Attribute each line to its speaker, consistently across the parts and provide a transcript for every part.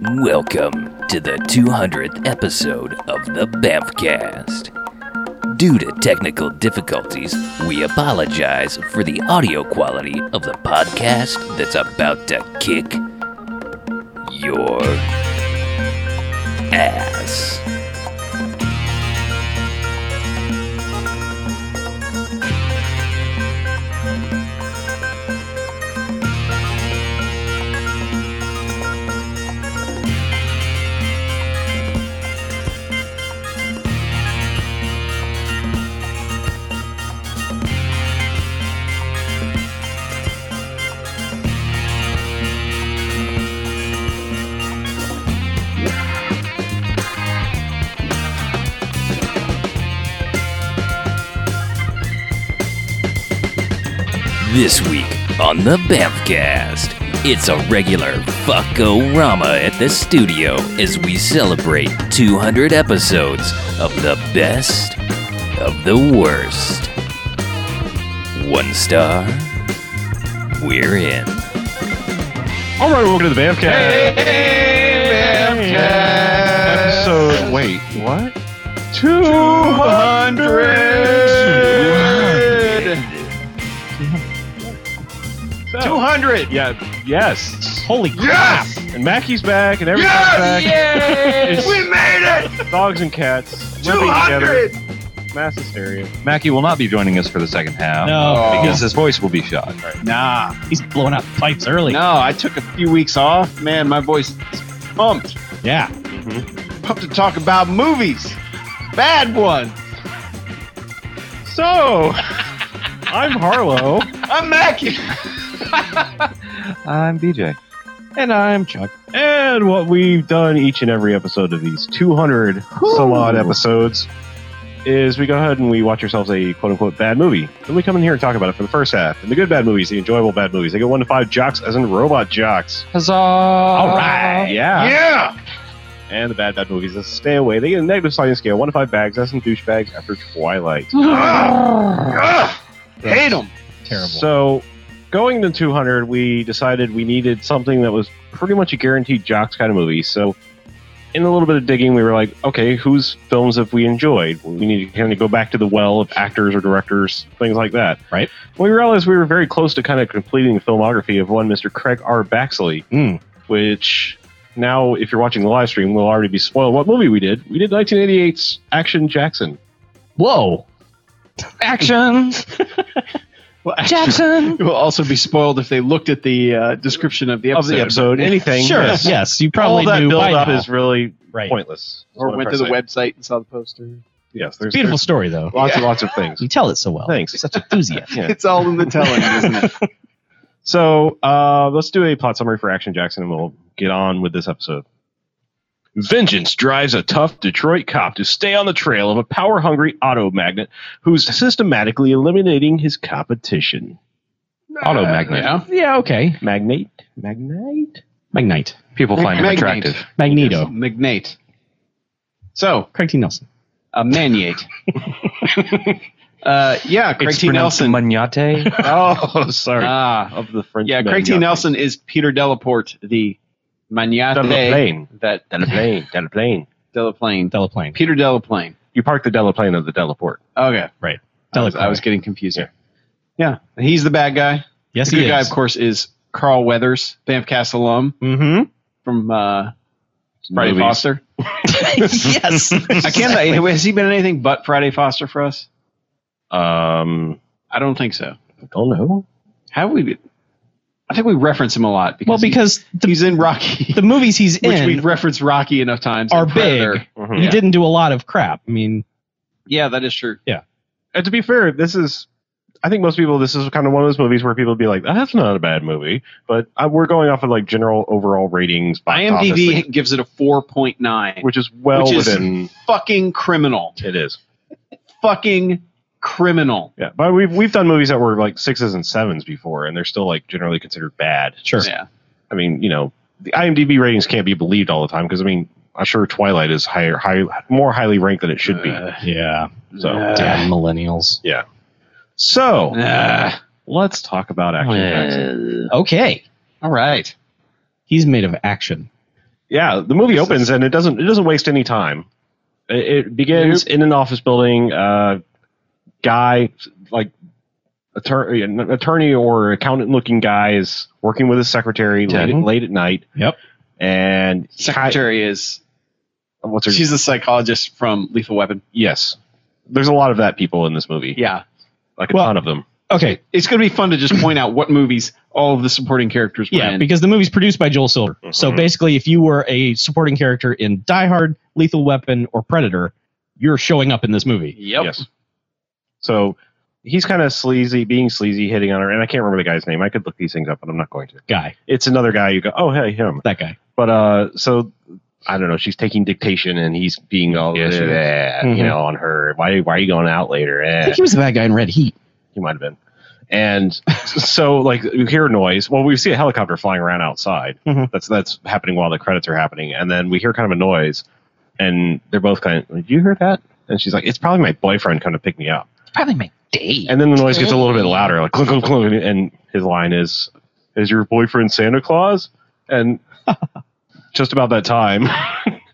Speaker 1: Welcome to the 200th episode of the Bamfcast. Due to technical difficulties, we apologize for the audio quality of the podcast that's about to kick your ass. This week on the Bamfcast, it's a regular fuckorama at the studio as we celebrate 200 episodes of the best of the worst. One star, we're in.
Speaker 2: All right, welcome to the Bamcast. Episode. Wait, what? Two hundred.
Speaker 3: 200!
Speaker 2: Yeah. Yes.
Speaker 4: Holy crap!
Speaker 3: Yes!
Speaker 2: And Mackie's back, and everything's back.
Speaker 3: Yes!
Speaker 2: It's-
Speaker 3: we made it!
Speaker 2: Dogs and cats living together.
Speaker 3: 200!
Speaker 2: Mass hysteria.
Speaker 5: Mackie will not be joining us for the second half
Speaker 4: No,
Speaker 3: Oh.
Speaker 5: because his voice will be shot.
Speaker 4: nah, he's blowing out pipes early.
Speaker 3: No, I took a few weeks off. Man, my voice is pumped. Mm-hmm.
Speaker 4: Yeah,
Speaker 3: Pumped to talk about movies. Bad one.
Speaker 2: So, I'm Harlow.
Speaker 3: I'm Mackie.
Speaker 5: I'm BJ.
Speaker 2: And I'm Chuck. And what we've done each and every episode of these 200 salon episodes is we go ahead and we watch ourselves a quote unquote bad movie. Then we come in here and talk about it for the first half. And the good bad movies, the enjoyable bad movies. They go one to five jocks as in robot jocks.
Speaker 5: Huzzah! All
Speaker 2: right. Yeah.
Speaker 3: Yeah!
Speaker 2: And the bad bad movies, as stay away. They get a negative sliding scale, one to five bags as in douchebags after Twilight.
Speaker 3: Ugh. Hate them.
Speaker 4: terrible.
Speaker 2: So, going to 200, we decided we needed something that was pretty much a guaranteed jocks kind of movie. So, in a little bit of digging, we were like, okay, whose films have we enjoyed? We need to kind of go back to the well of actors or directors, things like that.
Speaker 4: Right.
Speaker 2: We realized we were very close to kind of completing the filmography of one Mr. Craig R. Baxley,
Speaker 4: Mm.
Speaker 2: which now, if you're watching the live stream, will already be spoiled what movie we did. We did 1988's Action Jackson.
Speaker 4: Whoa!
Speaker 5: Action!
Speaker 3: Well,
Speaker 5: Jackson!
Speaker 3: It will also be spoiled if they looked at the uh, description of the
Speaker 2: Of
Speaker 3: episode.
Speaker 2: the episode, anything.
Speaker 4: sure,
Speaker 2: yes.
Speaker 4: yes. you probably
Speaker 2: All that
Speaker 4: knew
Speaker 2: build
Speaker 4: by
Speaker 2: up
Speaker 4: now.
Speaker 2: is really
Speaker 4: right.
Speaker 2: pointless.
Speaker 3: Or
Speaker 2: That's what
Speaker 3: went
Speaker 2: I'm
Speaker 3: to the
Speaker 2: trying
Speaker 3: website and saw the poster.
Speaker 2: say. Yes, there's
Speaker 4: Beautiful story though.
Speaker 2: there's lots and lots of things.
Speaker 4: You tell it so well.
Speaker 2: Thanks.
Speaker 4: You're such enthusiast.
Speaker 2: Yeah.
Speaker 3: It's all in the telling, isn't it?
Speaker 2: So uh, let's do a plot summary for Action Jackson, and we'll get on with this episode. Vengeance drives a tough Detroit cop to stay on the trail of a power hungry auto magnet who's systematically eliminating his competition.
Speaker 5: Auto magnet.
Speaker 3: Yeah.
Speaker 4: yeah, okay.
Speaker 2: Magnate? Magnate?
Speaker 4: Magnite,
Speaker 5: People find him
Speaker 3: Magnate.
Speaker 5: attractive.
Speaker 4: Magneto,
Speaker 3: Magnate. So,
Speaker 4: Craig T. Nelson.
Speaker 3: a maniate. uh, yeah, Craig
Speaker 5: It's
Speaker 3: T.
Speaker 5: pronounced
Speaker 3: Nelson.
Speaker 5: Magnate.
Speaker 2: Oh, sorry.
Speaker 3: ah,
Speaker 2: of the French.
Speaker 3: yeah, Craig T. Nelson is Peter Delaporte, the magnate
Speaker 2: Delaplane.
Speaker 3: that
Speaker 2: Delaplane. Delaplane.
Speaker 3: Delaplane.
Speaker 4: Delaplane.
Speaker 3: Peter Delaplane.
Speaker 2: You park the Delaplane of the Delaport.
Speaker 3: Okay, I was,
Speaker 4: Delaplane.
Speaker 3: I was getting confused here. Yeah, he's the bad guy.
Speaker 4: yes,
Speaker 3: the good
Speaker 4: he
Speaker 3: guy,
Speaker 4: is.
Speaker 3: of course, is Carl Weathers, Banffcast alum
Speaker 4: Mm-hmm.
Speaker 3: from uh, Friday
Speaker 2: Movies.
Speaker 3: Foster.
Speaker 4: yes.
Speaker 3: I can't. Has he been anything but Friday Foster for us?
Speaker 2: Um,
Speaker 3: I don't think so.
Speaker 2: I don't know.
Speaker 3: Have we? been- I think we reference him a lot because
Speaker 4: well, because
Speaker 3: he-
Speaker 4: the,
Speaker 3: he's in Rocky,
Speaker 4: the movies he's
Speaker 3: which we
Speaker 4: in
Speaker 3: referenced Rocky enough times.
Speaker 4: are
Speaker 3: and Predator.
Speaker 4: big.
Speaker 2: Mm-hmm.
Speaker 4: He didn't do a lot of crap. I mean,
Speaker 3: Yeah, that is true.
Speaker 2: and to be fair, this is. I think most people, this is kind of one of those movies where people be like, "That's not a bad movie," but uh we're going off of like general overall ratings. box office
Speaker 3: IMDb
Speaker 2: things,
Speaker 3: gives it a 4.9.
Speaker 2: which is well
Speaker 3: which is-
Speaker 2: within
Speaker 3: Fucking criminal.
Speaker 2: it is.
Speaker 3: Fucking criminal.
Speaker 2: Yeah, but we've we've done movies that were like sixes and sevens before, and they're still like generally considered bad.
Speaker 4: sure.
Speaker 3: Yeah.
Speaker 2: I mean, you know, the IMDb ratings can't be believed all the time because I mean, I'm sure Twilight is higher, high, more highly ranked than it should be.
Speaker 3: Uh,
Speaker 4: Yeah.
Speaker 2: So
Speaker 3: uh,
Speaker 4: Damn millennials.
Speaker 2: so
Speaker 3: uh,
Speaker 2: let's talk
Speaker 4: Oh,
Speaker 2: about Action Jackson.
Speaker 4: Okay.
Speaker 3: all right.
Speaker 4: He's made of action.
Speaker 2: yeah, the movie
Speaker 3: This
Speaker 2: opens and it doesn't it doesn't waste any time. It, it begins in an office building. Uh, guy like attorney, an attorney or accountant looking guy is working with his secretary late, at,
Speaker 4: Mhm.
Speaker 2: late at night.
Speaker 4: Yep.
Speaker 2: And
Speaker 3: Secretary is
Speaker 2: Ki- what's her?
Speaker 3: she's the psychologist from Lethal Weapon.
Speaker 2: yes. There's a lot of that people in this movie.
Speaker 3: Yeah,
Speaker 2: Like a
Speaker 4: Well-
Speaker 2: ton of them.
Speaker 4: Okay.
Speaker 3: it's going to be fun to just point out what movies all of the supporting characters were
Speaker 4: Yeah,
Speaker 3: in.
Speaker 4: because the movie's produced by Joel Silver. So
Speaker 2: Mhm.
Speaker 4: basically, if you were a supporting character in Die Hard, Lethal Weapon, or Predator, you're showing up in this movie.
Speaker 3: yep.
Speaker 2: Yes. So he's kind of sleazy, being sleazy, hitting on her. And I can't remember the guy's name. I could look these things up, but I'm not going to.
Speaker 4: Guy.
Speaker 2: It's another guy. You go, oh hey, him.
Speaker 4: That guy.
Speaker 2: But uh, so I don't know. She's taking dictation, and he's being all
Speaker 5: Yes, she is.
Speaker 2: "Eh,"
Speaker 4: Mhm.
Speaker 2: you know, on her. Why? Why are you going out later?
Speaker 4: I
Speaker 2: Eh.
Speaker 4: think he was the bad guy in Red Heat.
Speaker 2: He might have been. And so, like, you hear a noise. Well, we see a helicopter flying around outside.
Speaker 4: Mhm.
Speaker 2: That's that's happening while the credits are happening, and then we hear kind of a noise, and they're both kind of, "Did you hear that?" And she's like, "It's probably my boyfriend coming to pick me up."
Speaker 5: It's probably my day.
Speaker 2: And then the noise gets a little bit louder, like clunk clunk clunk, and his line is, "Is your boyfriend Santa Claus?" And just about that time,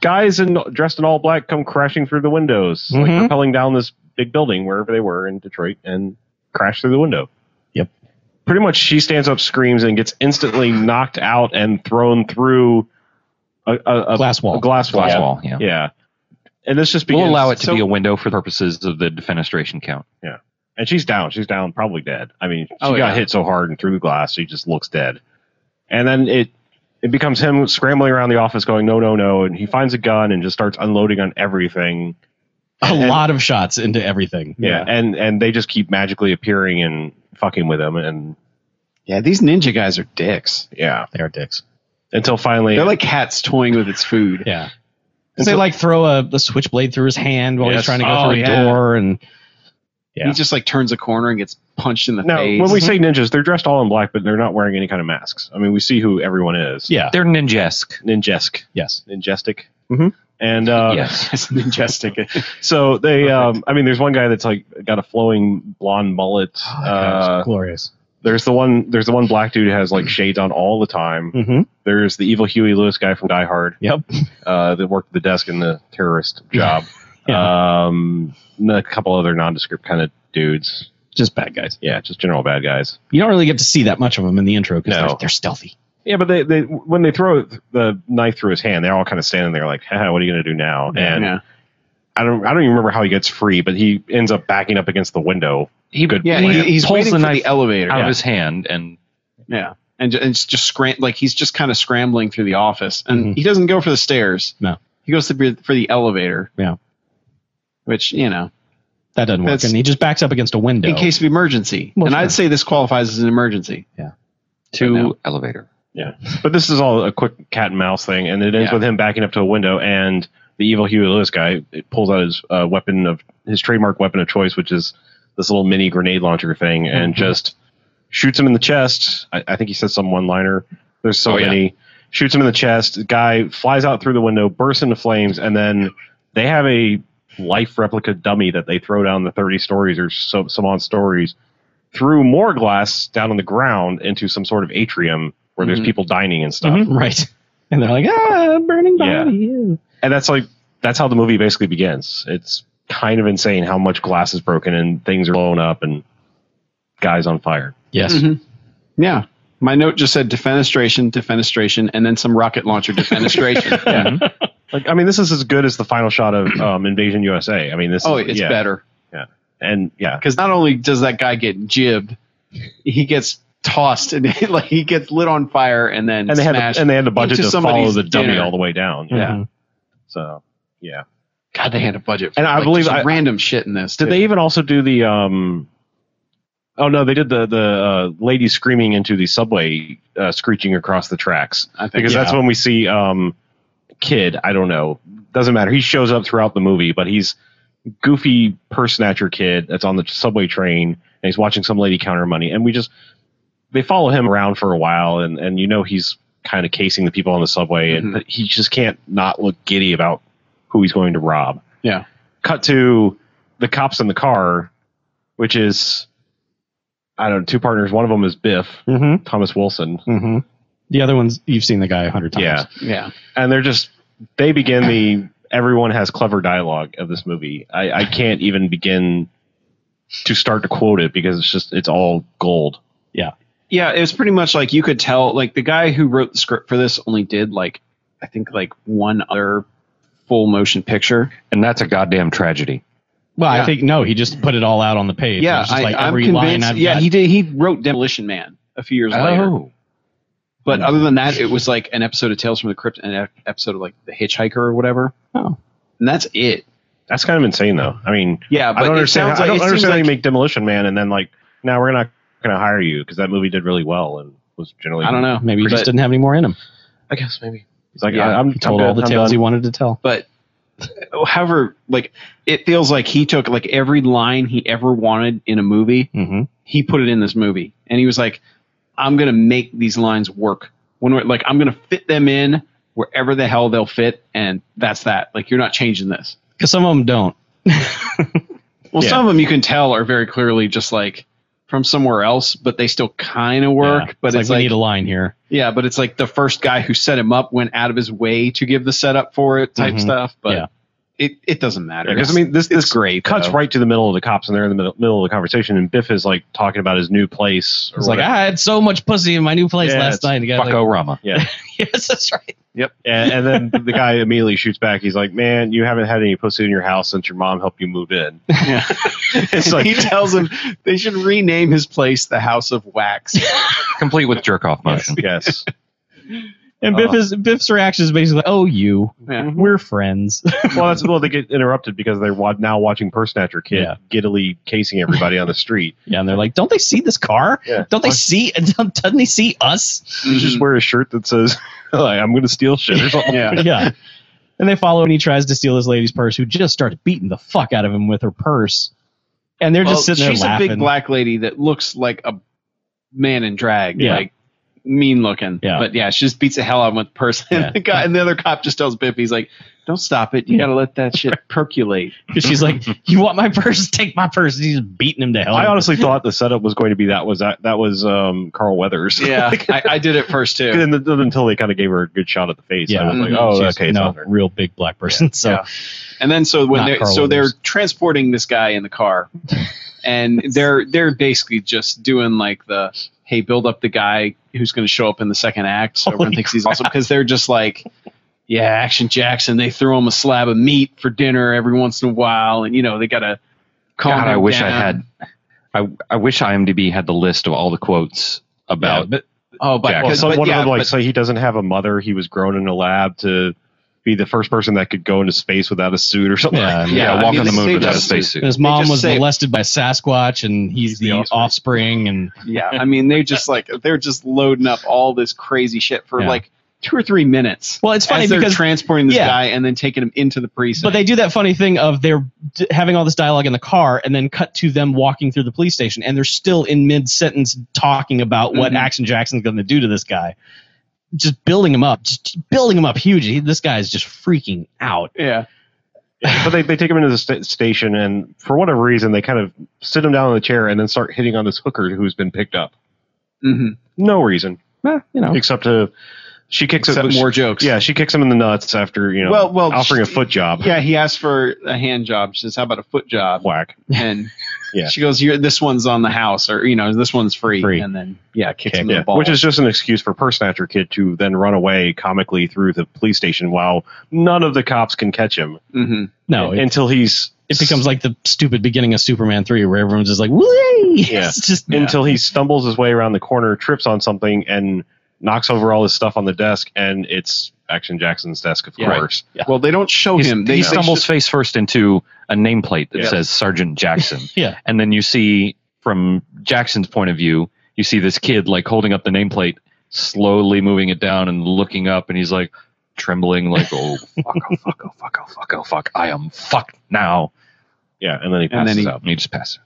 Speaker 2: guys in dressed in all black come crashing through the windows, like
Speaker 5: Mm-hmm.
Speaker 4: Mhm.
Speaker 2: propelling down this big building wherever they were in Detroit, and crash through the window.
Speaker 4: Yep.
Speaker 2: Pretty much, she stands up, screams, and gets instantly knocked out and thrown through a, a, a-
Speaker 4: Glass
Speaker 2: a
Speaker 4: wall.
Speaker 2: glass wall.
Speaker 5: Glass wall, yeah.
Speaker 2: Yeah. And this just begins.
Speaker 5: We'll allow it to
Speaker 3: So-
Speaker 5: be a window for purposes of the defenestration count.
Speaker 2: and she's down. She's down, probably dead. I mean, she
Speaker 3: Oh,
Speaker 2: got
Speaker 3: yeah.
Speaker 2: hit so hard and through the glass, she just looks dead. And then it it becomes him scrambling around the office, going no, no, no, and he finds a gun and just starts unloading on everything.
Speaker 4: a
Speaker 2: And-
Speaker 4: lot of shots into everything.
Speaker 2: Yeah, and and they just keep magically appearing and fucking with him, and
Speaker 3: Yeah, these ninja guys are dicks.
Speaker 2: yeah,
Speaker 4: They are dicks.
Speaker 2: until finally,
Speaker 3: They're like cats toying with its food.
Speaker 4: Yeah.
Speaker 2: And
Speaker 4: they
Speaker 2: so-
Speaker 4: like throw a the switchblade through his hand while
Speaker 2: Yes.
Speaker 4: he's trying to go
Speaker 3: Oh,
Speaker 4: through a
Speaker 3: yeah.
Speaker 4: door and Yeah.
Speaker 3: He just like turns a corner and gets punched in the
Speaker 2: now
Speaker 3: face. Mm-hmm.
Speaker 2: when we say ninjas, they're dressed all in black, but they're not wearing any kind of masks. I mean, we see who everyone is.
Speaker 4: yeah.
Speaker 5: They're ninjesque.
Speaker 2: ninjesque,
Speaker 4: Yes.
Speaker 2: ninjestic,
Speaker 4: Mhm.
Speaker 2: and uh,
Speaker 5: yes.
Speaker 3: It's ninjestic.
Speaker 2: So they,
Speaker 3: Perfect.
Speaker 2: um, I mean, there's one guy that's like got a flowing blonde mullet.
Speaker 4: Oh,
Speaker 2: uh,
Speaker 4: glorious.
Speaker 2: there's the one, there's the one black dude who has like shades on all the time.
Speaker 4: Mm-hmm.
Speaker 2: There's the evil Huey Lewis guy from Die Hard.
Speaker 4: Yep.
Speaker 2: Uh, that worked the desk in the terrorist job. Um, and a couple other nondescript kind of dudes.
Speaker 4: Just bad guys.
Speaker 2: Yeah, just general bad guys.
Speaker 4: You don't really get to see that much of them in the intro because
Speaker 2: No.
Speaker 4: they're, they're stealthy.
Speaker 2: Yeah, but they, they when they throw the knife through his hand, they're all kind of standing there like, Haha, "What are you gonna do now?" And
Speaker 3: yeah.
Speaker 2: I don't, I don't even remember how he gets free, but he ends up backing up against the window.
Speaker 5: He,
Speaker 2: Good
Speaker 5: yeah,
Speaker 3: Yeah,
Speaker 5: he,
Speaker 3: he- he's
Speaker 5: pulls
Speaker 3: waiting
Speaker 5: the
Speaker 3: for
Speaker 5: knife
Speaker 3: the elevator.
Speaker 5: out
Speaker 3: Yeah.
Speaker 5: of his hand and
Speaker 3: Yeah. And, ju- and it's just scram- like he's just kind of scrambling through the office and
Speaker 4: Mhm.
Speaker 3: he doesn't go for the stairs.
Speaker 4: No.
Speaker 3: He goes to be for the elevator.
Speaker 4: Yeah.
Speaker 3: Which, you know,
Speaker 4: That doesn't work.
Speaker 3: That's-
Speaker 4: and he just backs up against a window.
Speaker 3: in case of emergency.
Speaker 4: Well,
Speaker 3: and
Speaker 4: sure.
Speaker 3: I'd say this qualifies as an emergency.
Speaker 5: to
Speaker 3: Right now.
Speaker 5: elevator.
Speaker 2: But this is all a quick cat and mouse thing, and it ends
Speaker 3: Yeah.
Speaker 2: with him backing up to a window, and the evil Huey Lewis guy it pulls out his uh, weapon of his trademark weapon of choice, which is this little mini grenade launcher thing, and
Speaker 4: Mhm.
Speaker 5: Mm-hmm.
Speaker 2: just shoots him in the chest. I, I think he said some one liner. There's so
Speaker 5: Oh, yeah.
Speaker 2: many. Shoots him in the chest. The guy flies out through the window, bursts into flames, and then they have a life replica dummy that they throw down the 30 stories or so, some odd stories through more glass down on the ground into some sort of atrium where there's
Speaker 3: Mhm.
Speaker 2: people dining and stuff.
Speaker 3: Mm-hmm.
Speaker 4: Mhm. Right. And they're like, ah, burning
Speaker 2: Yeah.
Speaker 4: body. ew."
Speaker 2: And that's like that's how the movie basically begins. It's kind of insane how much glass is broken and things are blown up and guys on fire.
Speaker 4: Yes.
Speaker 3: Mhm. Yeah. My note just said defenestration, defenestration, and then some rocket launcher defenestration. yeah.
Speaker 2: Like I mean this is as good as the final shot of um, Invasion USA. I mean this
Speaker 3: Oh,
Speaker 2: is,
Speaker 3: it's
Speaker 2: yeah.
Speaker 3: better.
Speaker 2: And yeah.
Speaker 3: Because not only does that guy get jibbed, he gets tossed and like he gets lit on fire and then
Speaker 2: And they had
Speaker 3: smashed.
Speaker 2: the, and they had the budget
Speaker 3: into
Speaker 2: to follow
Speaker 3: somebody's
Speaker 2: the dummy
Speaker 3: dinner.
Speaker 2: all the way down.
Speaker 3: Yeah.
Speaker 4: Mhm.
Speaker 2: So yeah.
Speaker 3: God, they had a budget.
Speaker 2: And I
Speaker 3: like,
Speaker 2: believe
Speaker 3: just
Speaker 2: I-
Speaker 3: random shit in this.
Speaker 2: Did
Speaker 3: too.
Speaker 2: they even also do the um Oh no, they did the the uh, lady screaming into the subway uh, screeching across the tracks.
Speaker 3: I think
Speaker 2: because that's when we see um kid i don't know doesn't matter he shows up throughout the movie but he's goofy purse snatcher kid that's on the subway train and he's watching some lady counter money and we just they follow him around for a while and and you know he's kind of casing the people on the subway and
Speaker 3: Mhm.
Speaker 4: Mm-hmm.
Speaker 2: but he just can't not look giddy about who he's going to rob
Speaker 3: Yeah.
Speaker 2: cut to the cops in the car which is i don't know two partners one of them is biff
Speaker 4: Mhm.
Speaker 2: thomas wilson
Speaker 4: Mhm. The other ones you've seen the guy a hundred times.
Speaker 2: Yeah.
Speaker 3: Yeah.
Speaker 2: and they're just they begin the everyone has clever dialogue of this movie. I, I can't even begin to start to quote it because it's just it's all gold.
Speaker 3: Yeah, it was pretty much like you could tell like the guy who wrote the script for this only did like I think like one other full motion picture.
Speaker 5: And that's a goddamn tragedy.
Speaker 4: Well, I
Speaker 3: Yeah.
Speaker 4: think no, he just put it all out on the page.
Speaker 3: yeah,
Speaker 4: It's just
Speaker 3: I,
Speaker 4: like
Speaker 3: I'm
Speaker 4: every
Speaker 3: convinced.
Speaker 4: line I've
Speaker 3: yeah,
Speaker 4: got.
Speaker 3: he did. He wrote Demolition Man a few years later. But other than that, it was like an episode of Tales from the Crypt and an ep- episode of like The Hitchhiker or whatever.
Speaker 4: Oh.
Speaker 3: And that's it.
Speaker 2: That's kind of insane though. I mean,
Speaker 3: Yeah, but
Speaker 2: I don't
Speaker 3: it
Speaker 2: understand.
Speaker 3: sounds
Speaker 2: I
Speaker 3: like-
Speaker 2: don't
Speaker 3: it seems
Speaker 2: understand how you
Speaker 3: like-
Speaker 2: make Demolition Man and then like now we're not going to hire you because that movie did really well and was generally.
Speaker 3: I don't know.
Speaker 4: Maybe he
Speaker 3: but,
Speaker 4: just didn't have any more in him.
Speaker 2: I guess maybe he's like
Speaker 3: Yeah,
Speaker 2: I, am
Speaker 4: He told all the tales he wanted to tell.
Speaker 3: But however, like it feels like he took like every line he ever wanted in a movie,
Speaker 4: Mm-hmm.
Speaker 3: he put it in this movie, and he was like, "I'm gonna make these lines work. When we're, like I'm gonna fit them in wherever the hell they'll fit, and that's that. Like you're not changing this."
Speaker 4: Because some of them don't.
Speaker 3: Well,
Speaker 2: Yeah.
Speaker 3: some of them you can tell are very clearly just like from somewhere else, but they still kind of work.
Speaker 4: Yeah.
Speaker 3: But it's,
Speaker 4: like we
Speaker 3: like,
Speaker 4: need a line here.
Speaker 3: yeah, but it's like the first guy who set him up went out of his way to give the setup for it type
Speaker 4: Mhm.
Speaker 3: stuff. But
Speaker 4: Yeah.
Speaker 3: it, it doesn't matter.
Speaker 2: because I mean this
Speaker 3: it's
Speaker 2: this
Speaker 3: great.
Speaker 2: cuts
Speaker 3: though.
Speaker 2: right to the middle of the cops and they're in the middle, middle of the conversation and Biff is like talking about his new place. or
Speaker 4: It's like "Ah,
Speaker 2: whatever.
Speaker 4: I had so much pussy in my new place
Speaker 2: Yeah,
Speaker 4: last
Speaker 2: it's
Speaker 4: night. The guy
Speaker 5: Fuck
Speaker 4: like,
Speaker 5: Orama.
Speaker 4: yes, that's right.
Speaker 2: Yep. And, and then the guy immediately shoots back. He's like, "Man, you haven't had any pussy in your house since your mom helped you move in."
Speaker 3: Yeah.
Speaker 2: It's like
Speaker 3: he tells him they should rename his place the House of Wax.
Speaker 5: Complete with jerk off motion.
Speaker 2: yes.
Speaker 4: And
Speaker 2: Uh-huh.
Speaker 4: Biff is Biff's reaction is basically, "Oh, you,
Speaker 3: Yeah.
Speaker 4: we're friends."
Speaker 2: Well, that's well. They get interrupted because they're wa- now watching Purse Snatcher Kid
Speaker 4: Yeah.
Speaker 2: giddily casing everybody on the street.
Speaker 4: yeah, and they're like, "Don't they see this car?
Speaker 2: Yeah.
Speaker 4: Don't they see? Don't, doesn't they see us?"
Speaker 2: He just wear a shirt that says, like, "I'm going to steal shit" or something.
Speaker 3: yeah.
Speaker 4: yeah. And they follow, and he tries to steal this lady's purse, who just started beating the fuck out of him with her purse. And they're
Speaker 3: Well,
Speaker 4: just sitting there
Speaker 3: she's
Speaker 4: laughing.
Speaker 3: a big black lady that looks like a man in drag.
Speaker 4: Yeah.
Speaker 3: Like mean looking.
Speaker 4: Yeah.
Speaker 3: But yeah, she just beats the hell out of him with the person.
Speaker 4: Yeah.
Speaker 3: And the guy and the other cop just tells Biff, he's like, Don't stop it. You gotta let that shit percolate.
Speaker 4: 'Cause she's like, "You want my purse? Take my purse." And he's beating him to hell.
Speaker 2: I honestly thought the setup was going to be that was that, that was um, Carl Weathers.
Speaker 3: Yeah. I, I did it first too.
Speaker 2: And then- until they kind of gave her a good shot at the face,
Speaker 4: Yeah.
Speaker 2: I was like,
Speaker 3: Mhm.
Speaker 2: "Oh,
Speaker 4: She's
Speaker 2: okay, it's
Speaker 4: no
Speaker 2: on her."
Speaker 4: real big black person. so
Speaker 3: yeah. And then so when
Speaker 4: Not
Speaker 3: they are
Speaker 4: Carl
Speaker 3: so they're
Speaker 4: Weathers.
Speaker 3: transporting this guy in the car, and they're they're basically just doing like the hey build up the guy who's going to show up in the second act. So everyone
Speaker 4: Holy
Speaker 3: thinks he's awesome because they're just like. Yeah, Action Jackson. They throw him a slab of meat for dinner every once in a while, and you know they gotta calm
Speaker 5: God, I
Speaker 3: him
Speaker 5: wish I
Speaker 3: down.
Speaker 5: had. I, I wish IMDb had the list of all the quotes
Speaker 4: Yeah,
Speaker 5: about.
Speaker 4: but
Speaker 3: Oh, but,
Speaker 5: Jackson.
Speaker 2: Well,
Speaker 3: because
Speaker 2: so
Speaker 3: but
Speaker 2: one
Speaker 3: yeah,
Speaker 2: of them, like,
Speaker 3: but-
Speaker 2: so he doesn't have a mother. He was grown in a lab to be the first person that could go into space without a suit or something.
Speaker 4: Yeah,
Speaker 5: yeah,
Speaker 3: yeah, I
Speaker 5: walk
Speaker 3: mean,
Speaker 5: on the
Speaker 3: they-
Speaker 5: moon
Speaker 3: they
Speaker 5: without a
Speaker 3: just-
Speaker 5: spacesuit.
Speaker 4: And his mom
Speaker 3: just
Speaker 4: was
Speaker 3: say-
Speaker 4: molested by Sasquatch, and he's, the,
Speaker 2: the
Speaker 4: offspring.
Speaker 2: offspring.
Speaker 4: and
Speaker 3: yeah, I mean they're just like they're just loading up all this crazy shit for
Speaker 4: Yeah.
Speaker 3: like two or three minutes.
Speaker 4: well, it's funny
Speaker 3: as they're
Speaker 4: because
Speaker 3: transporting this
Speaker 4: yeah.
Speaker 3: guy and then taking him into the precinct.
Speaker 4: but they do that funny thing of they're d- having all this dialogue in the car, and then cut to them walking through the police station, and they're still in mid sentence talking about what
Speaker 3: Mhm.
Speaker 4: Action Jackson's going to do to this guy, just building him up, just building him up huge. He, this guy is just freaking out.
Speaker 3: yeah,
Speaker 2: but they, they take him into the sta station, and for whatever reason, they kind of sit him down on the chair and then start hitting on this hooker who's been picked up.
Speaker 3: mm-hmm.
Speaker 2: No reason
Speaker 4: Eh, you know,
Speaker 2: except to she kicks him.
Speaker 3: except more jokes.
Speaker 2: yeah, she kicks him in the nuts after you know
Speaker 3: Well- well,
Speaker 2: offering
Speaker 3: she-
Speaker 2: a foot job.
Speaker 3: yeah. He asked for a hand job. She says, "How about a foot job?"
Speaker 2: whack.
Speaker 3: And
Speaker 2: Yeah.
Speaker 3: she goes, "You're this one's on the house, or you know, this one's free."
Speaker 4: Free.
Speaker 3: And then yeah, kicks
Speaker 4: Kick,
Speaker 3: him in
Speaker 2: Yeah,
Speaker 3: the ball.
Speaker 2: which is just an excuse for Purse Snatcher Kid to then run away comically through the police station while none of the cops can catch him
Speaker 3: hmm
Speaker 4: no, it,
Speaker 2: until he's
Speaker 4: it becomes like the stupid beginning of Superman three, where everyone's just like, "Woo!"
Speaker 2: Yeah.
Speaker 4: it's just
Speaker 2: until he stumbles his way around the corner, trips on something, and knocks over all his stuff on the desk. And it's Action Jackson's desk, of
Speaker 3: Yeah. Right.
Speaker 2: course.
Speaker 3: Well, they don't show
Speaker 5: He's-
Speaker 3: him. They,
Speaker 5: he
Speaker 3: they
Speaker 5: stumbles
Speaker 3: show-
Speaker 5: face first into a nameplate that
Speaker 2: Yeah.
Speaker 5: says Sergeant Jackson.
Speaker 4: Yeah.
Speaker 5: And then you see from Jackson's point of view, you see this kid like holding up the nameplate, slowly moving it down and looking up, and he's like trembling, like, oh, fuck, oh, fuck, oh, fuck, oh, fuck, oh, fuck. I am fucked now.
Speaker 2: Yeah, and then he
Speaker 3: And
Speaker 2: passes
Speaker 3: then he-
Speaker 2: out.
Speaker 5: And he just passes.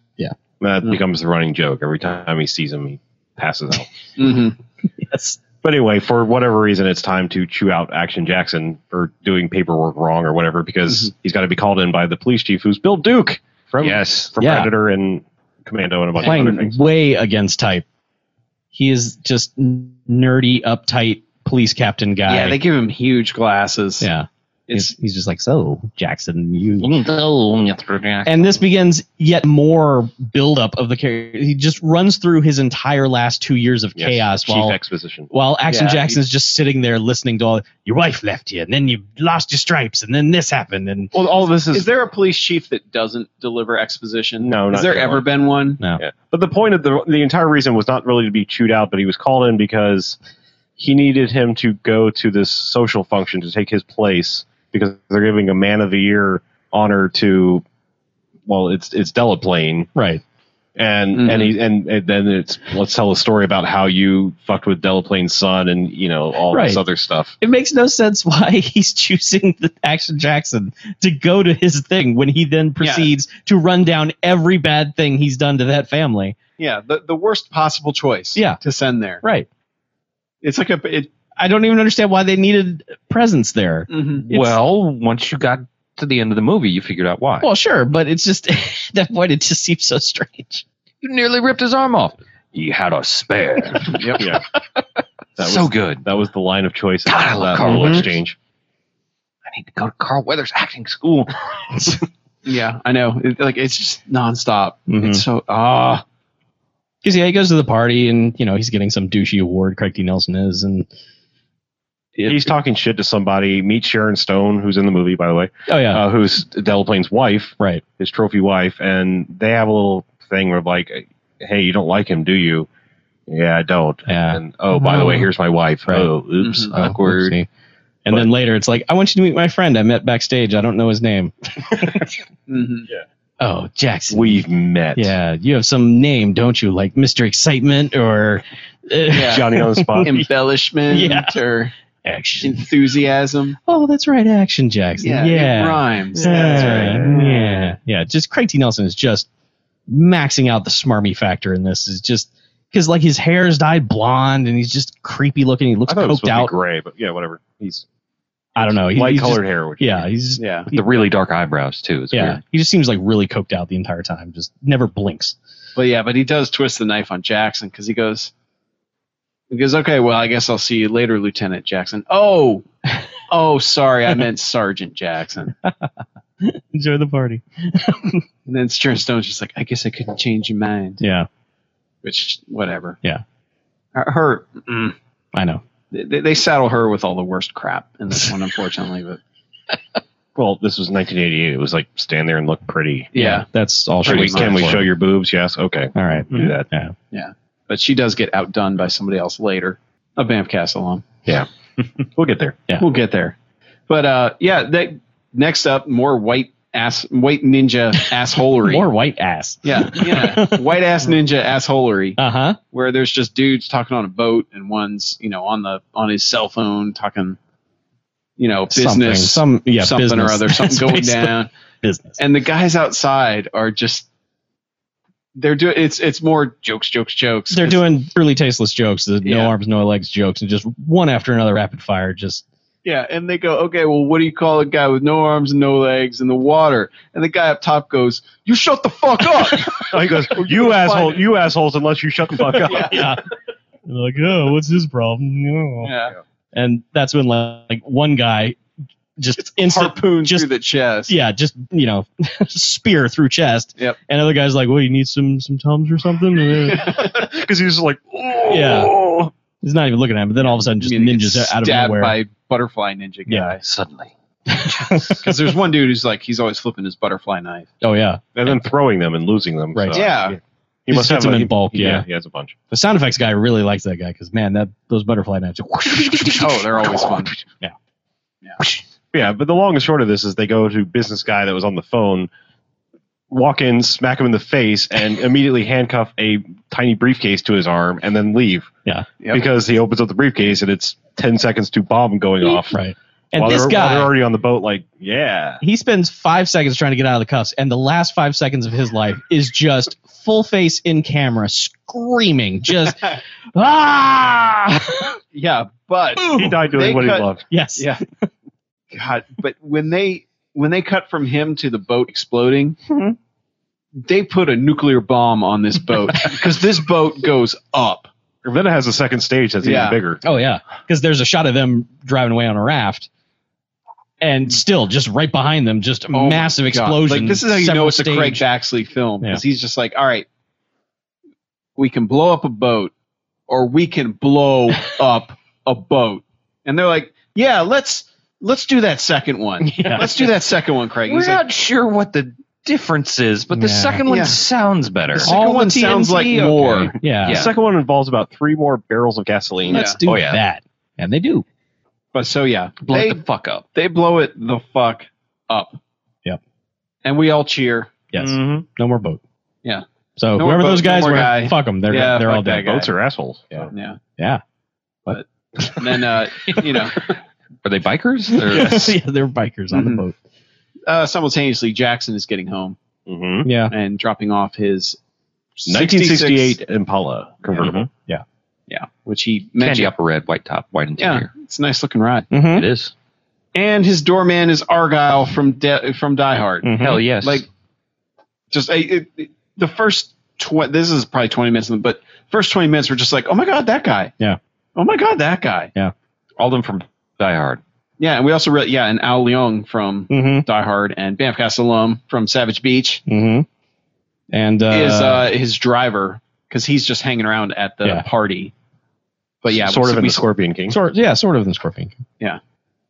Speaker 2: That
Speaker 3: Mm.
Speaker 2: becomes the running joke every time he sees him. He passes out.
Speaker 3: Mhm.
Speaker 4: yes.
Speaker 2: But anyway, for whatever reason, it's time to chew out Action Jackson for doing paperwork wrong or whatever because
Speaker 4: Mm-hmm.
Speaker 2: he's got to be called in by the police chief, who's Bill Duke from
Speaker 5: Yes.
Speaker 2: from
Speaker 4: Yeah.
Speaker 2: Predator and Commando and a bunch of other
Speaker 4: playing
Speaker 2: things.
Speaker 4: way against type. He is just nerdy, uptight police captain guy.
Speaker 3: Yeah, they give him huge glasses.
Speaker 4: yeah.
Speaker 3: It's
Speaker 4: he's, he's just like, so Jackson, you.
Speaker 5: And
Speaker 4: And this begins yet more buildup of the character. He just runs through his entire last two years of
Speaker 2: Yes,
Speaker 4: chaos
Speaker 2: Chief
Speaker 4: while
Speaker 2: Exposition.
Speaker 4: while Action
Speaker 3: Yeah,
Speaker 4: Jackson's just sitting there listening to all your wife left you, and then you lost your stripes, and then this happened, and
Speaker 2: Well, all this is,
Speaker 3: is there a police chief that doesn't deliver exposition?
Speaker 2: No,
Speaker 3: Has
Speaker 2: not
Speaker 3: there
Speaker 2: that
Speaker 3: ever
Speaker 2: one.
Speaker 3: been one?
Speaker 2: but the point of the the entire reason was not really to be chewed out, but he was called in because he needed him to go to this social function to take his place because they're giving a man of the year honor to, well, it's it's Delaplane,
Speaker 4: right,
Speaker 2: and
Speaker 3: Mhm.
Speaker 2: and he and, and then it's let's tell a story about how you fucked with Delaplane's son and you know all this
Speaker 4: Right.
Speaker 2: other stuff.
Speaker 4: it makes no sense why he's choosing the Action Jackson to go to his thing when he then proceeds to run down every bad thing he's done to that family.
Speaker 3: Yeah, the, the worst possible choice
Speaker 4: Yeah.
Speaker 3: to send there.
Speaker 4: Right.
Speaker 3: It's like a. It,
Speaker 4: I don't even understand why they needed presence there.
Speaker 3: mm-hmm.
Speaker 4: It's-
Speaker 5: well, once you got to the end of the movie, you figured out why.
Speaker 4: Well, sure, but it's just at that point it just seems so strange.
Speaker 5: you nearly ripped his arm off. You had a spare.
Speaker 2: Yep. Yeah. That
Speaker 5: so
Speaker 2: was,
Speaker 5: good.
Speaker 2: that was the line of choice in
Speaker 5: God, I love
Speaker 2: that
Speaker 5: Carl
Speaker 2: little
Speaker 5: Weathers.
Speaker 2: exchange.
Speaker 5: I need to go to Carl Weathers acting school.
Speaker 3: Yeah, I know. It, like it's just nonstop.
Speaker 2: Mm-hmm.
Speaker 4: Mhm.
Speaker 3: It's so ah.
Speaker 4: Because yeah, he goes to the party and you know he's getting some douchey award. Craig D. Nelson is, and it-
Speaker 2: He's talking shit to somebody. Meet Sharon Stone, who's in the movie, by the way,
Speaker 4: oh yeah,
Speaker 2: uh, who's Delaplane's wife,
Speaker 4: right,
Speaker 2: his trophy wife, and they have a little thing where like, hey, you don't like him, do you? Yeah, I don't.
Speaker 4: Yeah. Mm-hmm.
Speaker 2: And oh, by the way, here's my wife.
Speaker 4: Right.
Speaker 2: Oh, oops,
Speaker 3: Mhm.
Speaker 4: Oh,
Speaker 2: awkward.
Speaker 4: oopsie. And then later, it's like, I want you to meet my friend I met backstage. I don't know his name.
Speaker 3: mhm.
Speaker 4: Oh, Jackson.
Speaker 2: We've met.
Speaker 4: yeah, you have some name, don't you? Like Mr. Excitement or uh,
Speaker 3: Yeah.
Speaker 2: Johnny on the spot.
Speaker 3: Embellishment
Speaker 4: Yeah.
Speaker 3: or
Speaker 4: Action.
Speaker 3: enthusiasm.
Speaker 4: Oh, that's right, Action Jackson.
Speaker 3: Yeah,
Speaker 4: Yeah,
Speaker 3: it
Speaker 4: yeah,
Speaker 3: rhymes.
Speaker 4: yeah,
Speaker 3: That's right.
Speaker 4: yeah, Just Craig T. Nelson is just maxing out the smarmy factor in this. Is just because like his hair is dyed blonde and he's just creepy looking. He looks
Speaker 2: I thought it was
Speaker 4: coked
Speaker 2: supposed to be
Speaker 4: out.
Speaker 2: gray, but yeah, whatever. He's
Speaker 4: I don't know. He-
Speaker 2: light
Speaker 4: he's just-
Speaker 2: colored hair. Which
Speaker 4: yeah, he's just
Speaker 3: Yeah.
Speaker 5: The really dark eyebrows too. It's
Speaker 4: yeah.
Speaker 5: weird.
Speaker 4: He just seems like really coked out the entire time. Just never blinks.
Speaker 3: But yeah, but he does twist the knife on Jackson because he goes, he goes, okay, well, I guess I'll see you later, Lieutenant Jackson. Oh, oh, sorry, I meant Sergeant Jackson.
Speaker 4: Enjoy the party.
Speaker 3: And then Stern Stone's just like, I guess I couldn't change your mind,
Speaker 4: Yeah,
Speaker 3: which whatever.
Speaker 4: Yeah.
Speaker 3: Her, her mm,
Speaker 4: I know.
Speaker 3: they, they saddle her with all the worst crap in this one, unfortunately. But
Speaker 2: Well, this was 1988. It was like stand there and look pretty.
Speaker 3: yeah,
Speaker 4: that's all she
Speaker 2: Can we,
Speaker 4: was.
Speaker 3: much.
Speaker 2: can we
Speaker 4: for.
Speaker 2: show your boobs? Yes. Okay.
Speaker 4: All right.
Speaker 2: Do that.
Speaker 4: Yeah.
Speaker 3: but she does get outdone by somebody else later. A Bamfcast alum.
Speaker 2: We'll get there.
Speaker 4: Yeah.
Speaker 3: We'll get there. But uh, yeah, that, next up, more white ass, white ninja assholery.
Speaker 4: More white ass.
Speaker 3: Yeah, yeah. White ass ninja assholery,
Speaker 4: Uh huh.
Speaker 3: where there's just dudes talking on a boat, and one's you know on the on his cell phone talking, you know, business,
Speaker 4: Something. Some yeah.
Speaker 3: something
Speaker 4: business.
Speaker 3: or other, something
Speaker 4: That's
Speaker 3: going
Speaker 4: basically
Speaker 3: down,
Speaker 4: Business.
Speaker 3: and the guys outside are just they're doing it's it's more jokes, jokes, jokes.
Speaker 4: They're doing really tasteless jokes, the
Speaker 3: Yeah.
Speaker 4: no arms, no legs jokes, and just one after another, rapid fire. Just
Speaker 3: yeah, and they go, okay, well, what do you call a guy with no arms and no legs in the water? And the guy up top goes, you shut the fuck up.
Speaker 2: Oh, he goes, you
Speaker 3: gonna
Speaker 2: asshole,
Speaker 3: find it."
Speaker 2: you assholes, unless you shut the fuck up.
Speaker 3: Yeah.
Speaker 4: yeah. like, oh, what's his problem? No.
Speaker 3: yeah,
Speaker 4: And that's when like, like one guy just instant
Speaker 3: harpoon
Speaker 4: just-
Speaker 3: through the chest.
Speaker 4: yeah, just you know, spear through chest.
Speaker 3: Yep.
Speaker 4: And other guy's like, "Well, you need some some tums or something." And, uh,
Speaker 2: Because he was like,
Speaker 4: Yeah. He's not even looking at him. But then all of a sudden, just
Speaker 3: I mean, it
Speaker 4: ninjas
Speaker 3: gets
Speaker 4: out of
Speaker 3: stabbed
Speaker 4: nowhere.
Speaker 3: by butterfly ninja guy.
Speaker 4: Yeah.
Speaker 5: Suddenly.
Speaker 3: Because there's one dude who's like, he's always flipping his butterfly knife.
Speaker 4: oh yeah,
Speaker 2: and then throwing them and losing them.
Speaker 4: Right.
Speaker 2: so-
Speaker 3: Yeah.
Speaker 2: He
Speaker 4: He
Speaker 2: must have
Speaker 4: hits them
Speaker 2: a-
Speaker 4: in bulk, yeah.
Speaker 2: he has a bunch.
Speaker 4: the sound effects guy really likes that guy because man, that those butterfly knives.
Speaker 3: Oh, they're always fun.
Speaker 2: Yeah, but the long and short of this is they go to business guy that was on the phone, walk in, smack him in the face, and immediately handcuff a tiny briefcase to his arm, and then leave.
Speaker 4: Yeah.
Speaker 3: Yep.
Speaker 2: Because he opens up the briefcase and it's ten seconds to bomb going off.
Speaker 4: right. And
Speaker 2: while
Speaker 4: this
Speaker 2: they're, while they're
Speaker 4: guy,
Speaker 2: already on the boat, like, yeah.
Speaker 4: he spends five seconds trying to get out of the cuffs, and the last five seconds of his life is just full face in camera screaming, just ah.
Speaker 3: Yeah, but
Speaker 2: He died doing
Speaker 3: They
Speaker 2: what
Speaker 3: cut-
Speaker 2: he loved.
Speaker 4: yes.
Speaker 3: yeah, God, but when they when they cut from him to the boat exploding,
Speaker 4: Mhm.
Speaker 3: they put a nuclear bomb on this boat because this boat goes up.
Speaker 2: Ravenna has a second stage that's
Speaker 3: Yeah.
Speaker 2: even bigger.
Speaker 4: Oh yeah, because there's a shot of them driving away on a raft, and still just right behind them, just a
Speaker 3: Oh my
Speaker 4: massive
Speaker 3: God.
Speaker 4: explosion.
Speaker 3: Like this is how you
Speaker 4: several
Speaker 3: know it's a Craig
Speaker 4: stage-
Speaker 3: Baxley film
Speaker 4: Yeah.
Speaker 3: because he's just like, all right, we can blow up a boat, or we can blow up a boat, and they're like, yeah, let's let's do that second one.
Speaker 4: Yeah.
Speaker 3: Let's do that second one, Craig. And
Speaker 5: We're
Speaker 3: he's like,
Speaker 5: not sure what the difference is, but the
Speaker 4: Yeah.
Speaker 5: second one
Speaker 3: Yeah.
Speaker 5: sounds better.
Speaker 3: the second
Speaker 5: the
Speaker 3: one sounds like
Speaker 5: TNT, okay.
Speaker 3: more.
Speaker 4: Yeah,
Speaker 2: The
Speaker 5: Yeah.
Speaker 2: second one involves about three more barrels of gasoline.
Speaker 4: let's do
Speaker 5: Oh, yeah.
Speaker 4: that, and they do.
Speaker 3: But so yeah,
Speaker 5: Blow
Speaker 3: they
Speaker 5: it the fuck up.
Speaker 3: they blow it the fuck up.
Speaker 4: Yep.
Speaker 3: And we all cheer.
Speaker 4: Yes,
Speaker 3: Mm-hmm.
Speaker 2: Mhm.
Speaker 4: no more boat.
Speaker 3: Yeah.
Speaker 4: So
Speaker 3: No more
Speaker 4: whoever those
Speaker 3: boat, no
Speaker 4: guys
Speaker 3: more
Speaker 4: were,
Speaker 3: guy.
Speaker 4: fuck them. They're
Speaker 3: Yeah,
Speaker 4: they're
Speaker 3: fuck
Speaker 4: all
Speaker 3: that
Speaker 4: dead.
Speaker 3: guy.
Speaker 2: Boats are assholes.
Speaker 4: Yeah.
Speaker 3: Yeah.
Speaker 4: Yeah.
Speaker 3: And then uh, you know.
Speaker 5: Are they bikers? They're-
Speaker 4: yeah, they're bikers on
Speaker 3: Mhm.
Speaker 4: the boat.
Speaker 3: uh, simultaneously, Jackson is getting home
Speaker 2: hmm
Speaker 4: Yeah.
Speaker 3: and dropping off his
Speaker 2: 1968
Speaker 3: 66,
Speaker 2: Impala convertible.
Speaker 3: which he
Speaker 5: Hmm? Candy
Speaker 3: mentioned.
Speaker 5: upper red, white top, white
Speaker 3: Yeah,
Speaker 5: interior.
Speaker 3: it's a nice looking ride.
Speaker 4: Mm-hmm.
Speaker 5: It is.
Speaker 3: And his doorman is Argyle from De- from Die Hard.
Speaker 4: Mm-hmm.
Speaker 5: Hell yes.
Speaker 3: Like, just I it, it- the first tw- This is probably twenty minutes, in the- but first twenty minutes were just like, oh my god, that guy.
Speaker 4: Yeah.
Speaker 3: Oh my god, that guy.
Speaker 5: all them from Die Hard.
Speaker 3: Yeah, and we also read yeah, and Al Leong from
Speaker 4: Mm-hmm.
Speaker 3: Die Hard and Banffcast alum from Savage Beach
Speaker 4: Mm-hmm. And uh,
Speaker 3: is uh, his driver because he's just hanging around at the
Speaker 4: Yeah.
Speaker 3: party. But yeah,
Speaker 2: sort
Speaker 3: we,
Speaker 2: of in
Speaker 3: we
Speaker 2: the Scorpion King.
Speaker 4: sort yeah, sort of the Scorpion. King.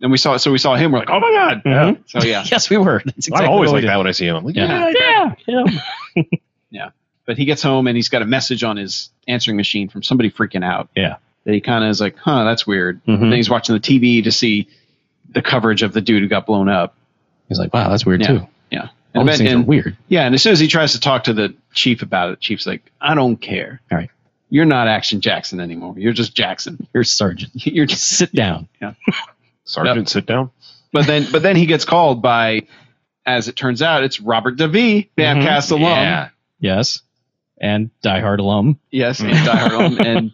Speaker 3: and we saw so we saw him. We're like, oh my god!
Speaker 4: Mhm.
Speaker 3: So yeah,
Speaker 4: Yes, we were. That's exactly
Speaker 2: Mm-hmm. I'm always
Speaker 4: what
Speaker 2: like
Speaker 4: we
Speaker 2: that when I see him. I'm like,
Speaker 4: Yeah.
Speaker 2: yeah.
Speaker 4: did. Yeah.
Speaker 3: but he gets home and he's got a message on his answering machine from somebody freaking out.
Speaker 4: Yeah.
Speaker 3: that he kind of is like, huh, that's weird.
Speaker 4: Mhm.
Speaker 3: And then he's watching the TV to see the coverage of the dude who got blown up.
Speaker 4: He's like, wow, that's weird
Speaker 3: Yeah.
Speaker 4: too.
Speaker 3: Yeah,
Speaker 4: All
Speaker 3: and,
Speaker 4: these
Speaker 3: then-
Speaker 4: things are
Speaker 3: and-
Speaker 4: weird.
Speaker 3: yeah, and as soon as he tries to talk to the chief about it, chief's like, I don't care.
Speaker 4: All right.
Speaker 3: You're not Action Jackson anymore. You're just Jackson.
Speaker 4: You're sergeant.
Speaker 3: You're just
Speaker 4: Sit down.
Speaker 2: Sergeant, sit down.
Speaker 3: But then, but then he gets called by, as it turns out, it's Robert DeVee,
Speaker 4: Mm-hmm.
Speaker 3: Bamcast alum.
Speaker 5: Mm-hmm. Yeah.
Speaker 4: Yes. And Die Hard alum.
Speaker 3: Yes, and Die Hard alum, and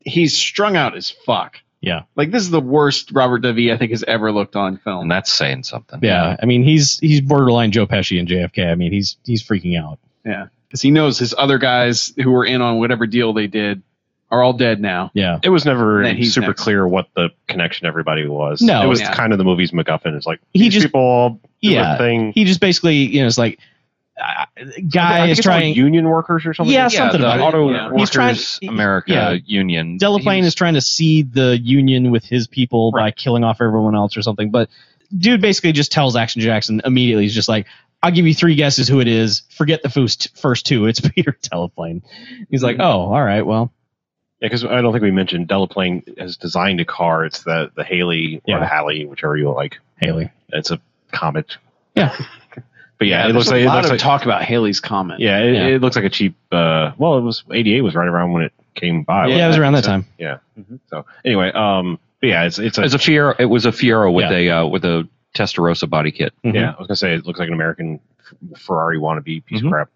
Speaker 3: he's strung out as fuck.
Speaker 4: Yeah.
Speaker 3: like this is the worst Robert DeVee I think has ever looked on
Speaker 5: And
Speaker 3: film.
Speaker 5: that's saying something.
Speaker 4: Yeah. I mean, he's he's borderline Joe Pesci and JFK. I mean, he's he's freaking out.
Speaker 3: because he knows his other guys who were in on whatever deal they did are all dead now.
Speaker 4: Yeah.
Speaker 2: It was never
Speaker 3: Then he's
Speaker 2: super
Speaker 3: next.
Speaker 2: clear what the connection everybody was.
Speaker 4: No.
Speaker 2: it was
Speaker 3: Yeah.
Speaker 2: kind of the movie's MacGuffin. It's like
Speaker 4: He
Speaker 2: these
Speaker 4: just-
Speaker 2: people all do
Speaker 4: Yeah.
Speaker 2: a thing.
Speaker 4: He just basically, you know, it's like, uh, guy
Speaker 2: I
Speaker 4: is
Speaker 2: guess all
Speaker 4: trying.
Speaker 2: union workers or something.
Speaker 4: Yeah,
Speaker 2: like that.
Speaker 4: something
Speaker 5: the
Speaker 4: about it.
Speaker 5: Auto
Speaker 3: Yeah.
Speaker 4: He's trying-
Speaker 5: Workers America
Speaker 4: yeah.
Speaker 5: Union.
Speaker 4: Delaplane
Speaker 5: He's-
Speaker 4: is trying to seed the union with his people by killing off everyone else or something. But dude basically just tells Action Jackson immediately. He's just like, I'll give you three guesses who it is. Forget the first, first two. It's Peter Delaplane. He's
Speaker 5: Mm-hmm.
Speaker 4: like, oh, all right, well.
Speaker 2: Yeah, because I don't think we mentioned Delaplane has designed a car. It's the the Haley or
Speaker 4: Yeah.
Speaker 2: the Halley, whichever you like.
Speaker 4: Haley.
Speaker 2: It's a Comet.
Speaker 4: Yeah.
Speaker 2: but yeah, it
Speaker 3: there's
Speaker 2: looks
Speaker 3: a
Speaker 2: like it
Speaker 3: lot
Speaker 2: looks
Speaker 3: of
Speaker 2: like
Speaker 3: talk about Haley's comment.
Speaker 2: yeah, it,
Speaker 4: Yeah.
Speaker 2: it looks like a cheap. Uh, well, it was eighty eight was right around when it came by.
Speaker 4: Yeah,
Speaker 3: Yeah,
Speaker 4: it was
Speaker 3: I
Speaker 4: around that
Speaker 3: think so.
Speaker 4: time.
Speaker 2: So anyway, um, but yeah, it's Mm-hmm. it's a,
Speaker 5: It's a Fiero. It was a Fiero with
Speaker 4: Yeah.
Speaker 5: a uh, with a Testarossa body kit.
Speaker 4: Mhm.
Speaker 2: yeah. I was gonna say it looks like an American F- Ferrari wannabe piece
Speaker 5: Mhm.
Speaker 2: of crap.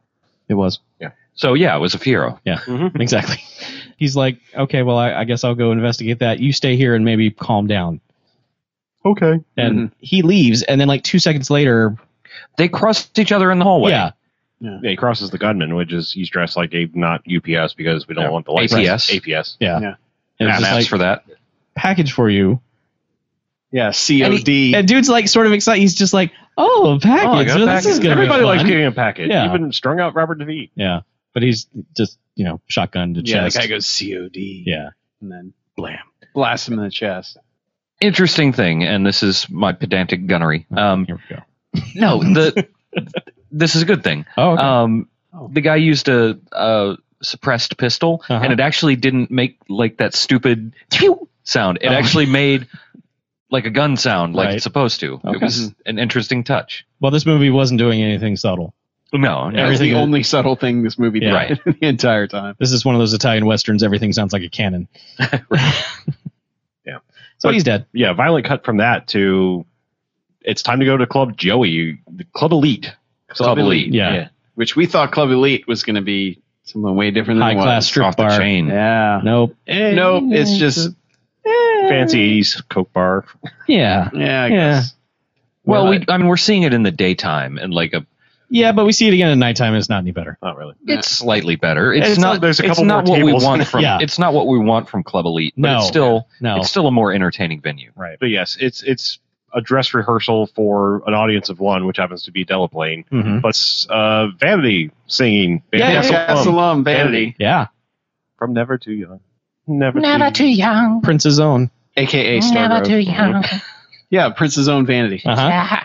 Speaker 4: It was.
Speaker 5: So yeah, it was a Fiero.
Speaker 4: Exactly. He's like, okay, well, I, I guess I'll go investigate that. You stay here and maybe calm down.
Speaker 2: Okay.
Speaker 4: And he leaves. And then, like, two seconds later,
Speaker 5: They crossed each other in the hallway.
Speaker 4: yeah,
Speaker 2: Yeah, he crosses the gunman, which is he's dressed like a not UPS because we don't
Speaker 5: Yeah.
Speaker 2: want the license.
Speaker 5: APS.
Speaker 2: APS.
Speaker 4: and it's
Speaker 5: Matt
Speaker 4: just
Speaker 5: asked
Speaker 4: like,
Speaker 5: for that.
Speaker 4: package for you.
Speaker 3: yeah,
Speaker 4: And
Speaker 3: COD.
Speaker 4: he- And dude's like, sort of excited. He's just like, oh, a package.
Speaker 5: Oh, I got a
Speaker 4: Well, this is
Speaker 5: package.
Speaker 4: gonna be
Speaker 2: Everybody likes
Speaker 4: fun.
Speaker 2: getting a package.
Speaker 4: Yeah.
Speaker 2: Even strung out Robert DeVee.
Speaker 4: Yeah, but he's just you know shotgun to
Speaker 3: yeah, the
Speaker 4: chest.
Speaker 3: guy goes COD.
Speaker 4: yeah,
Speaker 3: and then blam, blast him in the chest.
Speaker 5: Interesting thing, and this is my pedantic gunnery. Um,
Speaker 4: here we go.
Speaker 5: no, the this is a good thing.
Speaker 4: Oh, okay.
Speaker 5: Um,
Speaker 3: Oh.
Speaker 5: the guy used a, a suppressed pistol,
Speaker 4: Uh-huh.
Speaker 5: and it actually didn't make like that stupid pew sound. It
Speaker 4: Oh.
Speaker 5: actually made like a gun sound, like
Speaker 4: Right.
Speaker 5: it's supposed to. It
Speaker 4: Okay.
Speaker 5: was an interesting touch.
Speaker 4: well, this movie wasn't doing anything subtle.
Speaker 5: No, no.
Speaker 3: That's the
Speaker 4: Everything-
Speaker 3: only subtle thing this movie did
Speaker 4: Yeah.
Speaker 5: Right.
Speaker 3: the entire time.
Speaker 4: This is one of those Italian westerns. Everything sounds like a cannon.
Speaker 2: Yeah.
Speaker 4: So
Speaker 2: But-
Speaker 4: he's dead.
Speaker 2: Yeah, violent cut from that to it's time to go to Club Joey, the Club Elite.
Speaker 5: Club Elite.
Speaker 4: Yeah.
Speaker 3: which we thought Club Elite was going to be something way different than
Speaker 4: High
Speaker 3: it was.
Speaker 4: class strip
Speaker 5: off the
Speaker 4: bar.
Speaker 5: chain.
Speaker 3: Yeah.
Speaker 4: Nope. Eh,
Speaker 3: Nope. It's just
Speaker 2: fancy 80s Coke bar.
Speaker 4: Yeah.
Speaker 3: yeah. I
Speaker 4: Yeah.
Speaker 3: guess.
Speaker 5: Well,
Speaker 3: We're
Speaker 5: we,
Speaker 3: not-
Speaker 5: I mean, we're seeing it in the daytime and like a
Speaker 4: Yeah, but we see it again at nighttime. And it's not any better.
Speaker 2: Not really.
Speaker 5: It's slightly better. It's,
Speaker 2: And it's
Speaker 5: not.
Speaker 2: not- there's a
Speaker 5: it's
Speaker 2: couple
Speaker 5: not
Speaker 2: more
Speaker 5: what we
Speaker 2: tables.
Speaker 5: want from.
Speaker 4: Yeah.
Speaker 5: It's not what we want from Club Elite. But
Speaker 4: No.
Speaker 5: it's still.
Speaker 4: No,
Speaker 5: It's still a more entertaining venue.
Speaker 4: right.
Speaker 2: But yes, it's it's a dress rehearsal for an audience of one, which happens to be Delaplane.
Speaker 4: Mhm.
Speaker 2: But it's, uh, Vanity singing Van
Speaker 4: Yeah, yeah,
Speaker 2: Castle
Speaker 4: yeah.
Speaker 2: Plum
Speaker 3: Gassalum Vanity,
Speaker 4: Yeah,
Speaker 2: from Never Too Young. Never, Too Young.
Speaker 4: Prince's own.
Speaker 3: aka Star Never too young. Yeah, Prince's own Vanity,
Speaker 4: Uh huh.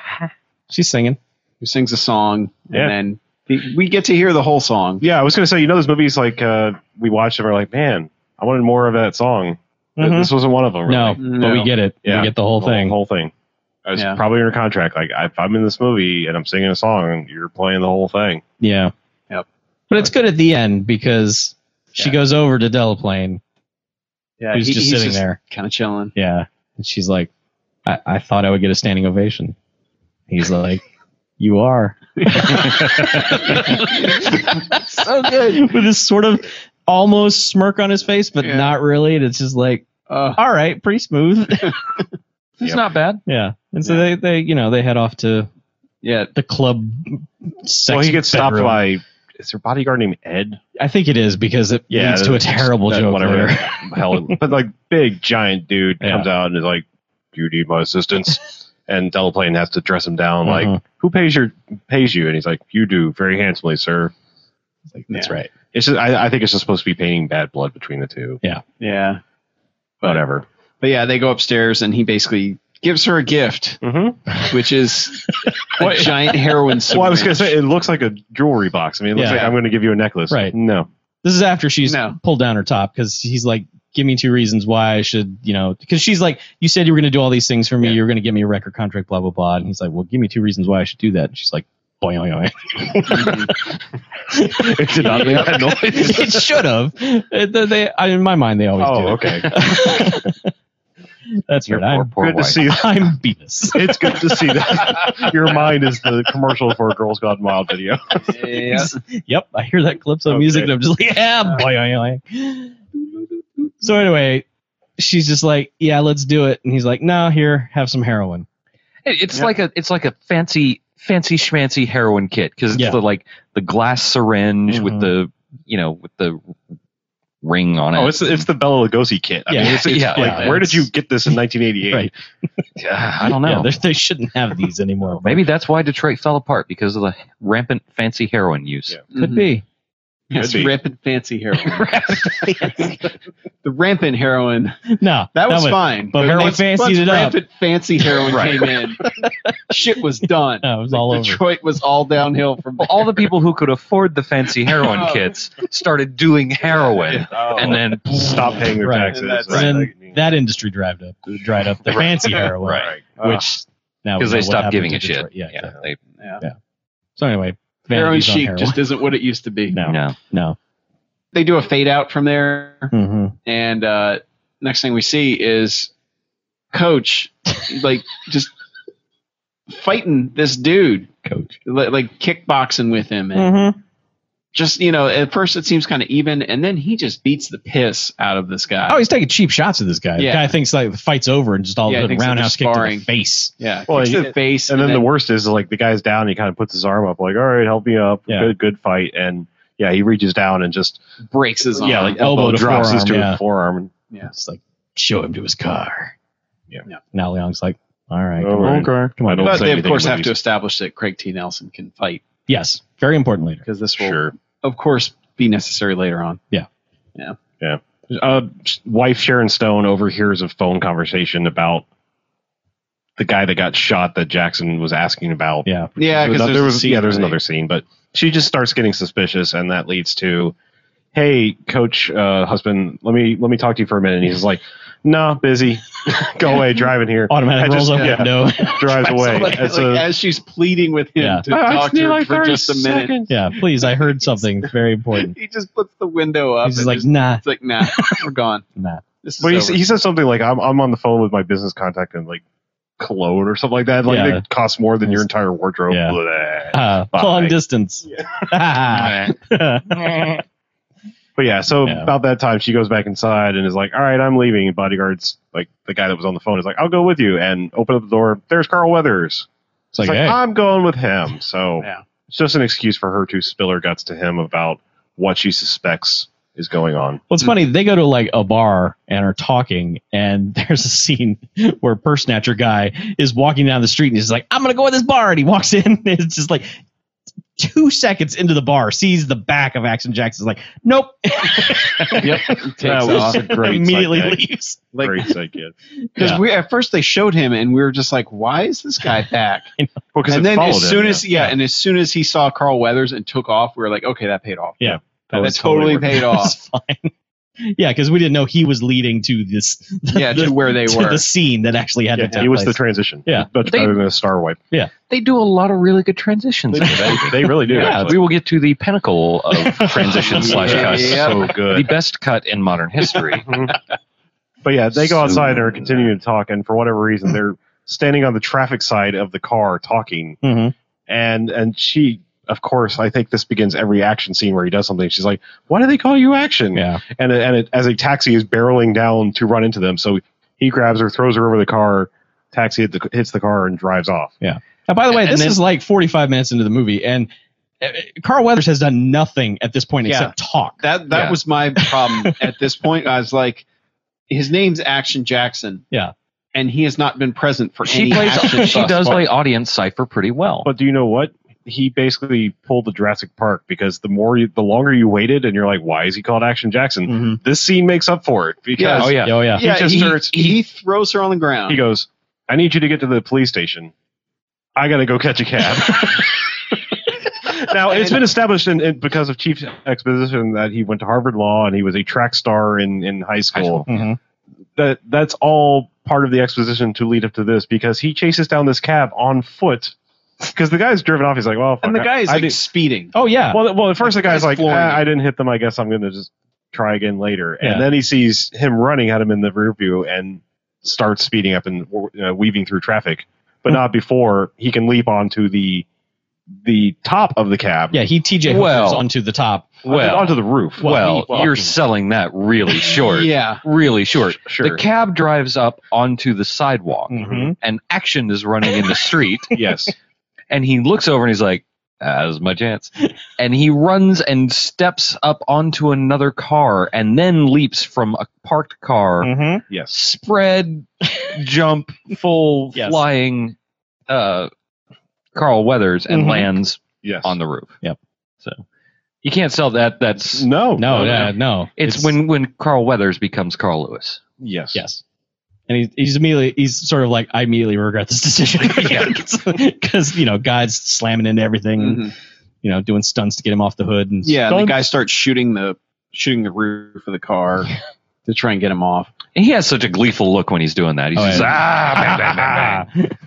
Speaker 4: She's singing.
Speaker 3: who sings a song,
Speaker 2: Yeah.
Speaker 3: and then the, we get to hear the whole song.
Speaker 2: Yeah, I was gonna say, you know, those movies like uh, we watched and we're like, man, I wanted more of that song. But
Speaker 4: Mhm.
Speaker 2: This wasn't one of them. Really.
Speaker 4: No, but we
Speaker 3: No.
Speaker 4: get it.
Speaker 2: Yeah.
Speaker 4: We get the whole
Speaker 2: The
Speaker 4: thing.
Speaker 2: whole thing. I was
Speaker 3: Yeah.
Speaker 2: probably under contract. Like, if I'm in this movie and I'm singing a song, you're playing the whole thing.
Speaker 4: Yeah.
Speaker 3: Yep.
Speaker 4: But it's good at the end because she
Speaker 3: Yeah.
Speaker 4: goes over to Delaplane,
Speaker 3: Yeah,
Speaker 4: who's
Speaker 3: he-
Speaker 4: just
Speaker 3: he's
Speaker 4: sitting there.
Speaker 3: kind of chilling.
Speaker 4: Yeah. And she's like, I-, I thought I would get a standing ovation. He's like, You are.
Speaker 3: so good.
Speaker 4: With this sort of almost smirk on his face, but
Speaker 3: Yeah.
Speaker 4: not really. And it's just like,
Speaker 3: Uh,
Speaker 4: All right, pretty smooth.
Speaker 5: It's
Speaker 2: Yep.
Speaker 5: not bad.
Speaker 4: yeah. And so
Speaker 3: Yeah.
Speaker 4: they, they, you know, they head off to
Speaker 3: yeah,
Speaker 4: the club. Sex
Speaker 2: well, he gets stopped
Speaker 4: bedroom.
Speaker 2: by is there a bodyguard named Ed?
Speaker 4: I think it is because it
Speaker 2: Yeah,
Speaker 4: leads to a terrible
Speaker 2: that-
Speaker 4: joke.
Speaker 2: whatever.
Speaker 4: later.
Speaker 2: Hell, but like big giant dude
Speaker 4: Yeah.
Speaker 2: comes out and is like, "Do you need my assistance?" and Delaplane has to dress him down.
Speaker 4: Uh-huh.
Speaker 2: Like, who pays your pays you? And he's like, "You do very handsomely, sir." It's like that's
Speaker 3: Yeah.
Speaker 2: right. It's just I, I think it's just supposed to be painting bad blood between the two.
Speaker 3: yeah.
Speaker 2: Whatever.
Speaker 3: But yeah, they go upstairs and he basically gives her a gift,
Speaker 2: Mm-hmm.
Speaker 3: which is a giant heroin syringe.
Speaker 2: Well, I was gonna say it looks like a jewelry box. I mean, it looks
Speaker 4: Yeah.
Speaker 2: like I'm gonna give you a necklace.
Speaker 4: Right.
Speaker 2: No.
Speaker 4: This is after she's
Speaker 3: No.
Speaker 4: pulled down her top because he's like, "Give me two reasons why I should, you know." Because she's like, "You said you were going to do all these things for me.
Speaker 3: Yeah.
Speaker 4: You were going to give me a record contract, blah blah blah." And he's like, "Well, give me two reasons why I should do that." And she's like, "Boing boing
Speaker 3: Mhm. Mm-hmm.
Speaker 2: It did not make that
Speaker 4: boing."
Speaker 2: noise.
Speaker 4: it should have. It- They, they- I- in my mind, they always
Speaker 2: oh,
Speaker 4: do.
Speaker 2: okay.
Speaker 4: That's
Speaker 5: Your
Speaker 4: right.
Speaker 5: poor,
Speaker 4: I'm,
Speaker 5: poor
Speaker 2: Good to
Speaker 5: wife.
Speaker 2: see.
Speaker 4: I'm Beavis.
Speaker 2: It's good to see that your mind is the commercial for a Girls Gone Wild video.
Speaker 3: yeah.
Speaker 4: yep, I hear that Calypso
Speaker 2: Okay.
Speaker 4: music, and I'm just like, "Yeah, boing boing." So anyway, she's just like, "Yeah, let's do it," and he's like, "No, here, have some heroin."
Speaker 5: It- It's
Speaker 2: Yeah.
Speaker 5: like a it's like a fancy fancy schmancy heroin kit because it's
Speaker 4: Yeah.
Speaker 5: the like the glass syringe
Speaker 4: Mhm.
Speaker 5: with
Speaker 2: Mm-hmm.
Speaker 5: the you know with the ring on it.
Speaker 2: Oh, it's it's the Bella Lugosi kit. I
Speaker 4: Yeah.
Speaker 2: mean, it's, it's
Speaker 5: Yeah,
Speaker 2: like
Speaker 4: yeah,
Speaker 2: where
Speaker 4: it's-
Speaker 2: did you get this in 1988?
Speaker 4: Right.
Speaker 5: Yeah, I don't
Speaker 4: Yeah,
Speaker 5: know.
Speaker 4: they- they shouldn't have these anymore. but-
Speaker 5: Maybe that's why Detroit fell apart because of the rampant fancy heroin use.
Speaker 2: Yeah.
Speaker 4: Could
Speaker 3: Mhm.
Speaker 4: be.
Speaker 3: Yes,
Speaker 2: Could be.
Speaker 3: rampant fancy heroin. the rampant heroin.
Speaker 4: No,
Speaker 3: That was
Speaker 4: fun.
Speaker 3: fine.
Speaker 4: but when they
Speaker 3: once-
Speaker 4: fancied
Speaker 3: once
Speaker 4: it up-
Speaker 3: rampant fancy heroin
Speaker 5: Right.
Speaker 3: came in, shit was done.
Speaker 4: No, it was all over.
Speaker 3: Detroit was all downhill from
Speaker 5: Well, all the people who could afford the fancy heroin
Speaker 3: Oh.
Speaker 5: kits started doing heroin, and then
Speaker 2: Oh. stop paying their
Speaker 4: Right.
Speaker 2: taxes.
Speaker 3: And that's-
Speaker 2: right.
Speaker 4: And
Speaker 2: Like, I mean,
Speaker 4: That industry dried up. Dried up the fancy heroin,
Speaker 2: right.
Speaker 4: which
Speaker 3: Uh,
Speaker 4: now we
Speaker 5: Uh, because
Speaker 4: know
Speaker 5: they
Speaker 4: what
Speaker 5: stopped
Speaker 4: happened
Speaker 5: giving
Speaker 4: to
Speaker 5: a shit.
Speaker 4: Detroit. Yeah. exactly.
Speaker 5: they,
Speaker 3: yeah.
Speaker 4: So anyway,
Speaker 3: heroin
Speaker 4: vanity's on
Speaker 3: chic
Speaker 4: heroin.
Speaker 3: just isn't what it used to be.
Speaker 4: no, no.
Speaker 5: no.
Speaker 3: They do a fade out from there,
Speaker 4: Mhm.
Speaker 3: and uh, next thing we see is Coach, like just fighting this dude,
Speaker 4: Coach.
Speaker 3: li- like kickboxing with him, and
Speaker 4: Mm-hmm.
Speaker 3: just you know, at first it seems kind of even, and then he just beats the piss out of this guy.
Speaker 4: Oh, he's taking cheap shots at this guy.
Speaker 3: Yeah.
Speaker 4: The guy thinks like the fight's over and just all
Speaker 3: Yeah,
Speaker 4: of a
Speaker 3: I
Speaker 4: sudden
Speaker 3: think so,
Speaker 4: roundhouse
Speaker 3: just
Speaker 4: kick to
Speaker 3: sparring.
Speaker 4: the face.
Speaker 3: yeah,
Speaker 2: Well,
Speaker 3: kicks to
Speaker 2: he-
Speaker 3: the face,
Speaker 2: And then the worst is like the guy's down. He kind of puts his arm up, like, "All right, help me up.
Speaker 4: Yeah.
Speaker 2: Good, good fight." And yeah, he reaches down and just
Speaker 3: breaks his arm.
Speaker 2: yeah, like
Speaker 4: Elbow
Speaker 2: elbow,
Speaker 4: to
Speaker 2: drops his to
Speaker 4: forearm, yeah.
Speaker 2: his forearm.
Speaker 4: It's like show him to his car.
Speaker 2: Yeah.
Speaker 3: Yeah.
Speaker 4: Now Leong's like, all right,
Speaker 2: All
Speaker 4: come on.
Speaker 2: right.
Speaker 4: Come on.
Speaker 2: I don't
Speaker 3: but
Speaker 2: say
Speaker 3: they of
Speaker 2: anything
Speaker 3: course
Speaker 2: in
Speaker 3: have to
Speaker 2: movies.
Speaker 3: establish that Craig T. Nelson can fight
Speaker 4: Yes, very important later.
Speaker 3: because this will,
Speaker 2: Sure.
Speaker 3: of course, be necessary later on.
Speaker 2: uh, wife Sharon Stone overhears a phone conversation about the guy that got shot that Jackson was asking about.
Speaker 4: Yeah.
Speaker 3: Yeah,
Speaker 2: There was
Speaker 3: because
Speaker 2: another-
Speaker 3: there's
Speaker 2: there
Speaker 3: a
Speaker 2: was
Speaker 3: scene
Speaker 2: yeah, there's
Speaker 3: where they-
Speaker 2: another scene, but she just starts getting suspicious, and that leads to, hey, coach, uh, husband, let me let me talk to you for a minute. And he's like, nah, busy, go away, driving here,
Speaker 4: Automatic
Speaker 2: I
Speaker 4: rolls
Speaker 2: just-
Speaker 4: up
Speaker 2: yeah.
Speaker 4: window.
Speaker 2: drives away.
Speaker 3: Like,
Speaker 2: It's
Speaker 3: like,
Speaker 2: a-
Speaker 3: as she's pleading with him
Speaker 4: Yeah.
Speaker 3: to talk to her for just a minute,
Speaker 4: yeah, please. I heard something very important.
Speaker 3: he just puts the window up.
Speaker 4: He's just
Speaker 3: and
Speaker 4: like,
Speaker 3: just-
Speaker 4: nah,
Speaker 3: it's like, nah, we're gone.
Speaker 4: nah.
Speaker 3: This is
Speaker 2: but he,
Speaker 3: over.
Speaker 2: he says something like, I'm I'm on the phone with my business contact and like. Cologne or something like that. Like
Speaker 4: Yeah.
Speaker 2: it costs more than your entire wardrobe.
Speaker 4: Yeah.
Speaker 2: Blah.
Speaker 4: Uh,
Speaker 2: Bye.
Speaker 4: long distance. Ah.
Speaker 2: But yeah, so
Speaker 4: Yeah.
Speaker 2: about that time, she goes back inside and is like, "All right, I'm leaving." And bodyguards, like the guy that was on the phone, is like, "I'll go with you." And open up the door. There's Carl Weathers.
Speaker 4: it's like,
Speaker 2: It's like
Speaker 4: hey,
Speaker 2: I'm going with him. So
Speaker 3: Yeah.
Speaker 2: It's just an excuse for her to spill her guts to him about what she suspects is going on.
Speaker 4: Well, it's funny. They go to like a bar and are talking, and there's a scene where purse snatcher guy is walking down the street and he's like, "I'm gonna go in this bar," and he walks in. And it's just like two seconds into the bar, sees the back of Action Jackson's like, "Nope,"
Speaker 3: yep. Takes
Speaker 2: That was
Speaker 3: off.
Speaker 2: a great
Speaker 4: immediately
Speaker 2: sight gag.
Speaker 4: leaves.
Speaker 3: Like,
Speaker 2: great sight gag.
Speaker 3: because
Speaker 4: Yeah.
Speaker 3: we at first they showed him, and we were just like, "Why is this guy back?"
Speaker 2: Well, 'cause
Speaker 3: and
Speaker 2: it
Speaker 3: then as
Speaker 2: followed him,
Speaker 3: soon
Speaker 2: yeah.
Speaker 3: as yeah, and as soon as he saw Carl Weathers and took off, we were like, "Okay, that paid off.
Speaker 4: Yeah.
Speaker 2: That
Speaker 3: that,
Speaker 2: was
Speaker 3: totally,
Speaker 2: totally
Speaker 3: paid off."
Speaker 4: It's fine. Yeah, because we didn't know he was leading to this.
Speaker 3: yeah, to where they
Speaker 4: to
Speaker 3: were.
Speaker 4: the scene that actually had
Speaker 2: yeah,
Speaker 4: to take
Speaker 2: he was the
Speaker 4: place.
Speaker 2: transition.
Speaker 4: Yeah.
Speaker 2: much
Speaker 5: They-
Speaker 2: better than a star wipe.
Speaker 5: They do a lot of really good transitions.
Speaker 2: They, they really do.
Speaker 5: yeah,
Speaker 2: actually.
Speaker 5: we will get to the pinnacle of transition slash
Speaker 3: Yeah.
Speaker 5: cuts.
Speaker 2: so
Speaker 5: The
Speaker 2: good.
Speaker 5: best cut in modern history.
Speaker 2: But yeah, they go outside and are
Speaker 5: Soon.
Speaker 2: continuing to talk, and for whatever reason, they're standing on the traffic side of the car talking,
Speaker 4: Mhm.
Speaker 2: and and she. Of course, I think this begins every action scene where he does something. She's like, "Why do they call you action?"
Speaker 4: Yeah,
Speaker 2: and and it, as a taxi is barreling down to run into them, so he grabs her, throws her over the car. Taxi hit the, hits the car and drives off.
Speaker 4: Now, by the way,
Speaker 5: And
Speaker 4: this
Speaker 5: then-
Speaker 4: is like 45 minutes into the movie, and uh, Carl Weathers has done nothing at this point
Speaker 3: Yeah.
Speaker 4: except talk.
Speaker 3: That that
Speaker 5: Yeah.
Speaker 3: was my problem at this point. I was like, his name's Action Jackson.
Speaker 4: Yeah.
Speaker 3: And he has not been present for
Speaker 5: She
Speaker 3: any
Speaker 5: plays.
Speaker 3: action.
Speaker 5: She
Speaker 3: thus
Speaker 5: does
Speaker 3: far.
Speaker 5: play audience cipher pretty well.
Speaker 2: But do you know what? He basically pulled the Jurassic Park because the more you, the longer you waited, and you're like, "Why is he called Action Jackson?"
Speaker 4: Mhm.
Speaker 2: This scene makes up for it because
Speaker 5: oh yeah.
Speaker 4: Oh yeah.
Speaker 3: Mm-hmm.
Speaker 2: He
Speaker 3: Yeah, he,
Speaker 2: just
Speaker 3: he,
Speaker 2: starts-
Speaker 3: throws her on the ground.
Speaker 2: he goes, "I need you to get to the police station. I gotta go catch a cab." now it's been established in, in- because of Chief's exposition that he went to Harvard Law and he was a track star in in high school.
Speaker 3: school.
Speaker 4: Mhm.
Speaker 2: That that's all part of the exposition to lead up to this because he chases down this cab on foot because the guy's driven off. He's like, "Well,
Speaker 3: and the
Speaker 2: fuck,
Speaker 3: guy is
Speaker 2: I
Speaker 3: like
Speaker 2: did-
Speaker 3: speeding.
Speaker 4: Oh yeah.
Speaker 2: well, well, at first the guy's
Speaker 3: That's
Speaker 2: like,
Speaker 3: flooring
Speaker 2: "Ah,
Speaker 3: me.
Speaker 2: I didn't hit them. I guess I'm going to just try again later.
Speaker 4: Yeah.
Speaker 2: And then he sees him running at him in the rear view and starts speeding up and uh, weaving through traffic,
Speaker 4: Hmm.
Speaker 2: but not before he can leap onto the the top of the cab,
Speaker 4: yeah, he TJ
Speaker 5: Well-
Speaker 4: hookers onto the top.
Speaker 2: onto,
Speaker 5: Well,
Speaker 2: onto the roof.
Speaker 5: well,
Speaker 4: Well, he-
Speaker 5: you're selling that really short.
Speaker 3: Yeah.
Speaker 5: Really short.
Speaker 2: Sure.
Speaker 5: The cab drives up onto the sidewalk,
Speaker 4: Mhm.
Speaker 5: and action is running in the street.
Speaker 2: yes.
Speaker 5: and he looks over and he's like, "Ah, "That's my chance," and he runs and steps up onto another car, and then leaps from a parked car,
Speaker 4: Mhm.
Speaker 2: Yes.
Speaker 5: spread, jump, full
Speaker 4: Yes.
Speaker 5: flying, uh, Carl Weathers, and
Speaker 4: Mhm.
Speaker 5: lands
Speaker 2: Yes.
Speaker 5: on the roof.
Speaker 4: Yep.
Speaker 5: So you can't sell that. That's
Speaker 2: no.
Speaker 4: No, yeah, no.
Speaker 5: it's, when when Carl Weathers becomes Carl Lewis.
Speaker 2: Yes.
Speaker 4: yes. And he's, he's immediately he's sort of like I immediately regret this decision because you know guys slamming into everything and
Speaker 3: Mhm.
Speaker 4: you know doing stunts to get him off the hood and
Speaker 3: Yeah. And the
Speaker 2: Don't-
Speaker 3: guy starts shooting the shooting the roof of the car to try and get him off.
Speaker 5: And he has such a gleeful look when he's doing that. He's
Speaker 4: Oh,
Speaker 5: just,
Speaker 4: yeah.
Speaker 5: ah, bang, bang, bang,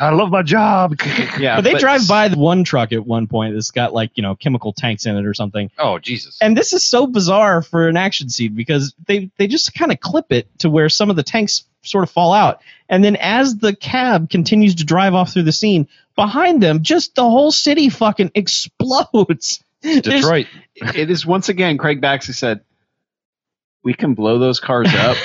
Speaker 2: I love my job.
Speaker 3: Yeah.
Speaker 4: but they drive by the one truck at one point that's got like you know chemical tanks in it or something
Speaker 5: bang." Oh Jesus!
Speaker 4: and this is so bizarre for an action scene because they they just kind of clip it to where some of the tanks sort of fall out and then as the cab continues to drive off through the scene behind them just the whole city fucking explodes There's-
Speaker 5: Detroit.
Speaker 3: it is once again Craig Baxley said, "We can blow those cars up,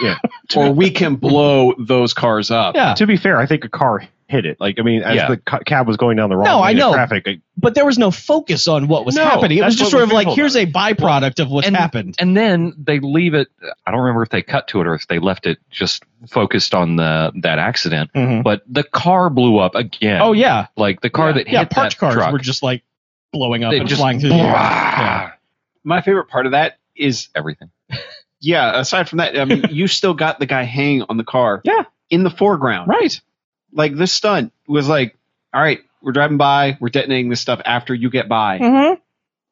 Speaker 2: Yeah.
Speaker 3: or we can blow those cars up."
Speaker 4: yeah
Speaker 2: to be fair, I think a car hit it. Like I mean, as
Speaker 5: Yeah.
Speaker 2: the ca- cab was going down the wrong
Speaker 4: No,
Speaker 2: lane
Speaker 4: I
Speaker 2: in
Speaker 4: know.
Speaker 2: traffic, it-
Speaker 4: but there was no focus on what was
Speaker 2: No,
Speaker 4: happening it was
Speaker 2: that's
Speaker 4: just
Speaker 2: what
Speaker 4: sort of
Speaker 2: was
Speaker 4: like
Speaker 2: beautiful
Speaker 4: here's a byproduct of what's happened
Speaker 5: and then they leave it i don't remember if they cut to it or if they left it just focused on the that accident but the car blew up again
Speaker 4: Mm-hmm. oh yeah
Speaker 5: like the car that
Speaker 4: yeah
Speaker 5: hit
Speaker 4: parked
Speaker 5: that
Speaker 4: cars
Speaker 5: truck
Speaker 4: were just like blowing up
Speaker 5: they
Speaker 4: and
Speaker 5: just
Speaker 4: flying through the air. Yeah.
Speaker 3: My favorite part of that is,
Speaker 5: everything
Speaker 3: yeah. Aside from that, I mean, you still got the guy hanging on the car.
Speaker 4: Yeah.
Speaker 3: In the foreground,
Speaker 4: right
Speaker 3: like this stunt was like, all right, we're driving by, we're detonating this stuff after you get by.
Speaker 4: mm-hmm.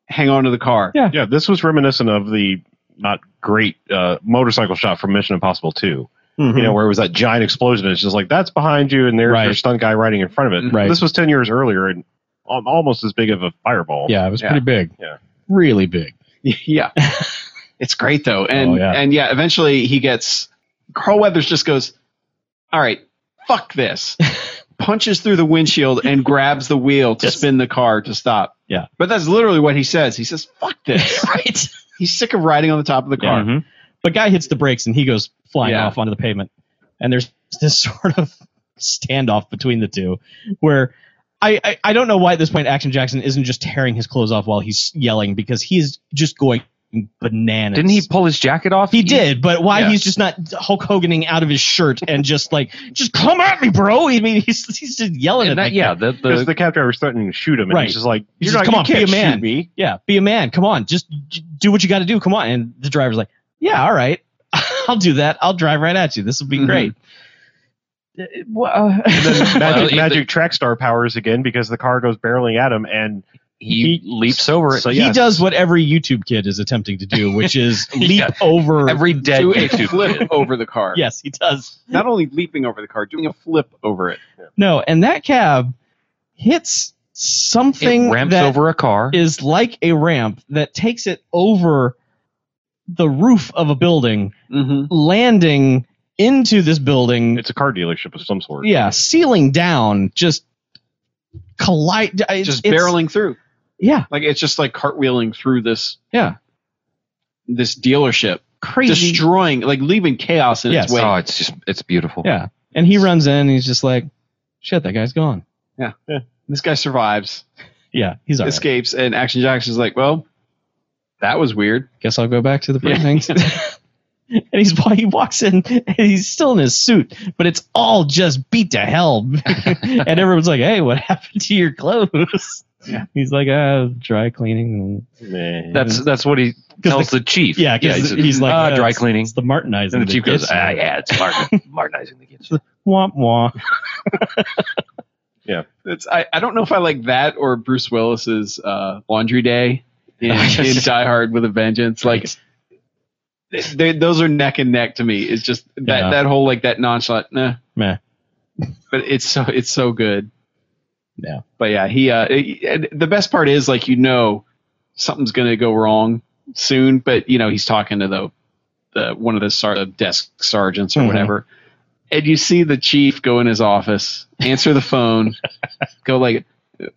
Speaker 3: Hang on to the car.
Speaker 4: Yeah.
Speaker 2: Yeah, this was reminiscent of the not great uh, motorcycle shot from Mission Impossible 2. You know, where it was that giant explosion. And it's just like, that's behind you, and there's
Speaker 4: Mm-hmm. Right.
Speaker 2: your stunt guy riding in front of it.
Speaker 4: Right.
Speaker 2: This was 10 years earlier and al- almost as big of a fireball.
Speaker 4: yeah it was
Speaker 3: Yeah.
Speaker 4: pretty big
Speaker 2: Yeah.
Speaker 4: really big
Speaker 3: yeah. It's great though. And
Speaker 4: Oh, yeah.
Speaker 3: and yeah, eventually he gets Carl Weathers just goes, All right, fuck this. Punches through the windshield and grabs the wheel to
Speaker 4: Yes.
Speaker 3: spin the car to stop.
Speaker 4: Yeah.
Speaker 3: But that's literally what he says. He says, Fuck this.
Speaker 4: right?
Speaker 3: He's sick of riding on the top of the car.
Speaker 5: Mhm.
Speaker 4: But guy hits the brakes and he goes flying
Speaker 3: Yeah.
Speaker 4: off onto the pavement. And there's this sort of standoff between the two where I, I I don't know why at this point Action Jackson isn't just tearing his clothes off while he's yelling because he is just going bananas.
Speaker 5: Didn't he pull his jacket off?
Speaker 4: He did, but why
Speaker 5: Yeah.
Speaker 4: he's just not Hulk Hoganing out of his shirt and just like, just come at me, bro. I mean, he's, he's just yelling at
Speaker 5: And that,
Speaker 4: that
Speaker 5: yeah, the,
Speaker 2: Because
Speaker 5: the,
Speaker 2: the cab driver's threatening to shoot him, and
Speaker 4: Right.
Speaker 2: he's just like,
Speaker 4: He's
Speaker 2: "You're
Speaker 4: just,
Speaker 2: not,
Speaker 4: "Come
Speaker 2: you
Speaker 4: on, be
Speaker 2: can't
Speaker 4: a man."
Speaker 2: shoot me."
Speaker 4: yeah, be a man. Come on, just j- do what you got to do. Come on. And the driver's like, yeah, all right, I'll do that. I'll drive right at you. This will be
Speaker 3: Mhm.
Speaker 4: great. Uh, well,
Speaker 2: And then
Speaker 5: Well,
Speaker 2: magic,
Speaker 5: he-
Speaker 2: magic track star powers again because the car goes barreling at him, and
Speaker 5: he, leaps over it.
Speaker 2: So,
Speaker 4: He
Speaker 2: yes.
Speaker 4: does what every YouTube kid is attempting to do, which is leap
Speaker 5: Yeah.
Speaker 4: over.
Speaker 5: every dead
Speaker 3: Do a
Speaker 5: YouTube kid.
Speaker 3: flip over the car.
Speaker 4: yes, he does.
Speaker 3: Not only leaping over the car, doing a flip over it.
Speaker 4: No, and that cab hits something
Speaker 5: It ramps
Speaker 4: that
Speaker 5: over a car.
Speaker 4: is like a ramp that takes it over the roof of a building,
Speaker 3: Mm-hmm.
Speaker 4: landing into this building.
Speaker 2: it's a car dealership of some sort.
Speaker 4: yeah, ceiling down, just collide. It's,
Speaker 3: Just
Speaker 4: it's-
Speaker 3: barreling through.
Speaker 4: Yeah,
Speaker 3: Like it's just like cartwheeling through this
Speaker 4: yeah,
Speaker 3: this dealership,
Speaker 4: crazy.
Speaker 3: destroying, like leaving chaos in
Speaker 4: Yes.
Speaker 3: its way.
Speaker 5: oh, it's just it's beautiful.
Speaker 4: yeah, and he runs in. and He's just like, "Shit, that guy's gone."
Speaker 3: This guy survives,
Speaker 4: Yeah, he's alright.
Speaker 3: escapes, and Action Jackson's like, "Well, that was weird."
Speaker 4: guess I'll go back to the
Speaker 3: Yeah.
Speaker 4: precinct. and he's he walks in and he's still in his suit, but it's all just beat to hell. and everyone's like, "Hey, what happened to your clothes?"
Speaker 3: Yeah.
Speaker 4: He's like, "Uh, dry cleaning."
Speaker 2: Man.
Speaker 5: That's that's what he tells the, chief.
Speaker 4: Yeah,
Speaker 5: he's,
Speaker 4: 'cause he's like,
Speaker 5: "Ah,
Speaker 4: "Uh,
Speaker 5: dry
Speaker 4: it's-
Speaker 5: cleaning.
Speaker 4: It's the Martinizing.
Speaker 5: And the chief
Speaker 4: that
Speaker 5: goes,
Speaker 4: gets
Speaker 5: ah,
Speaker 4: me."
Speaker 5: yeah, it's Martin, Martinizing the kids.
Speaker 4: Womp womp.
Speaker 3: It's I, I don't know if I like that or Bruce Willis's uh, Laundry Day in, in Die Hard with a Vengeance. Like they, those are neck and neck to me. It's just that
Speaker 4: Yeah.
Speaker 3: that whole like that nonchalant nah.
Speaker 4: Meh.
Speaker 3: But it's so it's so good.
Speaker 4: Yeah.
Speaker 3: But yeah, he uh it- and the best part is like you know something's gonna go wrong soon, but you know, he's talking to the the one of the sar- the desk sergeants or
Speaker 2: Mm-hmm.
Speaker 4: Mhm.
Speaker 3: whatever. And you see the chief go in his office, answer the phone, go like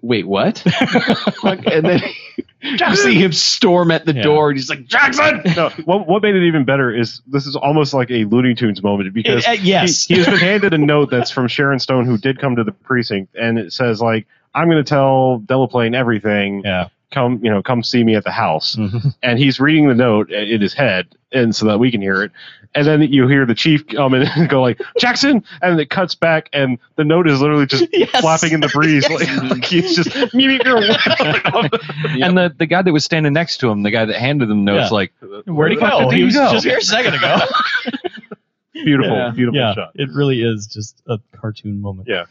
Speaker 3: wait, what? Like, and then you see him storm at the
Speaker 4: Yeah.
Speaker 3: door and he's like, Jackson
Speaker 2: no, what, what made it even better is this is almost like a Looney Tunes moment because
Speaker 4: It- uh, yes.
Speaker 2: he, he has been handed a note that's from Sharon Stone, who did come to the precinct, and it says like, "I'm going to tell Delaplane everything.
Speaker 4: yeah.
Speaker 2: Come, you know, come see me at the house."
Speaker 4: Mhm.
Speaker 2: And he's reading the note i- in his head, and so that we can hear it. And then you hear the chief come in and go like, "Jackson," and it cuts back, and the note is literally just
Speaker 4: Yes.
Speaker 2: flapping in the breeze,
Speaker 4: Yes.
Speaker 2: like, like he's just
Speaker 5: And the, the guy that was standing next to him, the guy that handed him notes,
Speaker 4: Yeah.
Speaker 5: like,
Speaker 4: Where'd he
Speaker 5: Where the
Speaker 4: go?
Speaker 5: fuck did
Speaker 4: He
Speaker 5: he
Speaker 4: was
Speaker 5: go?
Speaker 4: just here a second ago.
Speaker 2: beautiful,
Speaker 3: Yeah.
Speaker 2: beautiful
Speaker 4: yeah,
Speaker 2: shot.
Speaker 4: it really is just a cartoon moment.
Speaker 2: Yeah.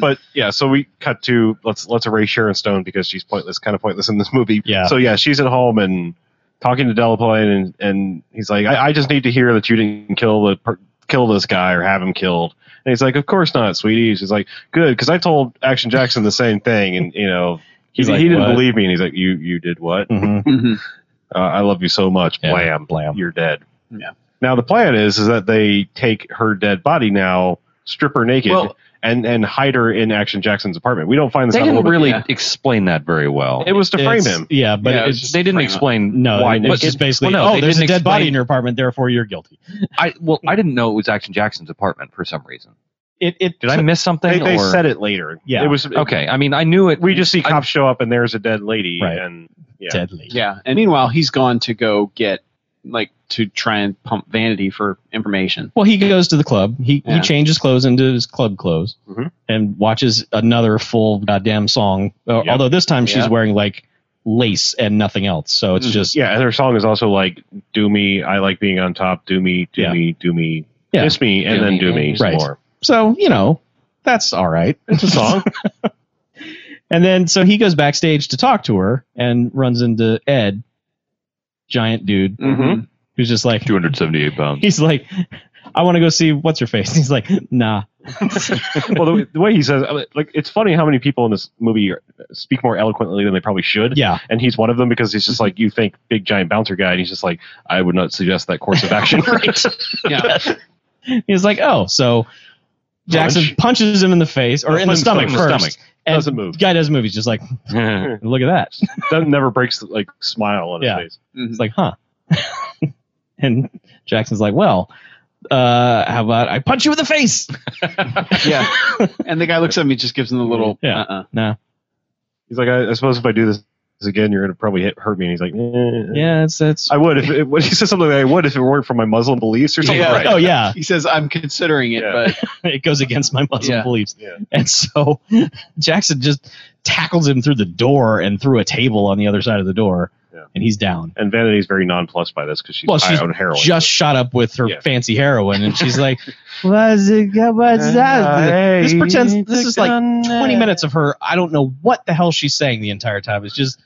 Speaker 2: But yeah, so we cut to let's let's erase Sharon Stone because she's pointless, kind of pointless in this movie.
Speaker 4: Yeah.
Speaker 2: So yeah, she's at home and talking to Delaplane, and and he's like, I, I just need to hear that you didn't kill the per- kill this guy or have him killed. And he's like, Of course not, sweetie. She's like, Good, because I told Action Jackson the same thing, and you know. He,
Speaker 4: He's like,
Speaker 2: he didn't
Speaker 4: "What?"
Speaker 2: believe me, and he's like, "You you did what?
Speaker 4: Mhm.
Speaker 3: Mhm.
Speaker 2: Uh, I love you so much.
Speaker 4: Yeah.
Speaker 2: Blam,
Speaker 4: Blam.
Speaker 2: you're dead."
Speaker 3: Yeah.
Speaker 2: Now the plan is is that they take her dead body now, strip her naked,
Speaker 3: Well-
Speaker 2: and and hide her in Action Jackson's apartment. We don't find this
Speaker 5: they
Speaker 2: out. a
Speaker 5: didn't
Speaker 2: little bit.
Speaker 5: really
Speaker 3: yeah.
Speaker 5: explain that very well.
Speaker 2: It was to frame
Speaker 4: It's-
Speaker 2: him.
Speaker 4: Yeah, but
Speaker 3: Yeah, it
Speaker 4: it's,
Speaker 3: was just-
Speaker 5: they didn't
Speaker 3: frame
Speaker 5: explain
Speaker 4: no,
Speaker 5: why.
Speaker 4: it's
Speaker 5: but
Speaker 4: just
Speaker 5: it-
Speaker 4: basically,
Speaker 5: well, no,
Speaker 4: oh,
Speaker 5: they
Speaker 4: there's a
Speaker 5: didn't
Speaker 4: dead body
Speaker 5: explain-
Speaker 4: in your apartment, therefore you're guilty.
Speaker 5: I, well, I didn't know it was Action Jackson's apartment for some reason.
Speaker 4: It, it
Speaker 5: Did I miss something?
Speaker 2: They, they
Speaker 5: or?
Speaker 2: said it later.
Speaker 4: Yeah.
Speaker 2: It was okay.
Speaker 5: Okay, I mean, I knew it.
Speaker 2: We just see
Speaker 5: I-
Speaker 2: cops show up and there's a dead lady.
Speaker 4: Right.
Speaker 2: And yeah.
Speaker 4: deadly.
Speaker 3: Yeah. And meanwhile, he's gone to go get, like, to try and pump Vanity for information.
Speaker 4: Well, he goes to the club. He
Speaker 3: Yeah.
Speaker 4: he changes clothes into his club clothes
Speaker 2: Mhm.
Speaker 4: and watches another full goddamn song. Uh,
Speaker 2: Yep.
Speaker 4: Although this time she's
Speaker 3: Yeah.
Speaker 4: wearing like lace and nothing else, so it's
Speaker 3: Mhm.
Speaker 4: just
Speaker 2: Mm-hmm. yeah, and her song is also like "Do me, I like being on top." Do me, do
Speaker 4: Yeah.
Speaker 2: me, do me,
Speaker 4: Yeah.
Speaker 2: kiss me, and
Speaker 5: Do
Speaker 2: then
Speaker 5: me,
Speaker 2: do
Speaker 5: do
Speaker 2: me
Speaker 5: me.
Speaker 2: some
Speaker 4: Right.
Speaker 2: more.
Speaker 4: so you know that's all right.
Speaker 2: It's a song.
Speaker 4: And then so he goes backstage to talk to her and runs into Ed, giant dude,
Speaker 3: Mm-hmm.
Speaker 4: who's just like
Speaker 5: 278 pounds.
Speaker 4: he's like, I want to go see what's her face. He's like, nah,
Speaker 2: well, the, the way he says, like, it's funny how many people in this movie are- speak more eloquently than they probably should.
Speaker 4: yeah, Mm-hmm.
Speaker 2: And he's one of them because he's just like you think big giant bouncer guy, and he's just like, I would not suggest that course of action.
Speaker 3: Yeah.
Speaker 4: He's like, oh, so Jackson
Speaker 2: Punch.
Speaker 4: punches him in the face or in the
Speaker 2: Punch
Speaker 4: stomach
Speaker 2: him in the
Speaker 4: first.
Speaker 2: stomach.
Speaker 4: And
Speaker 2: Doesn't move.
Speaker 4: the Guy does move. He's just like, look at that.
Speaker 2: that never breaks the like smile on his
Speaker 3: Mm-hmm.
Speaker 4: Yeah.
Speaker 2: face.
Speaker 4: It's like, huh. and Jackson's like, well, Uh, how about I punch you in the face?
Speaker 3: Yeah. and the guy looks at me, just gives him the little.
Speaker 4: Yeah.
Speaker 3: Uh-uh.
Speaker 4: No.
Speaker 2: He's like, I, I suppose if I do this again, you're gonna probably hit, hurt me. And he's like, eh.
Speaker 4: Yeah, it's it's.
Speaker 2: I would if it, when he said something like I would if it weren't for my Muslim beliefs or something.
Speaker 3: Yeah.
Speaker 2: Right.
Speaker 4: Oh yeah,
Speaker 3: He says, "I'm considering it,
Speaker 2: Yeah.
Speaker 3: but
Speaker 4: it goes against my Muslim
Speaker 3: Yeah.
Speaker 4: beliefs.
Speaker 2: Yeah.
Speaker 4: And so Jackson just tackles him through the door and through a table on the other side of the door,
Speaker 2: Yeah.
Speaker 4: and he's down.
Speaker 2: And Vanity's very nonplussed by this because she's,
Speaker 4: Well, she's
Speaker 2: high on heroin.
Speaker 4: Just shot up with her
Speaker 2: Yeah.
Speaker 4: fancy heroin, and she's like, "What's it? What's
Speaker 6: uh,
Speaker 4: that?" this pretends this is like 20 minutes of her i don't know what the hell she's saying the entire time it's just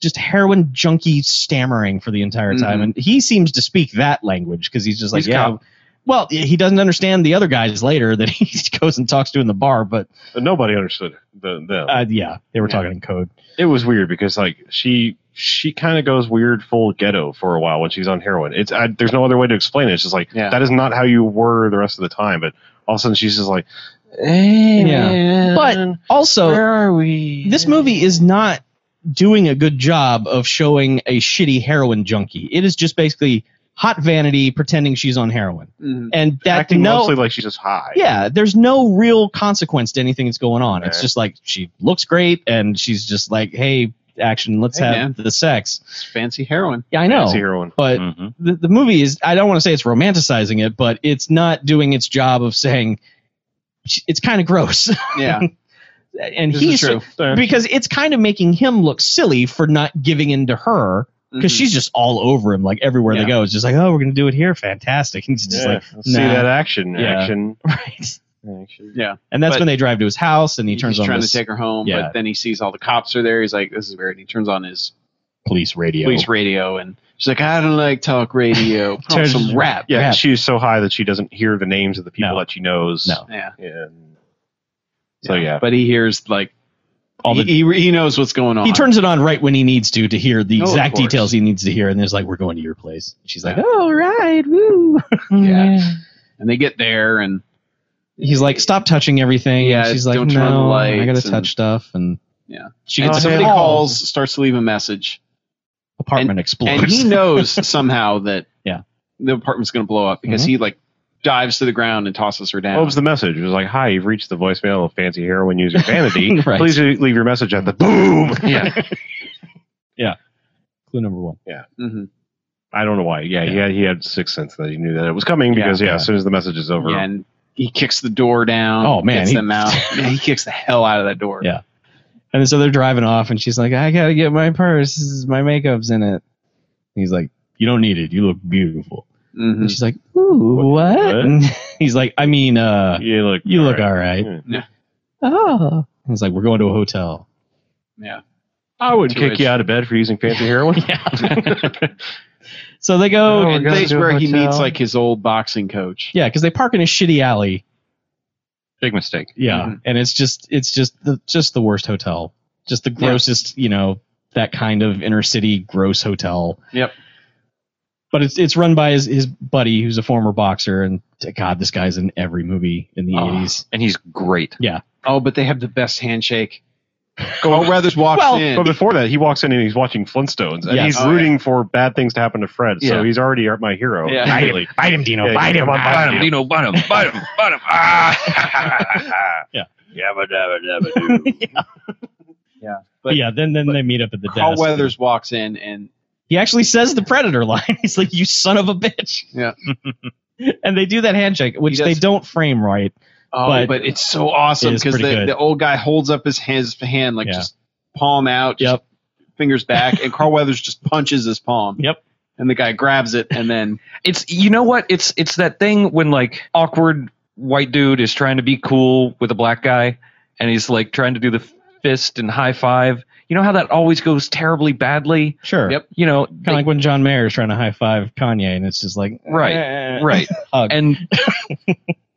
Speaker 4: just heroin junkie stammering for the entire time
Speaker 3: Mhm.
Speaker 4: and he seems to speak that language because he's just like
Speaker 3: He's
Speaker 4: yeah
Speaker 3: cop.
Speaker 4: well he doesn't understand the other guys later that he goes and talks to in the bar but
Speaker 2: Nobody understood the them.
Speaker 4: uh, yeah they were
Speaker 3: Yeah.
Speaker 4: talking in code
Speaker 2: it was weird because like she she kind of goes weird full ghetto for a while when she's on heroin. It's I, there's no other way to explain it. It's just like
Speaker 3: Yeah.
Speaker 2: that is not how you were the rest of the time. But all of a sudden she's just like, eh,
Speaker 4: Yeah.
Speaker 2: yeah.
Speaker 4: But- also
Speaker 3: where are we?"
Speaker 4: this movie is not doing a good job of showing a shitty heroin junkie it is just basically hot vanity pretending she's on heroin
Speaker 3: Mhm.
Speaker 4: and that
Speaker 2: Mm-hmm. acting
Speaker 4: no,
Speaker 2: mostly like she's just high.
Speaker 4: yeah, there's no real consequence to anything that's going on. It's
Speaker 2: Right.
Speaker 4: just like she looks great and she's just like, hey, action, let's
Speaker 3: Hey,
Speaker 4: have
Speaker 3: man.
Speaker 4: the sex.
Speaker 3: It's fancy heroin. Mm-hmm.
Speaker 4: Yeah, I know.
Speaker 2: Fancy heroin.
Speaker 4: But
Speaker 5: hmm
Speaker 4: the, the movie is, I don't want to say it's romanticizing it, but it's not doing its job of saying it's kind of gross.
Speaker 3: Yeah,
Speaker 4: and
Speaker 3: this
Speaker 4: he's
Speaker 3: is true.
Speaker 4: because it's kind of making him look silly for not giving in to her because
Speaker 3: Mhm.
Speaker 4: she's just all over him, like everywhere they
Speaker 3: Yeah.
Speaker 4: go. It's just like, oh, we're going to do it here. Fantastic. And he's just like,
Speaker 2: Let's see
Speaker 4: nah.
Speaker 2: that action,
Speaker 4: Yeah.
Speaker 2: action,
Speaker 4: right.
Speaker 2: action.
Speaker 3: yeah.
Speaker 4: And that's
Speaker 3: But-
Speaker 4: when they drive to his house and he
Speaker 3: He's
Speaker 4: turns on
Speaker 3: trying to
Speaker 4: this
Speaker 3: take her home,
Speaker 4: Yeah.
Speaker 3: but then he sees all the cops are there. He's like, "This is weird." He turns on his
Speaker 4: police radio.
Speaker 3: police radio, and she's like, "I don't like talk radio. Put on
Speaker 4: Turns-
Speaker 3: some rap."
Speaker 2: Yeah,
Speaker 4: Yeah.
Speaker 2: she's so high that she doesn't hear the names of the people
Speaker 4: No.
Speaker 2: that she knows.
Speaker 4: No.
Speaker 3: yeah.
Speaker 2: And so yeah,
Speaker 3: But he hears like
Speaker 4: All the-
Speaker 3: he, he he knows what's going on.
Speaker 4: He turns it on right when he needs to to hear the
Speaker 3: Oh, of
Speaker 4: exact
Speaker 3: course.
Speaker 4: details he needs to hear, and there's like, "We're going to your place." She's like,
Speaker 3: Yeah.
Speaker 4: "All right, woo."
Speaker 3: Yeah. and they get there, and
Speaker 4: He's like, "Stop touching everything."
Speaker 3: Yeah,
Speaker 4: and she's like,
Speaker 3: don't turn on the
Speaker 4: "No, I gotta
Speaker 3: lights,"
Speaker 4: touch
Speaker 3: and-
Speaker 4: stuff." And
Speaker 3: Yeah.
Speaker 4: she
Speaker 3: and
Speaker 4: gets a
Speaker 3: somebody
Speaker 4: call.
Speaker 3: calls, starts to leave a message,
Speaker 4: Apartment
Speaker 3: and-
Speaker 4: explodes.
Speaker 3: and he knows somehow that
Speaker 4: Yeah. Mm-hmm.
Speaker 3: the apartment's going to blow up because he like dives to the ground and tosses her down.
Speaker 4: Oh,
Speaker 2: What was the message? It was like, "Hi, you've reached the voicemail of fancy heroin user Vanity.
Speaker 4: Right.
Speaker 2: Please leave your message at the boom." Yeah,
Speaker 4: Clue number one.
Speaker 3: Mhm.
Speaker 2: I don't know why. Yeah, he had he had sixth sense that he knew that it was coming because yeah,
Speaker 4: yeah.
Speaker 2: as soon as the message is over,
Speaker 3: Yeah, and he kicks the door down.
Speaker 4: Oh, man,
Speaker 3: gets
Speaker 4: he-
Speaker 3: them out. Man, he kicks the hell out of that door.
Speaker 4: Yeah. And then so they're driving off, and she's like, "I gotta get my purse. This is- My makeup's in it." And he's like, "You don't need it. You look beautiful."
Speaker 3: Mhm.
Speaker 4: And she's like, "Ooh, what?"
Speaker 2: What?
Speaker 4: And he's like, "I mean, uh,
Speaker 2: you look
Speaker 4: you look
Speaker 2: alright.
Speaker 4: all right."
Speaker 3: Yeah.
Speaker 4: Oh, he's like, "We're going to a hotel."
Speaker 3: Yeah.
Speaker 2: I would
Speaker 3: To
Speaker 2: kick
Speaker 3: which-
Speaker 2: you out of bed for using fancy heroin.
Speaker 4: Oh, So they go,
Speaker 2: Oh,
Speaker 4: yeah,
Speaker 2: we're
Speaker 4: 'cause
Speaker 3: And
Speaker 2: Goes
Speaker 3: place
Speaker 2: to a
Speaker 3: where he
Speaker 2: hotel.
Speaker 3: meets like his old boxing coach.
Speaker 4: yeah, because they park in a shitty alley.
Speaker 5: Big mistake.
Speaker 4: Yeah,
Speaker 3: Mhm.
Speaker 4: and it's just it's just the just the worst hotel, just the
Speaker 3: Yeah.
Speaker 4: grossest, you know, that kind of inner city gross hotel.
Speaker 3: Yep.
Speaker 4: But it's it's run by his, his buddy who's a former boxer, and t- God, this guy's in every movie in the
Speaker 3: Ah,
Speaker 5: Oh.
Speaker 4: eighties.
Speaker 5: And he's great.
Speaker 3: Oh, but they have the best handshake. Carl Weathers walks
Speaker 4: Well-
Speaker 3: in.
Speaker 2: but before that, he walks in and he's watching Flintstones, and
Speaker 4: Yes.
Speaker 2: he's
Speaker 3: Oh,
Speaker 2: rooting for bad things to happen to Fred. So
Speaker 5: Yeah.
Speaker 2: he's already my hero.
Speaker 3: Yeah.
Speaker 2: immediately.
Speaker 4: Bite him, Dino.
Speaker 2: Yeah,
Speaker 4: bite him.
Speaker 2: come on,
Speaker 4: Ah.
Speaker 2: bite
Speaker 5: Bottom, Dino, bottom, bottom, bottom. Ah.
Speaker 4: Yeah.
Speaker 5: Yabba dabba dabba doo.
Speaker 4: But yeah, then then
Speaker 3: but
Speaker 4: they meet up at the
Speaker 3: Carl
Speaker 4: desk.
Speaker 3: Weathers walks in and
Speaker 4: He actually says the predator line. He's like, "You son of a bitch."
Speaker 3: Yeah.
Speaker 4: and they do that handshake, which
Speaker 3: does-
Speaker 4: they don't frame right.
Speaker 3: oh,
Speaker 4: But-
Speaker 3: but, it's so awesome
Speaker 4: It is
Speaker 3: because
Speaker 4: pretty
Speaker 3: the,
Speaker 4: good.
Speaker 3: the old guy holds up his his hand like
Speaker 4: Yeah.
Speaker 3: just palm out, just
Speaker 4: Yep.
Speaker 3: fingers back, and Carl Weathers just punches his palm.
Speaker 4: Yep.
Speaker 3: And the guy grabs it and then
Speaker 5: It's you know what? It's it's that thing when like awkward white dude is trying to be cool with a black guy and he's like trying to do the fist and high five. You know how that always goes terribly badly?
Speaker 4: Sure.
Speaker 3: Yep.
Speaker 5: You know,
Speaker 4: Kind of like when John Mayer is trying to high five Kanye, and it's just like
Speaker 5: Right,
Speaker 4: eh,
Speaker 5: right.
Speaker 4: hug.
Speaker 5: and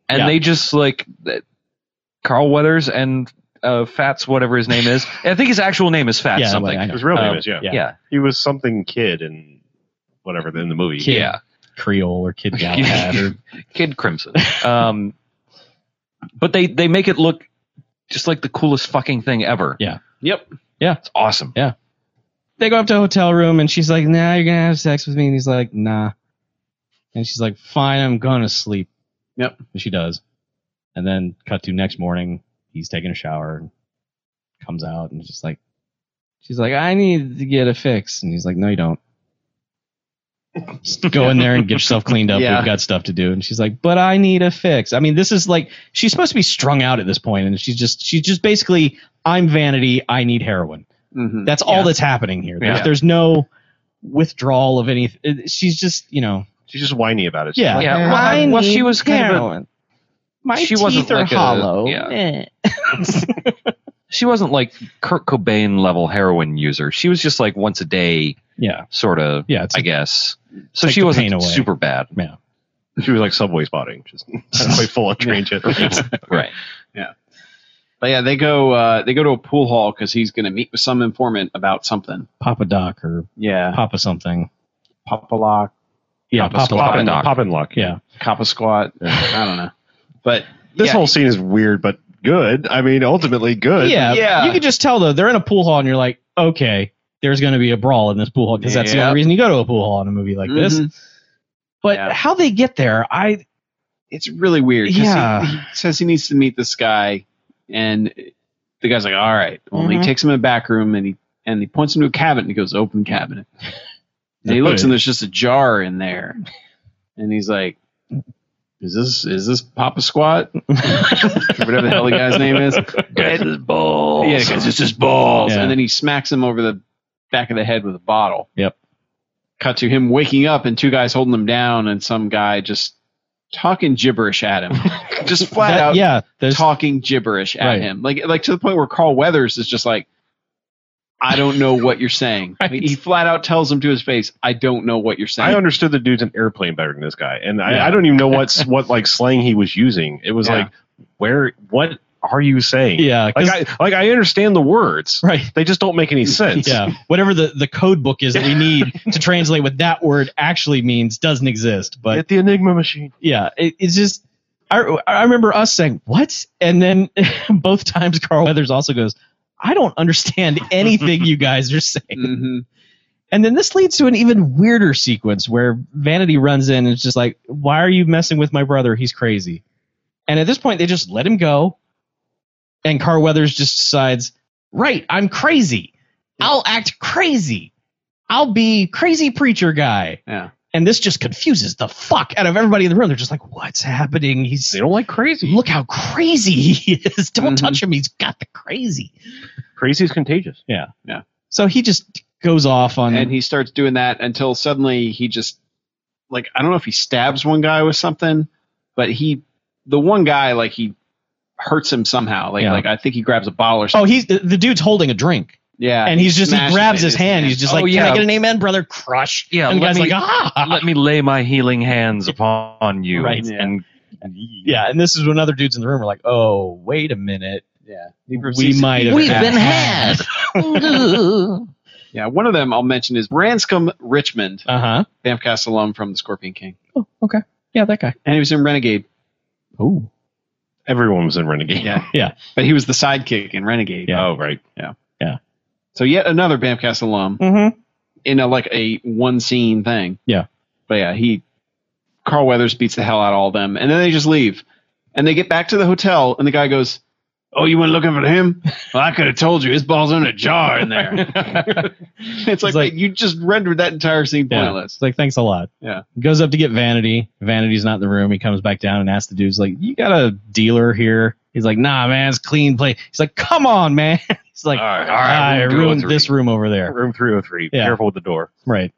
Speaker 5: and
Speaker 4: Yeah.
Speaker 5: they just like th- Carl Weathers and uh, Fats, whatever his name is. I think his actual name is Fats
Speaker 4: yeah,
Speaker 5: something.
Speaker 4: like, I know.
Speaker 2: His real name
Speaker 5: Um,
Speaker 2: is yeah.
Speaker 4: yeah.
Speaker 5: yeah,
Speaker 2: He was something kid in whatever in the movie.
Speaker 4: Kid.
Speaker 5: yeah,
Speaker 4: Creole or Kid Galahad or
Speaker 5: Kid Crimson. Um, but they they make it look just like the coolest fucking thing ever.
Speaker 4: Yeah.
Speaker 3: Yep.
Speaker 5: It's awesome.
Speaker 4: they go up to a hotel room and she's like, "Nah, you're gonna have sex with me," and he's like, "Nah." And she's like, "Fine, I'm gonna sleep."
Speaker 3: Yep.
Speaker 4: And she does. And then cut to next morning, he's taking a shower and comes out and just like she's like, "I need to get a fix." And he's like, "No, you don't. Just go in there and get yourself cleaned up.
Speaker 3: Yeah.
Speaker 4: We've got stuff to do." And she's like, "But I need a fix." I mean, this is like she's supposed to be strung out at this point and she's just she's just basically I'm vanity, I need heroin.
Speaker 3: Mm-hmm.
Speaker 4: That's all that's happening here. There's,
Speaker 5: Yeah.
Speaker 4: there's no withdrawal of anything. She's just, you know,
Speaker 2: She's just whiny about it. She's
Speaker 4: yeah.
Speaker 2: like,
Speaker 5: Yeah, well,
Speaker 2: "Ah,
Speaker 5: I- well, she was kind of a-
Speaker 4: of. My
Speaker 5: she
Speaker 4: teeth
Speaker 5: wasn't
Speaker 4: are
Speaker 5: like a-
Speaker 4: hollow.
Speaker 5: yeah.
Speaker 4: Eh.
Speaker 5: She wasn't like Kurt Cobain level heroin user. She was just like once a day
Speaker 4: yeah,
Speaker 5: sort of,
Speaker 4: yeah. It's
Speaker 5: I guess. So
Speaker 4: Take
Speaker 5: she
Speaker 4: the
Speaker 5: wasn't
Speaker 4: pain away.
Speaker 5: super bad.
Speaker 2: She was like subway spotting, just halfway full of transient.
Speaker 5: Right.
Speaker 3: But yeah, they go uh, they go to a pool hall because he's going to meet with some informant about something.
Speaker 4: Papa Doc or
Speaker 3: Yeah,
Speaker 4: Papa something.
Speaker 3: Papa Lock,
Speaker 4: Yeah,
Speaker 5: Papa
Speaker 4: Papa,
Speaker 5: Squat.
Speaker 4: Lock.
Speaker 2: Poppin'
Speaker 5: Doc.
Speaker 2: Poppin' Lock.
Speaker 4: Yeah,
Speaker 3: Coppa Squat. I don't know, but
Speaker 2: This
Speaker 3: Yeah.
Speaker 2: whole scene is weird, but good. I mean, ultimately good.
Speaker 4: yeah,
Speaker 3: Yeah.
Speaker 4: You could just tell though they're in a pool hall, and you're like, okay, there's going to be a brawl in this pool hall because that's the
Speaker 3: Yep.
Speaker 4: only reason you go to a pool hall in a movie like this.
Speaker 2: Mm-hmm.
Speaker 3: Mhm.
Speaker 4: But
Speaker 3: Yeah.
Speaker 4: how they get there, I
Speaker 3: it's really weird. 'cause he-
Speaker 4: Yeah.
Speaker 3: he, says he needs to meet this guy, and the guy's like, "All right." Well,
Speaker 4: Mhm.
Speaker 3: he takes him in the back room, and he and he points him to a cabinet, and he goes, "Open cabinet." And he looks, and there's just a jar in there, and he's like, "Is this is this Papa Squat?" Whatever the hell the guy's name is.
Speaker 5: Guys, it's balls.
Speaker 3: Yeah, because it's just balls.
Speaker 4: Yeah.
Speaker 3: And then he smacks him over the back of the head with a bottle.
Speaker 4: Yep.
Speaker 3: Cut to him waking up and two guys holding him down and some guy just talking gibberish at him. just flat
Speaker 4: that-
Speaker 3: out
Speaker 4: yeah, there's
Speaker 3: talking gibberish at
Speaker 4: Right.
Speaker 3: him. Like like to the point where Carl Weathers is just like I don't know what you're saying.
Speaker 5: Right.
Speaker 3: Like, he flat out tells him to his face, "I don't know what you're saying."
Speaker 2: I understood the dude's an airplane better than this guy, and
Speaker 4: Yeah.
Speaker 2: I, I don't even know what's what like slang he was using. It was
Speaker 3: Yeah.
Speaker 2: like, where? What are you saying?
Speaker 4: yeah, 'cause-
Speaker 2: Like, I, like I understand the words,
Speaker 4: right.
Speaker 2: they just don't make any sense.
Speaker 4: Yeah, whatever the, the code book is that we need to translate what that word actually means doesn't exist. But
Speaker 2: Get the Enigma machine.
Speaker 4: yeah, it, it's just I, I remember us saying what, and then both times Carl Weathers also goes, "I don't understand anything you guys are saying."
Speaker 2: Mm-hmm.
Speaker 3: Mhm.
Speaker 4: And then this leads to an even weirder sequence where Vanity runs in and is just like, "Why are you messing with my brother? He's crazy." And at this point, they just let him go, and Carl Weathers just decides, "Right, I'm crazy. I'll act crazy. I'll be crazy preacher guy."
Speaker 3: Yeah.
Speaker 4: And this just confuses the fuck out of everybody in the room. They're just like, "What's happening? He's
Speaker 2: They don't like crazy. Mm-hmm.
Speaker 4: look how crazy he is. Don't
Speaker 3: Mhm.
Speaker 4: touch him. He's got the crazy."
Speaker 2: Crazy is contagious.
Speaker 4: So he just goes off on
Speaker 3: and he starts doing that until suddenly he just like I don't know if he stabs one guy with something, but he the one guy like he hurts him somehow. Like
Speaker 4: Yeah.
Speaker 3: like I think he grabs a bottle or something.
Speaker 4: Oh, he's the, the dude's holding a drink.
Speaker 3: yeah,
Speaker 4: and he's just he
Speaker 3: smashes
Speaker 4: grabs
Speaker 3: it in
Speaker 4: his hand. He's just like,
Speaker 5: Oh,
Speaker 4: "Can
Speaker 5: yeah.
Speaker 4: I get an amen, brother?" Crush.
Speaker 5: Yeah,
Speaker 4: and the
Speaker 5: let
Speaker 4: guy's
Speaker 5: me-
Speaker 4: like, "Ah."
Speaker 5: Let me lay my healing hands upon you.
Speaker 4: Right.
Speaker 5: And
Speaker 4: Yeah, and this is when other dudes in the room are like, "Oh, wait a minute,
Speaker 3: yeah, he
Speaker 4: we
Speaker 3: proceeds-
Speaker 4: might have
Speaker 7: We've
Speaker 4: had-
Speaker 7: been had.
Speaker 3: Yeah, one of them I'll mention is Branscombe Richmond,
Speaker 4: Uh huh.
Speaker 3: Bamcast alum from The Scorpion King,
Speaker 4: Oh, okay. Yeah, that guy.
Speaker 3: and he was in Renegade.
Speaker 4: Oh,
Speaker 2: Everyone was in Renegade.
Speaker 3: Yeah,
Speaker 4: Yeah.
Speaker 3: but he was the sidekick in Renegade.
Speaker 4: Yeah.
Speaker 2: Oh right.
Speaker 3: So yet another Bamcast alum
Speaker 4: mm-hmm.
Speaker 3: in a like a one scene thing.
Speaker 4: Yeah.
Speaker 3: But yeah, he Carl Weathers beats the hell out of all of them, and then they just leave. And they get back to the hotel, and the guy goes, "Oh, you went looking for him? Well, I could have told you. His ball's in a jar in there." it's like,
Speaker 4: like-
Speaker 3: wait, you just rendered that entire scene
Speaker 4: Yeah.
Speaker 3: pointless.
Speaker 4: It's like, thanks a lot.
Speaker 3: Yeah.
Speaker 4: Goes up to get Vanity. Vanity's not in the room. He comes back down and asks the dudes, like, "You got a dealer here?" He's like, "Nah, man, it's clean play." He's like, "Come on, man." He's like,
Speaker 2: all right.
Speaker 4: "I
Speaker 5: room
Speaker 4: ruined
Speaker 5: 203."
Speaker 4: this room over there."
Speaker 2: Room three hundred three.
Speaker 4: Yeah.
Speaker 2: Careful with the door.
Speaker 4: Right.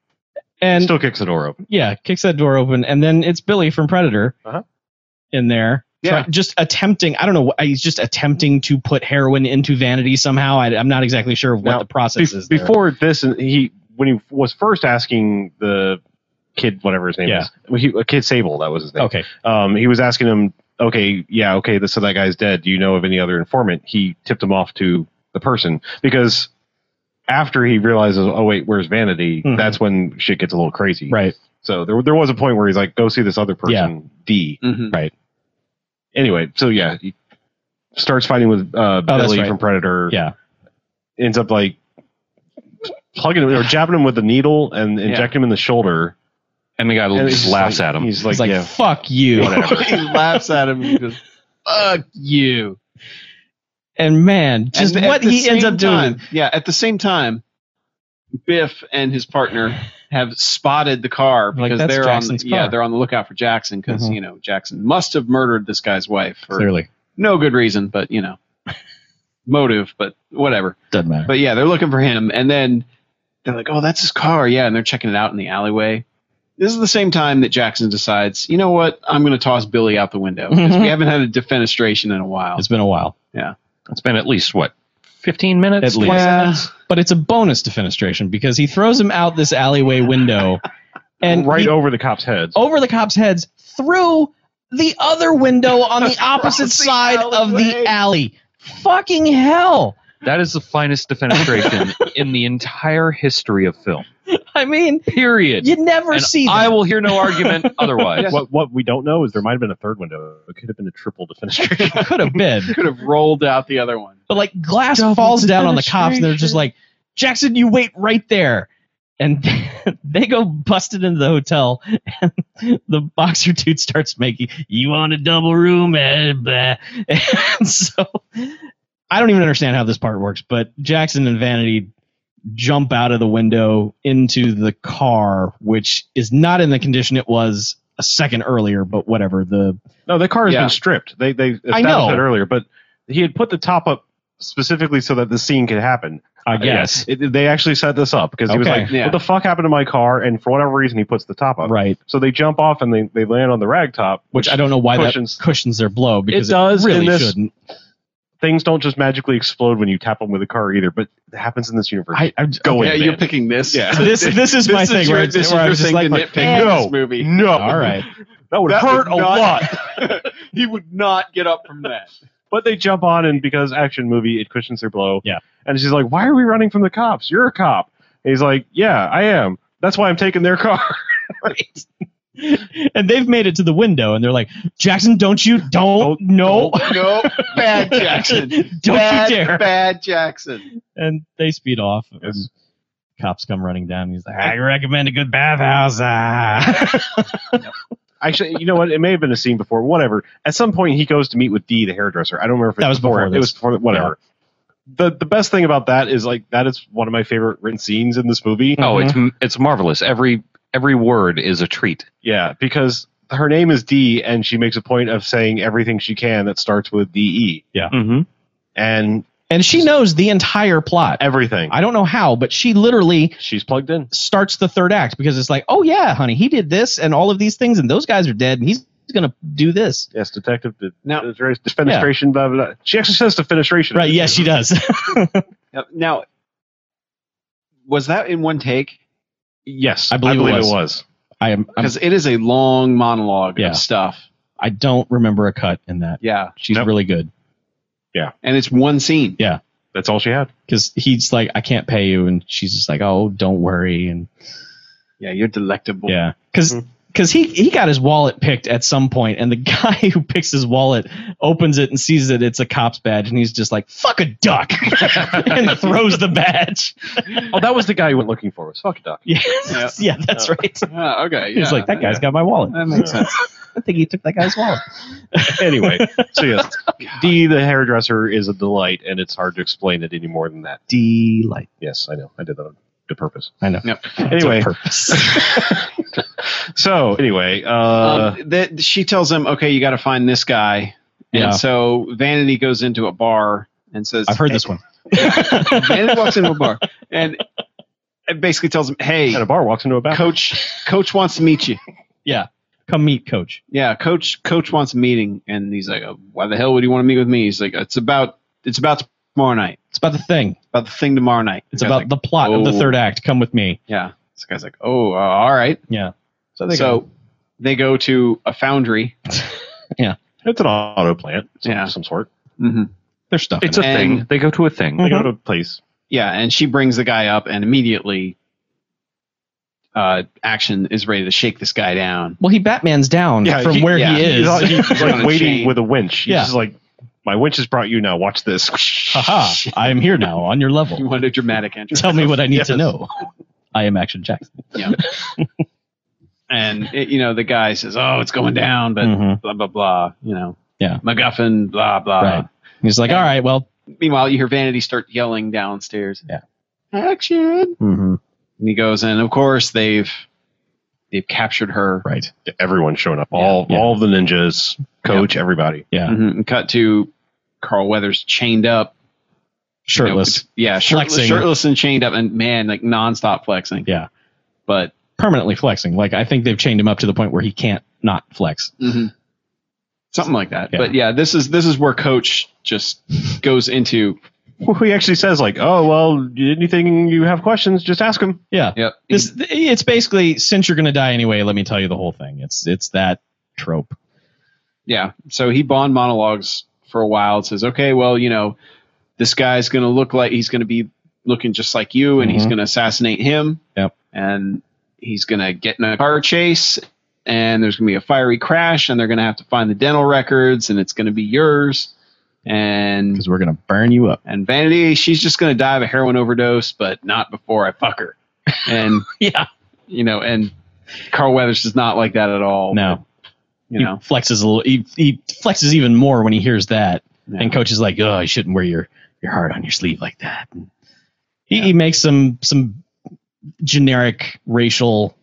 Speaker 4: And
Speaker 2: Still kicks the door open.
Speaker 4: yeah, kicks that door open, and then it's Billy from Predator
Speaker 2: Uh-huh.
Speaker 4: in there.
Speaker 3: Yeah.
Speaker 4: try- just attempting. I don't know. wh- He's just attempting to put heroin into Vanity somehow. I, am not exactly sure what
Speaker 2: Now,
Speaker 4: the process
Speaker 2: Be-
Speaker 4: is. there.
Speaker 2: before this, and he when he was first asking the kid, whatever his name
Speaker 4: Yeah.
Speaker 2: is, well, he, a kid Sable, that was his name.
Speaker 4: okay,
Speaker 2: Um, he was asking him, okay, yeah, okay, this, so that guy's dead. Do you know of any other informant? He tipped him off to the person because after he realizes, oh wait, where's Vanity?
Speaker 4: Mhm.
Speaker 2: That's when shit gets a little crazy.
Speaker 4: right.
Speaker 2: So there, there was a point where he's like, go see this other person, D.
Speaker 3: Mhm.
Speaker 2: Anyway, so yeah, he starts fighting with uh,
Speaker 4: Oh, that's
Speaker 2: Billy
Speaker 4: right.
Speaker 2: from Predator.
Speaker 4: Yeah,
Speaker 2: ends up like plugging him or jabbing him with a needle and inject him in the shoulder
Speaker 5: And the guy
Speaker 2: And
Speaker 5: just
Speaker 2: he's
Speaker 5: laughs
Speaker 2: like-
Speaker 5: at him.
Speaker 2: He's
Speaker 4: It's
Speaker 2: like,
Speaker 4: like,
Speaker 2: yeah,
Speaker 4: fuck you.
Speaker 2: whatever.
Speaker 3: he laughs at him and he goes, "Fuck you!"
Speaker 4: And man, just
Speaker 3: And at
Speaker 4: what
Speaker 3: the
Speaker 4: he ends
Speaker 3: same
Speaker 4: up doing.
Speaker 3: time- yeah. At the same time, Biff and his partner have spotted the car
Speaker 4: Like,
Speaker 3: because
Speaker 4: that's
Speaker 3: they're
Speaker 4: Jackson's
Speaker 3: on. Yeah,
Speaker 4: car.
Speaker 3: they're on the lookout for Jackson because
Speaker 4: Mhm.
Speaker 3: you know Jackson must have murdered this guy's wife for
Speaker 7: Clearly.
Speaker 3: no good reason, but you know, motive, but whatever.
Speaker 7: Doesn't matter.
Speaker 3: But yeah, they're looking for him, and then they're like, "Oh, that's his car." Yeah, and they're checking it out in the alleyway. This is the same time that Jackson decides, you know what? I'm going to toss Billy out the window because we haven't had a defenestration in a while.
Speaker 4: It's been a while.
Speaker 5: It's been at least what, fifteen minutes?
Speaker 4: At least.
Speaker 3: Yeah.
Speaker 4: uh, But it's a bonus defenestration because he throws him out this alleyway window and
Speaker 2: right
Speaker 4: he-
Speaker 2: over the cops' heads.
Speaker 4: over the cops' heads through the other window on the opposite side of the alley. Fucking hell.
Speaker 5: That is the finest defenestration in the entire history of film.
Speaker 4: I mean,
Speaker 5: Period.
Speaker 4: you never
Speaker 5: And
Speaker 4: see that.
Speaker 5: I will hear no argument otherwise.
Speaker 2: What what we don't know is there might have been a third window. It could have been a triple defenestration.
Speaker 4: could have been.
Speaker 3: Could have rolled out the other one.
Speaker 4: But like glass falls down on the cops and they're just like, Jackson, you wait right there. And they go busted into the hotel and the boxer dude starts making, you want a double room? eh, blah." And so I don't even understand how this part works, but Jackson and Vanity jump out of the window into the car, which is not in the condition it was a second earlier, but whatever. The
Speaker 2: no, the car has
Speaker 3: Yeah.
Speaker 2: been stripped. They they
Speaker 4: I
Speaker 2: established
Speaker 4: know.
Speaker 2: that earlier, but he had put the top up specifically so that the scene could happen.
Speaker 4: I guess.
Speaker 2: Yes, it, they actually set this up because he was
Speaker 4: Okay.
Speaker 2: like,
Speaker 3: Yeah.
Speaker 2: "What the fuck happened to my car?" And for whatever reason, he puts the top up.
Speaker 4: Right.
Speaker 2: So they jump off and they, they land on the rag top,
Speaker 4: Which I don't know why
Speaker 2: Cushions.
Speaker 4: that cushions their blow because it,
Speaker 2: does in
Speaker 4: really
Speaker 2: this-
Speaker 4: shouldn't.
Speaker 2: things don't just magically explode when you tap them with a car either. But it happens in this universe.
Speaker 4: I, I
Speaker 2: Go
Speaker 3: yeah,
Speaker 2: in,
Speaker 3: you're
Speaker 2: man.
Speaker 3: picking this.
Speaker 2: Yeah.
Speaker 4: so this this is my thing
Speaker 3: your,
Speaker 4: where, it's-
Speaker 3: this is
Speaker 4: where I
Speaker 3: your
Speaker 4: was just
Speaker 3: thing
Speaker 4: like,
Speaker 3: to
Speaker 4: like,
Speaker 3: nitpick in
Speaker 2: no.
Speaker 3: this movie.
Speaker 2: no,
Speaker 4: all right,
Speaker 2: that would
Speaker 3: That
Speaker 2: hurt a
Speaker 3: would not-
Speaker 2: lot.
Speaker 3: he would not get up from that.
Speaker 2: But they jump on, and because action movie, it cushions their blow.
Speaker 4: Yeah.
Speaker 2: And she's like, "Why are we running from the cops? You're a cop." And he's like, "Yeah, I am. That's why I'm taking their car."
Speaker 4: and they've made it to the window, and they're like, Jackson, don't you, don't, no,
Speaker 3: no, bad Jackson.
Speaker 4: don't
Speaker 3: bad,
Speaker 4: you dare,
Speaker 3: bad Jackson.
Speaker 4: and they speed off. and
Speaker 2: Yes.
Speaker 4: Cops come running down. and He's like, I recommend a good bathhouse. Ah.
Speaker 2: Actually, you know what? It may have been a scene before. Whatever. At some point, he goes to meet with Dee, the hairdresser. I don't remember if it
Speaker 4: That was before
Speaker 2: It
Speaker 4: this.
Speaker 2: was before. Whatever. The the best thing about that is like that is one of my favorite written scenes in this movie.
Speaker 4: Mm-hmm.
Speaker 5: Oh, it's it's marvelous. Every every word is a treat.
Speaker 2: Yeah, because her name is Dee, and she makes a point of saying everything she can that starts with D E
Speaker 5: Mm-hmm.
Speaker 2: and
Speaker 4: and she knows the entire plot.
Speaker 2: everything.
Speaker 4: I don't know how, but she literally
Speaker 2: She's plugged in.
Speaker 4: starts the third act because it's like, oh yeah, honey, he did this and all of these things, and those guys are dead, and he's gonna do this.
Speaker 2: Yes, detective. De-
Speaker 3: Now-
Speaker 2: defenestration. Blah, blah blah. She actually says defenestration.
Speaker 4: Right? Yes, she does.
Speaker 3: Now, now, was that in one take?
Speaker 2: Yes,
Speaker 4: I believe it was.
Speaker 2: it
Speaker 4: I am. I'm,
Speaker 3: Because it is a long monologue
Speaker 4: Yeah.
Speaker 3: of stuff.
Speaker 4: I don't remember a cut in that.
Speaker 3: Yeah,
Speaker 4: She's
Speaker 2: Nope.
Speaker 4: really good.
Speaker 3: and it's one scene.
Speaker 2: That's all she had.
Speaker 4: because he's like, I can't pay you, and she's just like, oh, don't worry, and
Speaker 3: Yeah, you're delectable.
Speaker 4: yeah, because
Speaker 2: Mhm.
Speaker 4: he he got his wallet picked at some point, and the guy who picks his wallet opens it and sees that it's a cop's badge, and he's just like, fuck a duck, and throws the badge.
Speaker 2: Oh, that was the guy you went looking for. Was fuck a duck.
Speaker 4: Yeah, yeah, that's right.
Speaker 3: Ah, okay.
Speaker 4: He's
Speaker 3: yeah,
Speaker 4: like, that guy's
Speaker 3: yeah.
Speaker 4: got my wallet.
Speaker 3: That makes sense.
Speaker 4: I think he took that guy's wallet.
Speaker 2: Anyway, so yes, Dee the hairdresser is a delight, and it's hard to explain it any more than that.
Speaker 4: Delight.
Speaker 2: Yes, I know. I did that on to purpose.
Speaker 4: I know.
Speaker 3: Yep.
Speaker 2: Anyway.
Speaker 4: It's on purpose.
Speaker 2: So anyway, uh,
Speaker 3: um, that she tells him, okay, you got to find this guy.
Speaker 4: Yeah.
Speaker 3: And so Vanity goes into a bar and says,
Speaker 4: I've heard this one.
Speaker 3: Vanity walks into a bar and it basically tells him, hey,
Speaker 2: at a bar, walks into a bathroom.
Speaker 3: coach, coach wants to meet you.
Speaker 4: Come meet Coach.
Speaker 3: Yeah, coach, coach wants a meeting, and he's like, oh, why the hell would you want to meet with me? He's like, it's about, it's about tomorrow night,
Speaker 4: It's about the thing.
Speaker 3: about the thing tomorrow night.
Speaker 4: It's
Speaker 3: The guy's
Speaker 4: about
Speaker 3: like,
Speaker 4: the plot of the
Speaker 3: oh.
Speaker 4: third act. Come with me.
Speaker 3: yeah. This guy's like, oh, uh, all right.
Speaker 4: Yeah.
Speaker 3: So they go, they go to a foundry.
Speaker 2: It's an auto plant, some,
Speaker 3: Yeah.
Speaker 2: some sort.
Speaker 3: hmm
Speaker 4: There's stuff.
Speaker 5: It's
Speaker 4: in
Speaker 5: a
Speaker 4: it.
Speaker 5: thing.
Speaker 3: And-
Speaker 5: They go to a thing.
Speaker 2: They go to a place.
Speaker 3: Yeah, and she brings the guy up, and immediately, uh, action is ready to shake this guy down.
Speaker 4: well, he Batman's down
Speaker 2: Yeah,
Speaker 4: from
Speaker 2: he-
Speaker 4: where
Speaker 3: yeah,
Speaker 4: he
Speaker 2: He's,
Speaker 4: is.
Speaker 2: all- he's
Speaker 3: On
Speaker 2: like
Speaker 3: a
Speaker 2: waiting
Speaker 3: chain.
Speaker 2: with a winch. He's
Speaker 4: Yeah.
Speaker 2: just like, my winch has brought you now. Watch this.
Speaker 4: Haha, I am here now on your
Speaker 3: You
Speaker 4: level.
Speaker 3: want a dramatic entrance?
Speaker 4: Tell me what I need to
Speaker 2: Yes.
Speaker 4: know. I am Action Jackson.
Speaker 3: and it, you know the guy says, "Oh, it's going down," but
Speaker 4: Mhm.
Speaker 3: blah blah blah. You know,
Speaker 4: Yeah.
Speaker 3: MacGuffin, blah blah.
Speaker 4: Right. He's like, all right, well,
Speaker 3: Meanwhile, you hear Vanity start yelling downstairs.
Speaker 4: Yeah.
Speaker 3: action!
Speaker 4: Mm-hmm.
Speaker 3: And he goes, and of course they've they've captured her.
Speaker 4: right.
Speaker 2: Everyone's showing up. All
Speaker 4: Yeah.
Speaker 2: all the ninjas, coach, everybody.
Speaker 4: Yeah.
Speaker 3: Mhm. And Cut to Carl Weathers chained up, you know,
Speaker 4: Shirtless.
Speaker 3: bet- yeah, shirtless,
Speaker 4: Flexing.
Speaker 3: shirtless and chained up, and man, like nonstop flexing.
Speaker 4: Yeah.
Speaker 3: But
Speaker 4: Permanently flexing. Like, I think they've chained him up to the point where he can't not flex.
Speaker 3: something like that.
Speaker 4: Yeah.
Speaker 3: But yeah, this is this is where Coach just goes into
Speaker 2: Well, he actually says like, "Oh well, anything you have questions, just ask him."
Speaker 4: Yeah.
Speaker 3: yep.
Speaker 4: This, it's basically, since you're going to die anyway, let me tell you the whole thing. It's, it's that trope.
Speaker 3: yeah. So he bond monologues for a while and says, okay, well, you know, this guy's going to look like he's going to be looking just like you and he's
Speaker 4: Mhm.
Speaker 3: going to assassinate him.
Speaker 4: Yep.
Speaker 3: And he's going to get in a car chase and there's going to be a fiery crash and they're going to have to find the dental records and it's going to be yours. And
Speaker 4: Because we're going to burn you up.
Speaker 3: and Vanity, she's just going to die of a heroin overdose, but not before I fuck her. And
Speaker 4: Yeah.
Speaker 3: you know, and Carl Weathers is not like that at all.
Speaker 4: No.
Speaker 3: You know,
Speaker 4: He flexes a little. He, he flexes even more when he hears that.
Speaker 3: Yeah.
Speaker 4: And coach is like, "Oh, you shouldn't wear your your heart on your sleeve like that." And he, he makes some some generic racial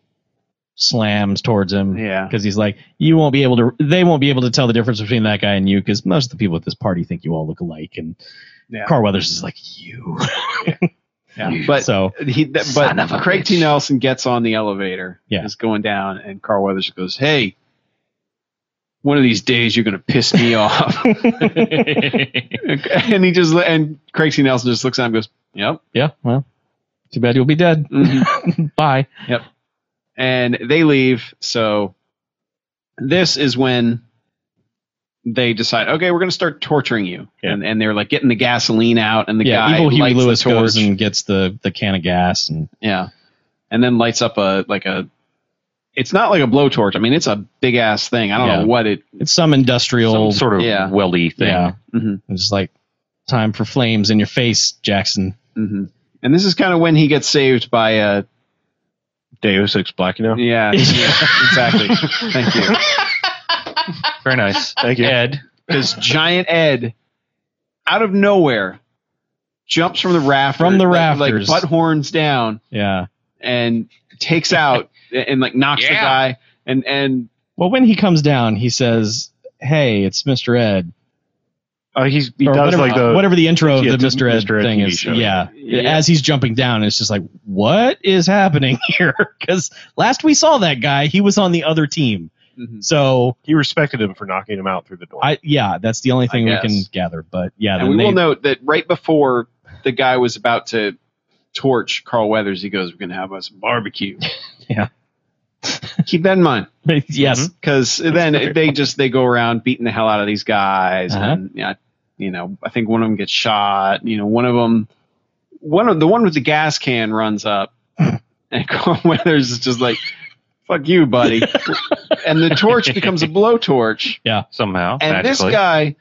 Speaker 4: slams towards him
Speaker 3: yeah.
Speaker 4: because he's like, "You won't be able to. They won't be able to tell the difference between that guy and you because most of the people at this party think you all look alike." And
Speaker 3: Yeah.
Speaker 4: Carl Weathers is like, "You."
Speaker 3: yeah. But
Speaker 4: so
Speaker 3: he, that,
Speaker 1: Son of a
Speaker 3: but Craig T.
Speaker 1: bitch.
Speaker 3: Nelson gets on the elevator.
Speaker 4: Yeah.
Speaker 3: Is going down, and Carl Weathers goes, "Hey, one of these days you're gonna piss me off."
Speaker 6: Mm-hmm.
Speaker 3: and he just and Craig T. Nelson just looks at him, and goes, "Yep."
Speaker 4: yeah, well, too bad you'll be dead. Bye.
Speaker 3: and they leave. So this is when they decide, okay, we're going to start torturing you.
Speaker 2: Yeah.
Speaker 3: And, and they're like getting the gasoline out, and the
Speaker 4: yeah,
Speaker 3: guy
Speaker 4: evil Huey
Speaker 3: lights
Speaker 4: Lewis
Speaker 3: the torch.
Speaker 4: goes and gets the the can of gas and
Speaker 3: yeah, and then lights up a like a. It's not like a blowtorch. I mean, it's a big ass thing. I don't
Speaker 4: Yeah.
Speaker 3: know what it.
Speaker 4: It's some industrial
Speaker 5: Some sort of
Speaker 3: Yeah.
Speaker 5: welly thing.
Speaker 4: Yeah.
Speaker 3: Mhm.
Speaker 4: It's just like time for flames in your face, Jackson.
Speaker 3: hmm And this is kind of when he gets saved by a.
Speaker 2: Deus Ex Black, you know.
Speaker 3: Yeah, exactly. Thank you.
Speaker 5: Very nice.
Speaker 2: Thank you.
Speaker 5: Ed.
Speaker 3: Because Giant Ed, out of nowhere, jumps from the raft
Speaker 4: From the
Speaker 3: like-
Speaker 4: rafters.
Speaker 3: like butt horns down,
Speaker 4: Yeah.
Speaker 3: and takes out and like knocks the
Speaker 5: Yeah.
Speaker 3: guy and and
Speaker 4: Well, when he comes down, he says, "Hey, it's Mr. Ed."
Speaker 2: Uh, he's he does
Speaker 4: whatever,
Speaker 2: like the
Speaker 4: whatever the intro of
Speaker 2: Yeah,
Speaker 4: the
Speaker 2: the
Speaker 4: Mr. Ed,
Speaker 2: Mr. Ed
Speaker 4: thing
Speaker 2: TV
Speaker 4: is.
Speaker 2: show.
Speaker 4: Yeah.
Speaker 3: Yeah.
Speaker 4: As he's jumping down, it's just like, "What is happening here?" Cuz last we saw that guy, he was on the other team. So,
Speaker 2: he respected him for knocking him out through the door.
Speaker 4: Mm-hmm. I yeah, that's the only thing we
Speaker 3: guess.
Speaker 4: can gather, but yeah,
Speaker 3: and
Speaker 4: then
Speaker 3: we will
Speaker 4: they-
Speaker 3: note that right before the guy was about to torch Carl Weathers, he goes, "We're gonna have us a barbecue."
Speaker 4: Yeah.
Speaker 3: keep that in mind
Speaker 4: yes.
Speaker 3: because then they just they go around beating the hell out of these guys,
Speaker 4: Uh-huh.
Speaker 3: and yeah, you know, I think one of them gets shot. You know, one of them, one of the one with the gas can runs up, and Carl Weathers is just like. Fuck you, buddy. and the torch becomes a blowtorch.
Speaker 5: Somehow.
Speaker 3: And this
Speaker 5: magically.
Speaker 3: guy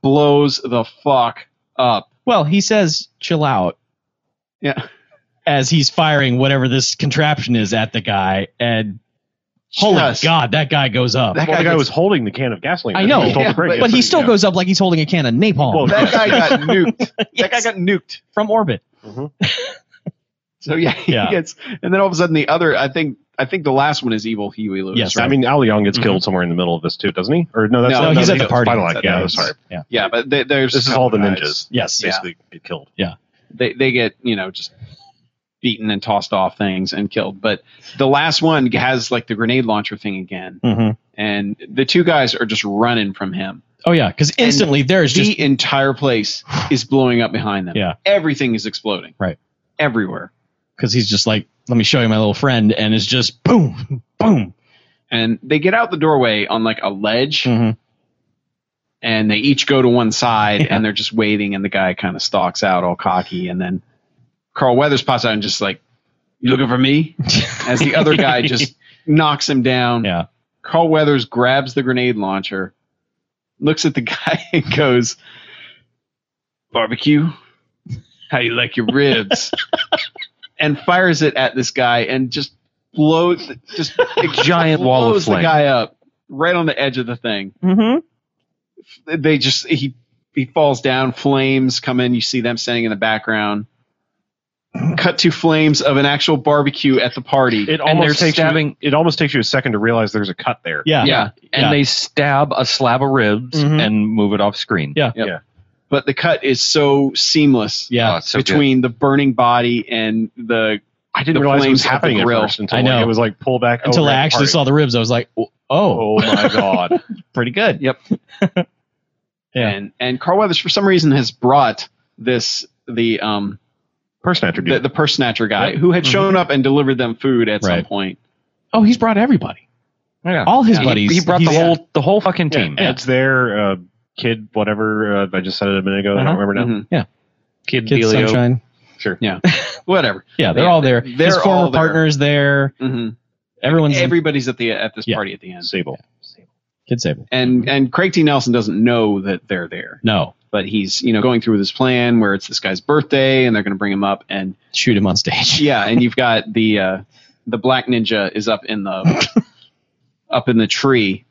Speaker 3: blows the fuck up.
Speaker 4: Well, he says, "Chill out."
Speaker 3: Yeah.
Speaker 4: as he's firing whatever this contraption is at the guy, and holy
Speaker 3: Just-
Speaker 4: god, that guy goes up.
Speaker 3: That
Speaker 2: well, the guy
Speaker 3: gets-
Speaker 2: was holding the can of gasoline.
Speaker 4: I
Speaker 2: He
Speaker 4: know,
Speaker 2: told the
Speaker 3: yeah,
Speaker 2: Craig,
Speaker 3: but-
Speaker 4: but he
Speaker 2: it's
Speaker 4: still
Speaker 2: pretty-
Speaker 4: goes up like he's holding a can of napalm
Speaker 2: Well,
Speaker 3: That guy got nuked. That guy
Speaker 4: Yes.
Speaker 3: got nuked.
Speaker 4: from orbit.
Speaker 2: Mm-hmm.
Speaker 3: So yeah, he
Speaker 4: Yeah.
Speaker 3: gets and then all of a sudden the other I think I think the last one is evil Huey Lewis.
Speaker 4: Yes. Mm-hmm.
Speaker 3: right?
Speaker 2: I mean, Al Young gets
Speaker 5: Mhm.
Speaker 2: killed somewhere in the middle of this too, doesn't he? Or no, that's
Speaker 3: No,
Speaker 2: not-
Speaker 4: no, he's at the
Speaker 2: that's
Speaker 4: party.
Speaker 2: Final
Speaker 3: He's
Speaker 2: Act.
Speaker 3: at
Speaker 2: Yeah,
Speaker 3: the-
Speaker 2: I'm sorry.
Speaker 4: Yeah.
Speaker 3: Yeah, but they, there's
Speaker 2: This is
Speaker 3: a
Speaker 2: all the
Speaker 3: couple guys.
Speaker 2: ninjas
Speaker 4: Yes.
Speaker 3: Yeah.
Speaker 2: basically get killed.
Speaker 3: They they get, you know, just beaten and tossed off things and killed. But the last one has like the grenade launcher thing again.
Speaker 4: Mm-hmm.
Speaker 3: And the two guys are just running from him.
Speaker 4: Oh yeah, because instantly there's
Speaker 3: the
Speaker 4: just
Speaker 3: entire place is blowing up behind them.
Speaker 4: Yeah.
Speaker 3: Everything is exploding.
Speaker 4: Right.
Speaker 3: Everywhere.
Speaker 4: because he's just like, "Let me show you my little friend," and it's just boom, boom.
Speaker 3: And they get out the doorway on like a ledge
Speaker 4: Mhm.
Speaker 3: and they each go to one side
Speaker 4: Yeah.
Speaker 3: and they're just waiting and the guy kind of stalks out all cocky and then Carl Weathers pops out and just like, You looking for me? As the other guy just knocks him down.
Speaker 4: Yeah.
Speaker 3: Carl Weathers grabs the grenade launcher, looks at the guy and goes, Barbecue? How you like your ribs? and fires it at this guy and just blows just
Speaker 5: A giant wall of
Speaker 3: blows the
Speaker 5: flame.
Speaker 3: guy up right on the edge of the thing.
Speaker 7: Mm-hmm.
Speaker 3: They just he he falls down. Flames come in. You see them standing in the background. Cut to flames of an actual barbecue at the party.
Speaker 5: and
Speaker 2: It
Speaker 5: they're
Speaker 2: almost takes
Speaker 5: stabbing.
Speaker 2: you. It almost takes you a second to realize there's a cut there.
Speaker 4: Yeah.
Speaker 3: yeah,
Speaker 5: and
Speaker 4: Yeah.
Speaker 5: they stab a slab of ribs
Speaker 4: Mhm.
Speaker 5: and move it off screen.
Speaker 4: Yeah.
Speaker 3: but the cut is so seamless
Speaker 4: Yeah.
Speaker 5: Oh, it's so good.
Speaker 3: between the burning body and the
Speaker 2: I didn't
Speaker 3: The
Speaker 2: realize it
Speaker 3: flames
Speaker 2: was
Speaker 3: at the
Speaker 2: happening at
Speaker 3: grill.
Speaker 2: first until
Speaker 4: I
Speaker 2: like,
Speaker 4: know.
Speaker 2: it was like pull back
Speaker 4: Until
Speaker 2: over
Speaker 4: I
Speaker 2: at the
Speaker 4: actually
Speaker 2: party.
Speaker 4: saw the ribs, I was like, oh,
Speaker 2: Oh my god!
Speaker 4: pretty good.
Speaker 3: Yep.
Speaker 4: Yeah.
Speaker 3: and and Carl Weathers for some reason has brought this the um
Speaker 2: Person after
Speaker 3: the,
Speaker 2: dude.
Speaker 3: the purse snatcher guy
Speaker 2: Yep.
Speaker 3: who had shown up and delivered them food at some
Speaker 4: Mm-hmm. Right.
Speaker 3: point.
Speaker 4: oh, he's brought everybody.
Speaker 5: Yeah.
Speaker 4: All his
Speaker 3: Yeah, he-
Speaker 4: buddies.
Speaker 5: he brought the
Speaker 4: he's-
Speaker 5: whole the whole fucking
Speaker 2: Yeah,
Speaker 5: team.
Speaker 2: Ed's there. Uh, kid, whatever. Uh, I just said it a minute ago. I
Speaker 4: Uh-huh.
Speaker 2: don't remember now.
Speaker 3: Mhm.
Speaker 5: Kid
Speaker 4: Kid
Speaker 5: Delio.
Speaker 4: Sunshine.
Speaker 3: Whatever.
Speaker 4: Yeah, they're
Speaker 3: Yeah,
Speaker 4: all there.
Speaker 3: they're
Speaker 4: his former
Speaker 3: all there.
Speaker 4: partner's there.
Speaker 3: hmm
Speaker 4: Everyone's
Speaker 3: Everybody's at the at this
Speaker 4: Yeah.
Speaker 3: party at the end.
Speaker 2: Sable.
Speaker 4: Kid Sable.
Speaker 3: And and Craig T. Nelson doesn't know that they're there,
Speaker 4: No,
Speaker 3: but he's you know going through this plan where it's this guy's birthday and they're going to bring him up and
Speaker 4: shoot him on stage.
Speaker 3: yeah, and you've got the uh, the black ninja is up in the up in the tree,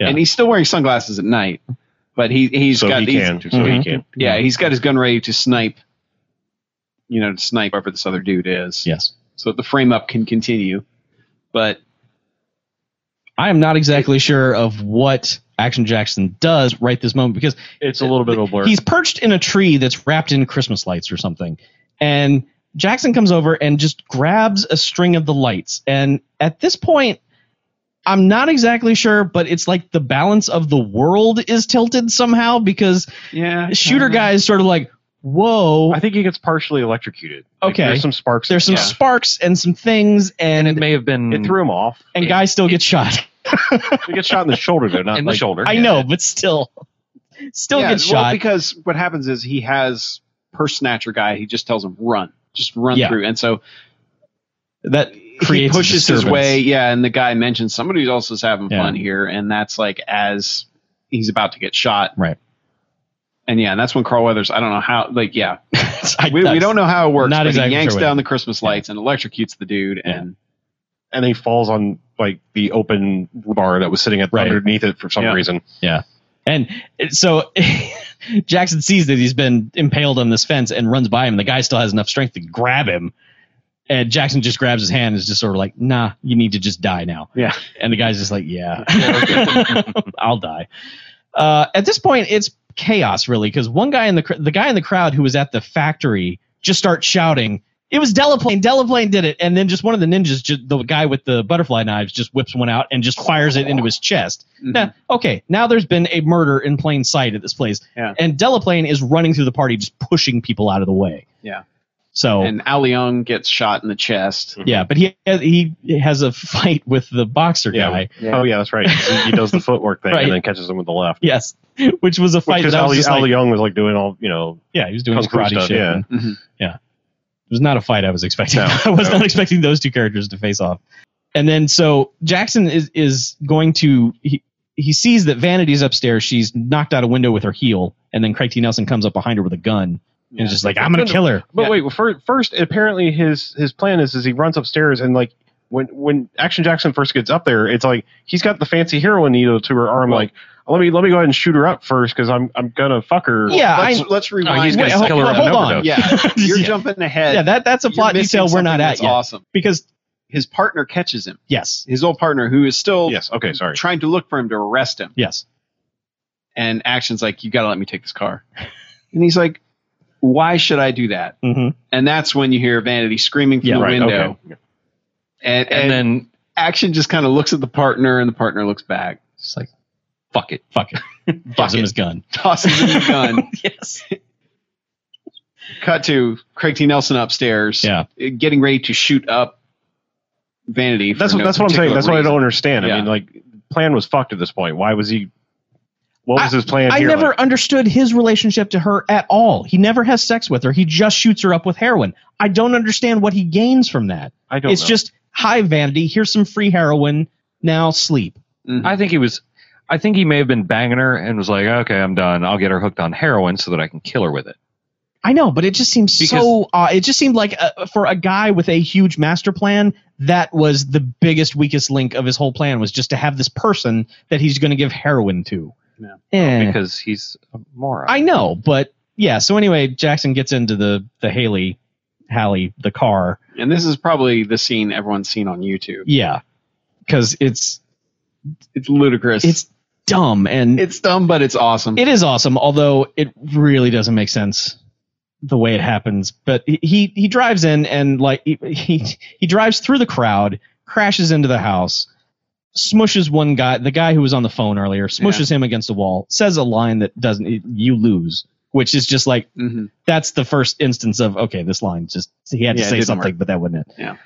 Speaker 4: Yeah.
Speaker 3: and he's still wearing sunglasses at night, but he he's
Speaker 2: so
Speaker 3: got
Speaker 2: he
Speaker 3: he's-
Speaker 2: can. So he
Speaker 4: Mhm.
Speaker 2: can.
Speaker 3: yeah he's got his gun ready to snipe, you know, to snipe whoever this other dude is,
Speaker 4: Yes.
Speaker 3: so that the frame up can continue. But
Speaker 4: I am not exactly sure of what Action Jackson does right this moment because
Speaker 2: It's a little bit of a blur.
Speaker 4: he's perched in a tree that's wrapped in Christmas lights or something. And Jackson comes over and just grabs a string of the lights. And at this point, I'm not exactly sure, but it's like the balance of the world is tilted somehow because
Speaker 3: yeah,
Speaker 4: shooter
Speaker 3: kinda.
Speaker 4: guy is sort of like, whoa,
Speaker 2: I think he gets partially electrocuted. Like,
Speaker 4: Okay.
Speaker 2: There's some sparks.
Speaker 4: there's some
Speaker 3: yeah.
Speaker 4: sparks and some things, and
Speaker 5: It
Speaker 4: and,
Speaker 5: may have been
Speaker 2: It threw him off.
Speaker 4: guy still gets shot.
Speaker 2: He gets shot in the shoulder though, not
Speaker 5: in
Speaker 2: like
Speaker 5: the shoulder.
Speaker 4: I know, but still, still
Speaker 3: Yeah,
Speaker 4: gets
Speaker 3: well,
Speaker 4: shot.
Speaker 3: because what happens is he has purse snatcher guy. He just tells him run, just run
Speaker 4: Yeah.
Speaker 3: through, and so
Speaker 4: that
Speaker 3: he
Speaker 4: creates a
Speaker 3: pushes his
Speaker 4: disturbance.
Speaker 3: way, yeah, and the guy mentions somebody's also having
Speaker 4: Yeah.
Speaker 3: fun here, and that's like as he's about to get shot,
Speaker 4: Right.
Speaker 3: And yeah, and that's when Carl Weathers. I don't know how, like, yeah,
Speaker 4: I-
Speaker 3: we, we
Speaker 4: that's-
Speaker 3: don't know how it works.
Speaker 4: not
Speaker 3: but
Speaker 4: exactly
Speaker 3: he yanks
Speaker 4: sure what
Speaker 3: down the Christmas lights and electrocutes the dude,
Speaker 4: Yeah.
Speaker 3: and
Speaker 2: and he falls on like the open bar that was sitting at
Speaker 4: Right.
Speaker 2: underneath it for some
Speaker 3: Yeah.
Speaker 2: reason.
Speaker 4: And so Jackson sees that he's been impaled on this fence and runs by him. The guy still has enough strength to grab him. And Jackson just grabs his hand and is just sort of like, nah, you need to just die now.
Speaker 3: Yeah.
Speaker 4: And the guy's just like, yeah, I'll die. Uh, at this point, it's chaos, really, because one guy in the cr- the guy in the crowd who was at the factory just starts shouting, it was Delaplane. Delaplane did it. And then just one of the ninjas, just, the guy with the butterfly knives, just whips one out and just fires it into his chest.
Speaker 2: Mm-hmm.
Speaker 4: Nah, okay, now there's been a murder in plain sight at this place.
Speaker 3: Yeah.
Speaker 4: And Delaplane is running through the party, just pushing people out of the way.
Speaker 3: Yeah.
Speaker 4: So
Speaker 3: and Al Young gets shot in the chest.
Speaker 4: yeah, but he has, he has a fight with the boxer
Speaker 2: Yeah.
Speaker 4: guy.
Speaker 2: Oh yeah, that's right. He, he does the footwork thing
Speaker 4: Right.
Speaker 2: and then catches him with the left.
Speaker 4: Yes, which was a fight.
Speaker 2: Because
Speaker 4: That I was
Speaker 2: Ali,
Speaker 4: just like-
Speaker 2: Ali Young was like doing all you know.
Speaker 4: yeah, he was doing
Speaker 2: Kung
Speaker 4: his
Speaker 2: Fu
Speaker 4: karate
Speaker 2: stuff,
Speaker 4: shit.
Speaker 2: yeah. Mm-hmm.
Speaker 4: and-
Speaker 3: Mhm.
Speaker 4: yeah. It was not a fight I was expecting.
Speaker 2: No,
Speaker 4: I was
Speaker 2: no.
Speaker 4: not expecting those two characters to face off. And then so Jackson is is going to he, he sees that Vanity's upstairs. She's knocked out a window with her heel, and then Craig T. Nelson comes up behind her with a gun and
Speaker 3: Yeah.
Speaker 4: is just like, "I'm gonna kill her."
Speaker 2: But
Speaker 3: Yeah.
Speaker 2: wait, well, fir- first apparently his his plan is is he runs upstairs and like when when Action Jackson first gets up there, it's like he's got the fancy hero needle to her arm. Like let me let me go ahead and shoot her up first because I'm I'm gonna fuck her.
Speaker 4: Yeah,
Speaker 3: let's,
Speaker 4: I- Oh,
Speaker 3: let's rewind.
Speaker 5: Oh, he's
Speaker 4: Wait,
Speaker 5: gonna
Speaker 4: hold,
Speaker 5: kill her
Speaker 4: hold,
Speaker 5: with an
Speaker 4: on.
Speaker 5: overdose.
Speaker 3: yeah, you're
Speaker 4: yeah.
Speaker 3: jumping ahead.
Speaker 4: Yeah, that that's a
Speaker 3: You're
Speaker 4: plot
Speaker 3: missing
Speaker 4: detail we're
Speaker 3: something
Speaker 4: not
Speaker 3: that's
Speaker 4: at yet
Speaker 3: Awesome.
Speaker 4: because
Speaker 3: His partner catches him.
Speaker 4: yes,
Speaker 3: His old partner, who is still
Speaker 2: Yes. Okay. Sorry.
Speaker 3: trying to look for him to arrest him.
Speaker 4: yes,
Speaker 3: and actions like you got to let me take this car and he's like why should i do that
Speaker 4: mm-hmm.
Speaker 3: and that's when you hear vanity screaming from
Speaker 4: Yeah,
Speaker 3: the
Speaker 2: right.
Speaker 3: window
Speaker 2: Okay.
Speaker 3: and, and,
Speaker 5: And
Speaker 3: then
Speaker 5: then
Speaker 3: action just kind of looks at the partner and the partner looks back
Speaker 4: just like
Speaker 5: fuck it.
Speaker 4: fuck it, gives him his gun.
Speaker 3: tosses him the gun
Speaker 4: yes,
Speaker 3: cut to craig t nelson upstairs
Speaker 4: yeah,
Speaker 3: uh, getting ready to shoot up vanity
Speaker 2: That's
Speaker 3: for
Speaker 2: what
Speaker 3: no
Speaker 2: that's what I'm saying.
Speaker 3: particular
Speaker 2: That's what I
Speaker 3: reason.
Speaker 2: don't understand. I
Speaker 3: Yeah.
Speaker 2: mean, like plan was fucked at this point. Why was he? What was his plan?
Speaker 4: I
Speaker 2: here?
Speaker 4: never
Speaker 2: Like,
Speaker 4: understood his relationship to her at all. He never has sex with her. He just shoots her up with heroin. I don't understand what he gains from that.
Speaker 2: I don't.
Speaker 4: It's
Speaker 2: know.
Speaker 4: just high vanity. Here's some free heroin. Now sleep.
Speaker 3: Mhm.
Speaker 5: I think he was. I think he may have been banging her and was like, "Okay, I'm done. I'll get her hooked on heroin so that I can kill her with it."
Speaker 4: I know, but it just seems so. Uh, it just seemed like uh, for a guy with a huge master plan, that was the biggest weakest link of his whole plan was just to have this person that he's going to give heroin to.
Speaker 3: Yeah.
Speaker 4: Eh.
Speaker 5: because he's a moron.
Speaker 4: I know, but yeah. So anyway, Jackson gets into the the Haley, Hallie, the car.
Speaker 3: And this is probably the scene everyone's seen on YouTube.
Speaker 4: Yeah, because it's
Speaker 3: It's ludicrous.
Speaker 4: it's dumb and
Speaker 3: it's dumb, but it's awesome.
Speaker 4: it is awesome. Although it really doesn't make sense the way it happens. But he- he he drives in and like he he, he drives through the crowd, crashes into the house. Smushes one guy, the guy who was on the phone earlier, smushes him against the wall, says a line that doesn't, you lose, which is just like,
Speaker 3: Mhm.
Speaker 4: that's the first instance of okay, this line just he had to
Speaker 3: Yeah, it
Speaker 4: say
Speaker 3: didn't
Speaker 4: something,
Speaker 3: work.
Speaker 4: but that wasn't it.
Speaker 3: Yeah.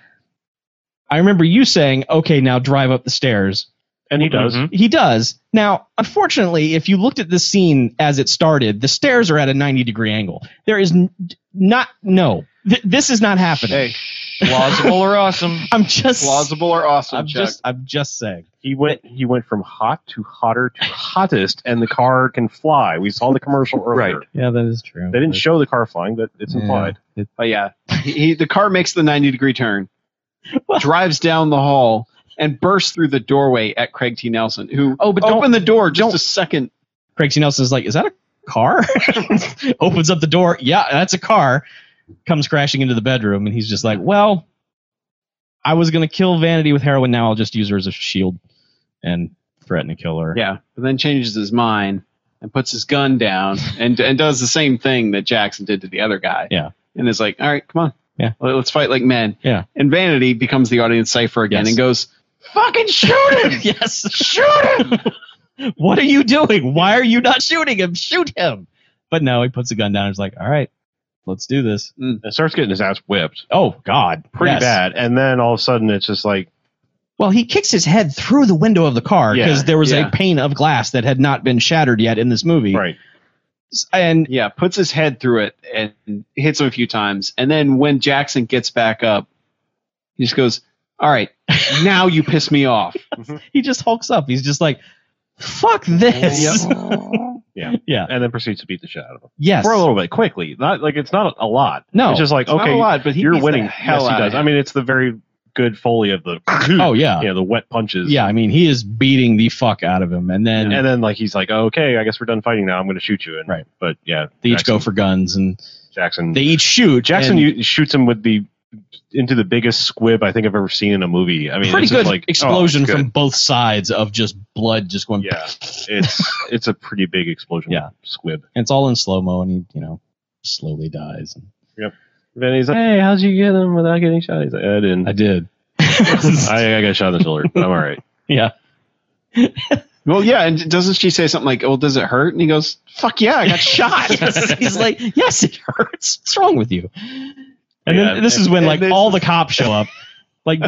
Speaker 4: I remember you saying, okay, now drive up the stairs.
Speaker 2: And he does.
Speaker 5: Mhm.
Speaker 4: He does. Now, unfortunately, if you looked at this scene as it started, the stairs are at a 90 degree angle. There is n- not, no, Th- this is not happening.
Speaker 3: Hey,
Speaker 5: Plausible or awesome?
Speaker 4: I'm just,
Speaker 3: plausible or awesome,
Speaker 4: I'm
Speaker 3: Chuck.
Speaker 4: just, I'm just saying.
Speaker 2: He went. He went from hot to hotter to hottest, and the car can fly. We saw the commercial earlier.
Speaker 5: Right.
Speaker 4: Yeah, that is true.
Speaker 2: They didn't show the car flying, but it's implied.
Speaker 3: but Oh, yeah, he, he- the car makes the 90 degree turn,
Speaker 4: Well-
Speaker 3: drives down the hall, and bursts through the doorway at Craig T. Nelson, who
Speaker 4: Oh, but don't-
Speaker 3: opened the door just
Speaker 4: don't-
Speaker 3: a second.
Speaker 4: Craig T. Nelson's like, is that a car? Opens up the door. Yeah, that's a car. Comes crashing into the bedroom, and he's just like, well, I was going to kill Vanity with heroin. Now I'll just use her as a shield and threaten to kill her.
Speaker 3: Yeah, but then changes his mind and puts his gun down and and does the same thing that Jackson did to the other guy.
Speaker 4: Yeah.
Speaker 3: and is like, all right, come on,
Speaker 4: Yeah.
Speaker 3: let, us fight like men.
Speaker 4: Yeah.
Speaker 3: and Vanity becomes the audience cipher again
Speaker 4: Yes.
Speaker 3: and goes, fucking shoot him,
Speaker 4: yes.
Speaker 3: shoot him.
Speaker 4: What are you doing? Why are you not shooting him? Shoot him. But no, he puts the gun down. And he's like, all right, let's do this.
Speaker 3: Mm.
Speaker 2: It starts getting his ass whipped
Speaker 4: Oh, God.
Speaker 2: pretty
Speaker 4: Yes.
Speaker 2: bad, and then all of a sudden it's just like
Speaker 4: Well, he kicks his head through the window of the car because
Speaker 2: Yeah,
Speaker 4: there was
Speaker 3: yeah.
Speaker 4: a pane of glass that had not been shattered yet in this movie.
Speaker 2: right.
Speaker 4: And
Speaker 3: Yeah, puts his head through it and hits him a few times. And then when Jackson gets back up, he just goes, All right, now you piss me off.
Speaker 4: he just hulks up. He's just like, fuck this.
Speaker 2: And then proceeds to beat the shit out of him
Speaker 4: Yes.
Speaker 2: for a little bit quickly. Not like it's not a lot.
Speaker 4: No.
Speaker 2: it's just like
Speaker 3: It's not
Speaker 2: okay,
Speaker 3: a lot, but he
Speaker 2: you're
Speaker 3: beats the
Speaker 2: winning.
Speaker 3: hell
Speaker 2: yes, he
Speaker 3: out of
Speaker 2: does. I
Speaker 3: him.
Speaker 2: mean, it's the very good foley of the
Speaker 4: oh, yeah. yeah.
Speaker 2: yeah, the wet punches.
Speaker 4: I mean, he is beating the fuck out of him. And then
Speaker 2: And then like he's like, "Oh, okay, I guess we're done fighting now. I'm going to shoot you. And,
Speaker 4: Right.
Speaker 2: But yeah,
Speaker 4: they each
Speaker 2: Jackson,
Speaker 4: go for guns and
Speaker 2: Jackson.
Speaker 4: they each shoot.
Speaker 2: Jackson
Speaker 4: and
Speaker 2: u- shoots him with the into the biggest squib I think I've ever seen in a movie. I mean,
Speaker 4: pretty
Speaker 2: it's just
Speaker 4: good
Speaker 2: like oh,
Speaker 4: explosion
Speaker 2: it's good.
Speaker 4: from both sides of just blood just going.
Speaker 2: yeah, it's it's a pretty big explosion.
Speaker 4: Yeah.
Speaker 2: squib.
Speaker 4: And it's all in slow mo, and he, you know, slowly dies. And
Speaker 2: And he's like, hey, how'd you get him without getting shot? He's like, I didn't.
Speaker 4: I
Speaker 2: I,
Speaker 4: did.
Speaker 2: I, got shot in the shoulder, but I'm all right.
Speaker 4: yeah.
Speaker 3: Well, yeah. And doesn't she say something like, Well, does it hurt? And he goes, Fuck yeah, I got shot.
Speaker 4: yes. He's like, yes, it hurts. What's wrong with you? And
Speaker 2: Yeah,
Speaker 4: then this is when
Speaker 3: and
Speaker 4: like
Speaker 3: this
Speaker 4: all the cops show up. Like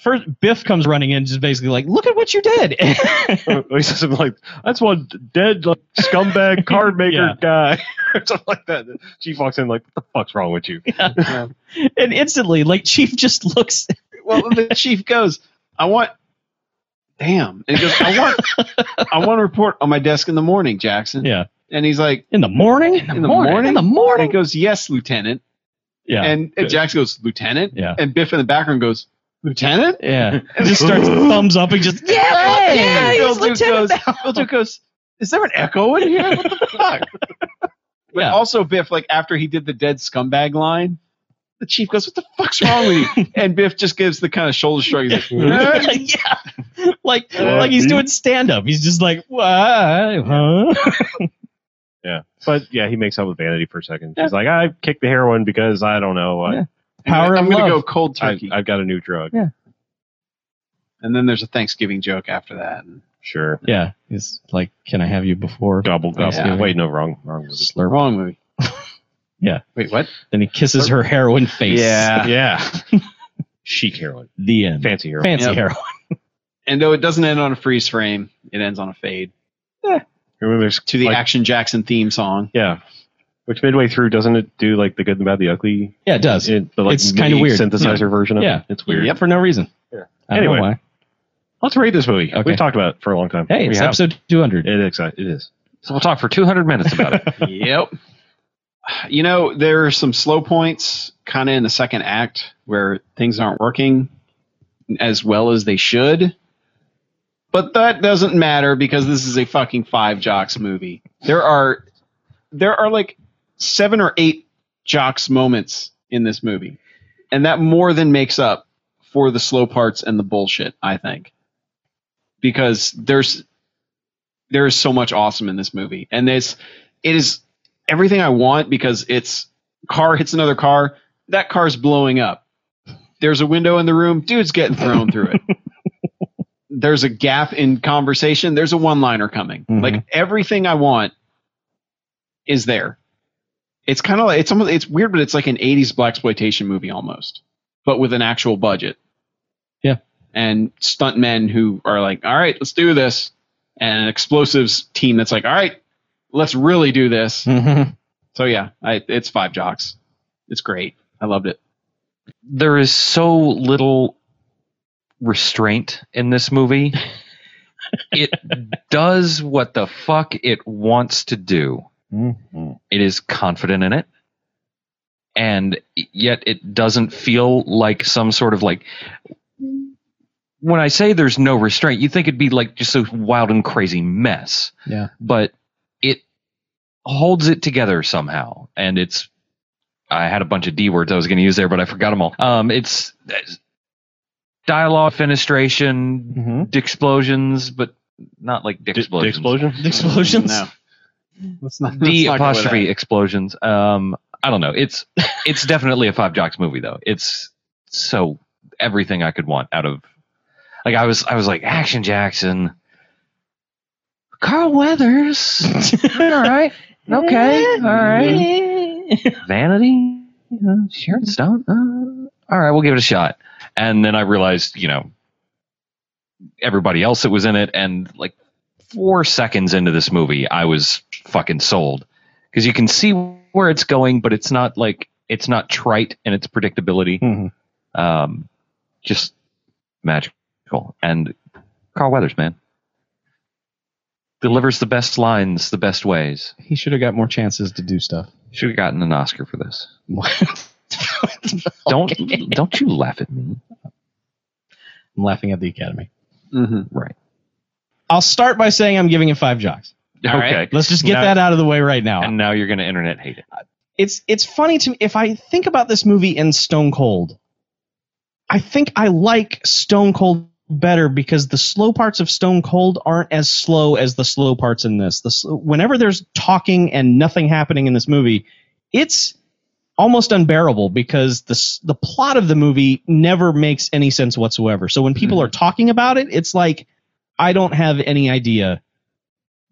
Speaker 4: first, Biff comes running in, just basically like, "Look at what you did."
Speaker 2: he says something like, that's one dead like, scumbag card maker guy. or something like that. The chief walks in like, what the fuck's wrong with you?
Speaker 4: and instantly, like Chief just looks.
Speaker 3: well, the chief goes, I want. Damn. And he goes, I want, I want a report on my desk in the morning, Jackson.
Speaker 4: Yeah,
Speaker 3: And he's like,
Speaker 4: in the morning. In
Speaker 3: the morning?
Speaker 4: In the
Speaker 3: and he
Speaker 4: morning.
Speaker 3: goes, Yes, Lieutenant.
Speaker 4: Yeah.
Speaker 3: and
Speaker 4: good.
Speaker 3: Jackson goes, Lieutenant?
Speaker 4: Yeah.
Speaker 3: And Biff in the background goes, Lieutenant?
Speaker 4: yeah. He just starts thumbs up and just yeah, yeah.
Speaker 3: Bill
Speaker 4: He's
Speaker 3: Duke
Speaker 4: lieutenant.
Speaker 3: goes- Bill Duke goes, Is there an echo in here? What the fuck? But
Speaker 4: Yeah.
Speaker 3: also, Biff, like after he did the dead scumbag line, the chief goes, What the fuck's wrong with you? and Biff just gives the kind of shoulder shrug. He's like, "Eh?"
Speaker 4: yeah. Like
Speaker 2: Yeah.
Speaker 4: like he's doing stand up. He's just like, "Why, huh?
Speaker 2: But yeah, he makes up with Vanity for a second. He's like, I kicked the heroin because I don't know. I,
Speaker 4: Yeah. Power
Speaker 3: I'm
Speaker 4: of
Speaker 3: gonna go
Speaker 4: love.
Speaker 3: cold
Speaker 2: I,
Speaker 3: turkey.
Speaker 2: I've got a new drug.
Speaker 3: and then there's a Thanksgiving joke after that. And
Speaker 2: Sure.
Speaker 4: Yeah. He's like, Can I have you before?
Speaker 2: Gobble, gobble.
Speaker 4: Yeah.
Speaker 2: Wait, no, wrong. wrong movie.
Speaker 4: Slurp.
Speaker 3: wrong movie.
Speaker 4: Yeah.
Speaker 3: Wait, what?
Speaker 4: Then he kisses her heroin face.
Speaker 2: Yeah. Chic heroin.
Speaker 4: The end.
Speaker 2: Fancy heroin.
Speaker 4: Fancy
Speaker 3: Yep.
Speaker 4: heroin.
Speaker 3: And though it doesn't end on a freeze frame, it ends on a fade Eh.
Speaker 2: Remember there's
Speaker 3: to the
Speaker 2: like-
Speaker 3: Action Jackson theme song.
Speaker 2: Yeah. Which midway through doesn't it do like the good and bad the ugly?
Speaker 4: Yeah, it does.
Speaker 2: It, the, like,
Speaker 4: It's kinda
Speaker 2: MIDI
Speaker 4: weird.
Speaker 2: Synthesizer version of
Speaker 4: Yeah.
Speaker 2: it. It's weird.
Speaker 4: Yep. For no reason.
Speaker 2: Yeah.
Speaker 4: I don't know
Speaker 2: Anyway.
Speaker 4: why.
Speaker 2: Let's rate this movie.
Speaker 4: Okay.
Speaker 2: We've talked about it for a long time.
Speaker 4: Hey,
Speaker 2: we
Speaker 4: it's
Speaker 2: have. uh,
Speaker 4: episode 200.
Speaker 2: It is. It is.
Speaker 5: So we'll talk for 200 minutes about it.
Speaker 3: yep. you know, there are some slow points kind of in the second act where things aren't working as well as they should. But that doesn't matter because this is a fucking five jocks movie. There are there are like seven or eight jocks moments in this movie. And that more than makes up for the slow parts and the bullshit, I think. Because there's there is so much awesome in this movie. And it's it is everything I want because it's car hits another car, that car's blowing up. There's a window in the room, dude's getting thrown through it. There's a gap in conversation, there's a one liner coming.
Speaker 7: Mhm.
Speaker 3: Like everything I want is there. It's kind of like it's almost it's weird, but it's like an 80s black exploitation movie almost, but with an actual budget.
Speaker 4: Yeah.
Speaker 3: And stunt men who are like, all right, let's do this. And an explosives team that's like, all right, let's really do this.
Speaker 4: Mm-hmm.
Speaker 7: Mhm.
Speaker 3: So yeah, I, it's five jocks. It's great. I loved it.
Speaker 5: there is so little restraint in this movie. it does what the fuck it wants to do.
Speaker 4: Mm-hmm.
Speaker 7: Mhm.
Speaker 5: It is confident in it. And yet it doesn't feel like some sort of like when I say there's no restraint, you think it'd be like just a wild and crazy mess.
Speaker 4: Yeah.
Speaker 5: But it holds it together somehow. And it's I had a bunch of D words I was going to use there, but I forgot them all. Um, it's it's dialogue, fenestration,
Speaker 4: Mm-hmm.
Speaker 7: Mhm.
Speaker 5: explosions, but not like
Speaker 2: Di-
Speaker 5: explosions.
Speaker 2: explosion?
Speaker 4: Explosions.
Speaker 3: No, let's not.
Speaker 5: D
Speaker 3: let's not go with
Speaker 5: apostrophe
Speaker 3: that.
Speaker 5: explosions. Um, I don't know. It's it's definitely a five jocks movie though. It's so everything I could want out of. Like I was I was like Action Jackson, Carl Weathers. all right, okay, all right. vanity uh, sharon stone uh, all right we'll give it a shot and then i realized you know everybody else that was in it and like four seconds into this movie i was fucking sold because you can see where it's going but it's not like it's not trite in its predictability
Speaker 7: Mhm.
Speaker 5: um, just magical and carl weathers man delivers the best lines the best ways
Speaker 4: He should have got more chances to do stuff.
Speaker 5: should have gotten an oscar for this don't don't you laugh at me.
Speaker 4: I'm laughing at the Academy.
Speaker 3: Mhm.
Speaker 4: I'll start by saying I'm giving it five jocks.
Speaker 3: All right.
Speaker 4: Let's just get
Speaker 5: No.
Speaker 4: that out of the way right now.
Speaker 5: And now you're gonna internet hate it.
Speaker 4: it's it's funny to me if I think about this movie in Stone Cold. I think I like Stone Cold better because the slow parts of Stone Cold aren't as slow as the slow parts in this. The sl- whenever there's talking and nothing happening in this movie, it's almost unbearable because the s- the plot of the movie never makes any sense whatsoever. So when people are talking about it, it's like I don't have any idea.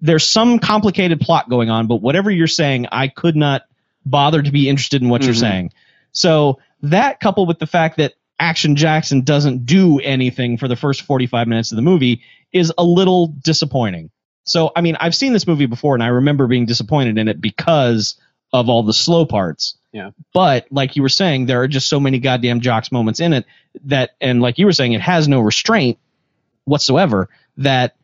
Speaker 4: There's some complicated plot going on, but whatever you're saying, I could not bother to be interested in what you're
Speaker 3: Mhm.
Speaker 4: saying. So that coupled with the fact that Action Jackson doesn't do anything for the first 45 minutes of the movie is a little disappointing. So I mean, I've seen this movie before and I remember being disappointed in it because of all the slow parts.
Speaker 3: Yeah.
Speaker 4: But like you were saying, there are just so many goddamn jocks moments in it that and like you were saying, it has no restraint whatsoever that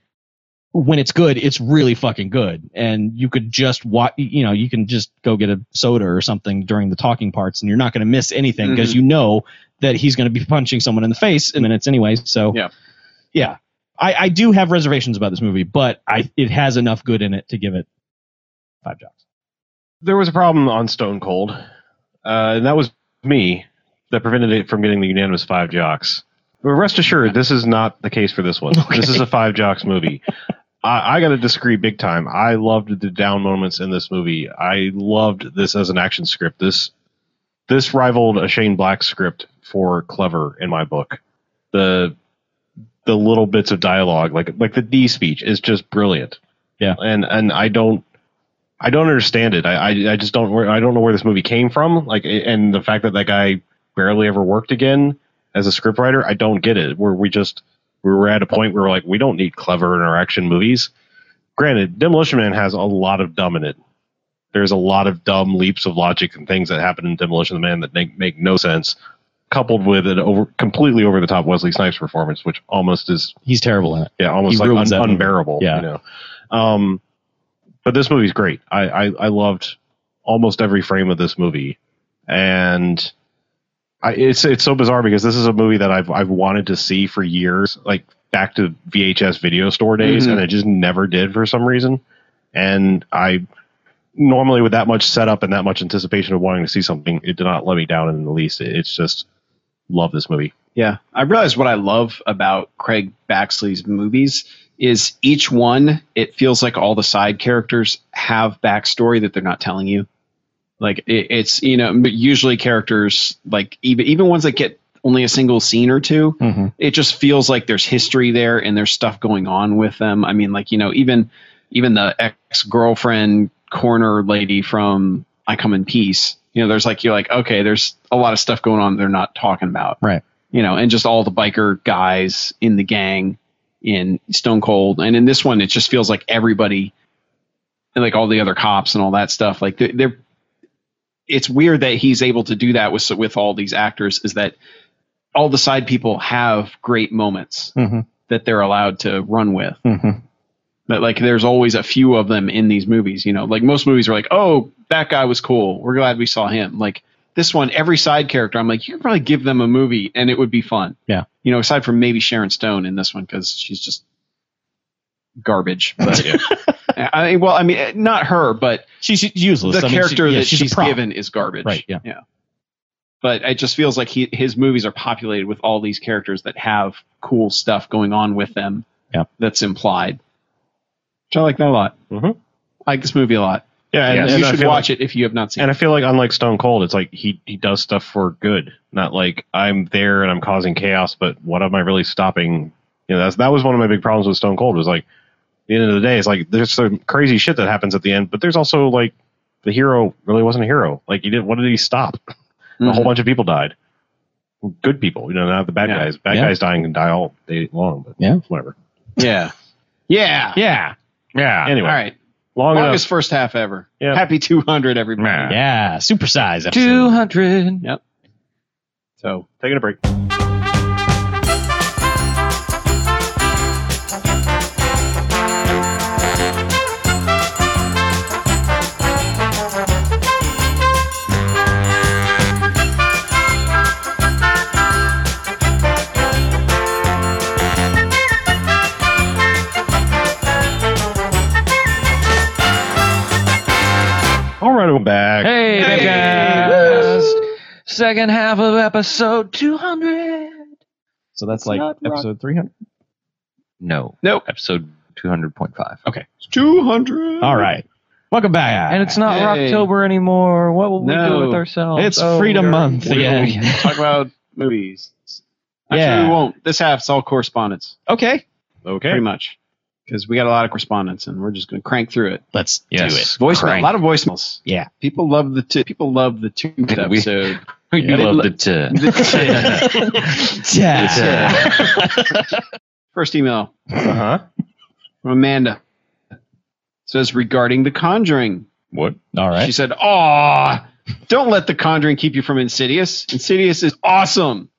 Speaker 4: when it's good, it's really fucking good. And you could just watch, you know, you can just go get a soda or something during the talking parts and you're not going to miss anything because
Speaker 3: Mhm.
Speaker 4: you know that he's going to be punching someone in the face in minutes anyway. So,
Speaker 3: Yeah.
Speaker 4: Yeah. I, I do have reservations about this movie, but I it has enough good in it to give it five jocks.
Speaker 2: There was a problem on Stone Cold, uh, and that was me that prevented it from getting the unanimous five jocks. But rest assured, this is not the case for this one. This is a five jocks movie. I, I got to disagree big time. I loved the down moments in this movie. I loved this as an action script. This this rivaled a Shane Black script for clever in my book. The the little bits of dialogue, like like the D speech, is just brilliant.
Speaker 4: Yeah.
Speaker 2: and and I don't I don't understand it. I, I I just don't where I don't know where this movie came from. Like, and the fact that that guy barely ever worked again as a scriptwriter, I don't get it. Where we just we were at a point where we're like, we don't need clever in our action movies. Granted, Demolition Man has a lot of dumb in it. There's a lot of dumb leaps of logic and things that happen in Demolition Man that make make no sense. Coupled with an over completely over the top Wesley Snipes performance, which almost is
Speaker 4: He's terrible in it.
Speaker 2: yeah, almost
Speaker 4: He
Speaker 2: like
Speaker 4: ruins
Speaker 2: un-
Speaker 4: that movie.
Speaker 2: unbearable.
Speaker 4: Yeah.
Speaker 2: You know. Um, but this movie's great. I I, I loved almost every frame of this movie, and I, it's it's so bizarre because this is a movie that I've I've wanted to see for years, like back to VHS video store days,
Speaker 3: Mhm.
Speaker 2: and I just never did for some reason. And I normally with that much setup and that much anticipation of wanting to see something, it did not let me down in the least. It, it's just love this movie.
Speaker 3: Yeah, I realize what I love about Craig Baxley's movies is each one. It feels like all the side characters have backstory that they're not telling you. Like it, it's you know but usually characters like even even ones that get only a single scene or 2
Speaker 4: Mhm.
Speaker 3: it just feels like there's history there and there's stuff going on with them. I mean, like you know even even the ex girlfriend corner lady from I Come in Peace. You know, there's like you're like okay, there's a lot of stuff going on they're not talking about you know, and just all the biker guys in the gang in Stone Cold. And in this one, it just feels like everybody, and like all the other cops and all that stuff, like they're, they're it's weird that he's able to do that with with all these actors is that all the side people have great moments
Speaker 4: Mhm.
Speaker 3: that they're allowed to run with.
Speaker 4: Mhm.
Speaker 3: But like there's always a few of them in these movies, you know. Like most movies are like, "Oh, that guy was cool. We're glad we saw him." Like this one, every side character, I'm like, you could probably give them a movie and it would be fun.
Speaker 4: Yeah.
Speaker 3: You know, aside from maybe Sharon Stone in this one because she's just garbage. But I, well, I mean, eh, not her, but
Speaker 4: She's useless.
Speaker 3: the
Speaker 4: I mean, she-
Speaker 3: character
Speaker 4: yeah,
Speaker 3: that she's,
Speaker 4: a prop.
Speaker 3: given is garbage.
Speaker 4: Right, yeah.
Speaker 3: Yeah. But it just feels like he, his movies are populated with all these characters that have cool stuff going on with them.
Speaker 4: Yeah.
Speaker 3: That's implied. Which I like that a lot.
Speaker 2: Mhm.
Speaker 3: I like this movie a lot.
Speaker 2: Yeah,
Speaker 5: and-
Speaker 3: you should watch it if you have not seen
Speaker 2: And I
Speaker 3: it.
Speaker 2: feel like unlike Stone Cold, it's like he he does stuff for good, not like I'm there and I'm causing chaos, but what am I really stopping? You know, that's that was one of my big problems with Stone Cold was like at the end of the day, it's like there's some crazy shit that happens at the end, but there's also like the hero really wasn't a hero. Like he did what did he stop? A
Speaker 3: Mm-hmm.
Speaker 2: whole bunch of people died. Good people, you know, not the bad
Speaker 3: Yeah.
Speaker 2: guys. Bad
Speaker 4: Yeah.
Speaker 2: guys dying can die all day long, but
Speaker 4: Yeah.
Speaker 2: whatever.
Speaker 3: Yeah. Yeah.
Speaker 4: Yeah.
Speaker 5: Yeah.
Speaker 2: Anyway,
Speaker 3: All right.
Speaker 2: long enough.
Speaker 3: Longest first half ever.
Speaker 2: Yeah.
Speaker 3: Happy 200, everybody.
Speaker 5: Nah.
Speaker 4: Yeah. Supersize.
Speaker 5: Two
Speaker 4: episode.
Speaker 5: hundred.
Speaker 3: So,
Speaker 2: Taking a break. All right, I'm back.
Speaker 5: Hey,
Speaker 3: Hey,
Speaker 5: Bevcast. Second half of episode two hundred.
Speaker 4: So that's like
Speaker 5: Not rock-
Speaker 4: episode 300.
Speaker 5: No.
Speaker 3: Nope.
Speaker 5: Episode two hundred point five.
Speaker 3: it's 200.
Speaker 4: All right. Welcome back.
Speaker 5: And it's not
Speaker 3: Hey.
Speaker 5: Rocktober anymore. What will we do
Speaker 3: No.
Speaker 5: with ourselves? Oh,
Speaker 4: It's Freedom
Speaker 5: we're-
Speaker 4: Month
Speaker 5: we're-
Speaker 4: again.
Speaker 3: Talk about movies. Actually,
Speaker 4: Yeah.
Speaker 3: we won't. This half's all correspondence,
Speaker 4: okay.
Speaker 2: Okay.
Speaker 3: pretty much, because we got a lot of correspondence, and we're just going to crank through it.
Speaker 4: Let's do it.
Speaker 5: Yes.
Speaker 3: Voicemail, a
Speaker 5: Crank.
Speaker 3: lot of voicemails.
Speaker 4: Yeah.
Speaker 3: People love the two. People love the two episode.
Speaker 5: You
Speaker 4: Yeah.
Speaker 5: love the t-
Speaker 4: Yeah.
Speaker 3: First email
Speaker 2: Uh-huh.
Speaker 3: from Amanda says regarding The Conjuring.
Speaker 5: What?
Speaker 4: All
Speaker 3: She
Speaker 4: right.
Speaker 3: said, "Aw, don't let The Conjuring keep you from Insidious. Insidious is awesome.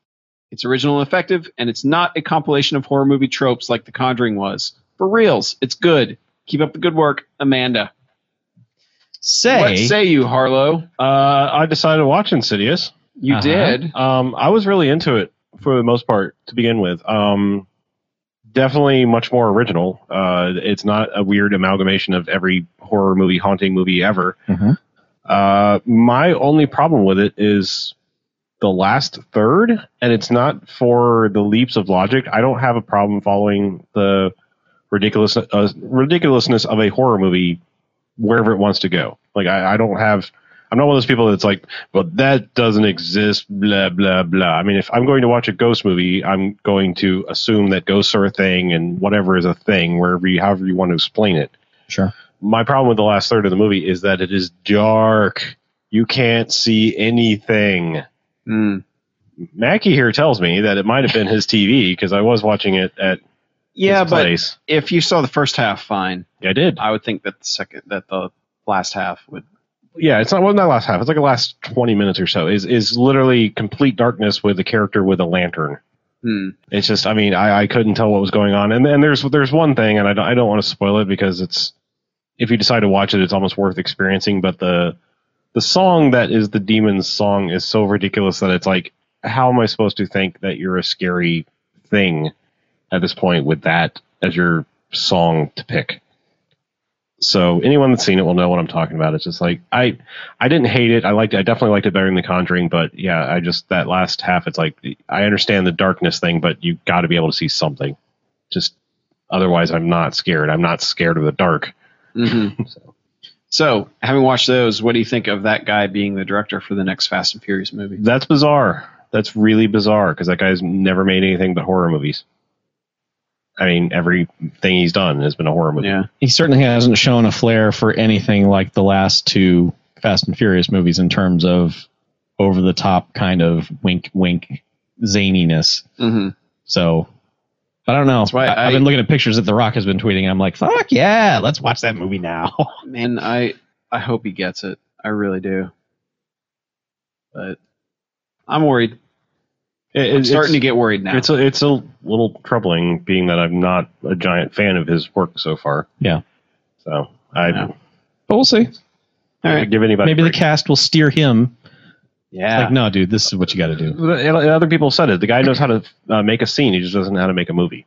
Speaker 3: It's original and effective, and it's not a compilation of horror movie tropes like The Conjuring was. For reals, it's good. Keep up the good work, Amanda. What
Speaker 4: Say,
Speaker 3: say you, Harlow?
Speaker 2: Uh, I decided to watch Insidious.
Speaker 3: You
Speaker 4: Uh-huh.
Speaker 3: did.
Speaker 2: Um, I was really into it for the most part to begin with. Um, definitely much more original. Uh, it's not a weird amalgamation of every horror movie, haunting movie ever.
Speaker 6: Hmm.
Speaker 4: Mhm.
Speaker 2: Uh, my only problem with it is the last third, and it's not for the leaps of logic. I don't have a problem following the ridiculous uh, ridiculousness of a horror movie wherever it wants to go. Like I, I don't have. I'm not one of those people that's like, well, that doesn't exist, blah, blah, blah. I mean, if I'm going to watch a ghost movie, I'm going to assume that ghosts are a thing and whatever is a thing, wherever you, however you want to explain it.
Speaker 4: Sure.
Speaker 2: My problem with the last third of the movie is that it is dark. You can't see anything.
Speaker 3: Hmm.
Speaker 2: Mackie here tells me that it might have been his TV because I was watching it at
Speaker 3: Yeah,
Speaker 2: his
Speaker 3: but
Speaker 2: place.
Speaker 3: if you saw Oh, the first half, fine.
Speaker 2: I did.
Speaker 3: I would think that the second, that the last half would.
Speaker 2: yeah, it's not wasn't that last half. It's like the last twenty minutes or so. Is is literally complete darkness with a character with a lantern.
Speaker 3: Hmm.
Speaker 2: it's just I mean I, I couldn't tell what was going on and and there's there's one thing and I don't I don't want to spoil it because it's if you decide to watch it it's almost worth experiencing but the the song that is the demon's song is so ridiculous that it's like, how am I supposed to think that you're a scary thing at this point with that as your song to pick? So anyone that's seen it will know what I'm talking about. It's just like I, I didn't hate it. I liked. It. I definitely liked it better than The Conjuring. But yeah, I just that last half. It's like I understand the darkness thing, but you got to be able to see something. Just otherwise, I'm not scared. I'm not scared of the dark.
Speaker 3: Mhm. So, having watched those, what do you think of that guy being the director for the next Fast and Furious movie?
Speaker 2: That's bizarre. That's really bizarre because that guy's never made anything but horror movies. I mean, everything he's done has been a horror movie.
Speaker 3: Yeah.
Speaker 4: He certainly hasn't shown a flair for anything like the last two Fast and Furious movies in terms of over the top kind of wink wink zaniness.
Speaker 3: Mm-hmm.
Speaker 4: So I don't know.
Speaker 3: why
Speaker 4: I,
Speaker 3: I-
Speaker 4: have been looking at pictures that The Rock has been tweeting, and I'm like, fuck yeah, let's watch that movie now.
Speaker 3: Man, I I hope he gets it. I really do. But I'm worried.
Speaker 2: It-
Speaker 3: I'm
Speaker 2: it's-
Speaker 3: starting to get worried now.
Speaker 2: It's a, it's a little troubling, being that I'm not a giant fan of his work so far.
Speaker 4: Yeah.
Speaker 2: So I
Speaker 3: Yeah.
Speaker 4: but we'll see.
Speaker 3: All
Speaker 2: I
Speaker 3: right.
Speaker 2: give anybody
Speaker 4: Maybe the
Speaker 2: break.
Speaker 4: cast will steer him.
Speaker 3: Yeah.
Speaker 4: Like, no, dude, this is what you got to do.
Speaker 2: And Other people said it. The guy knows how to uh, make a scene. He just doesn't know how to make a movie.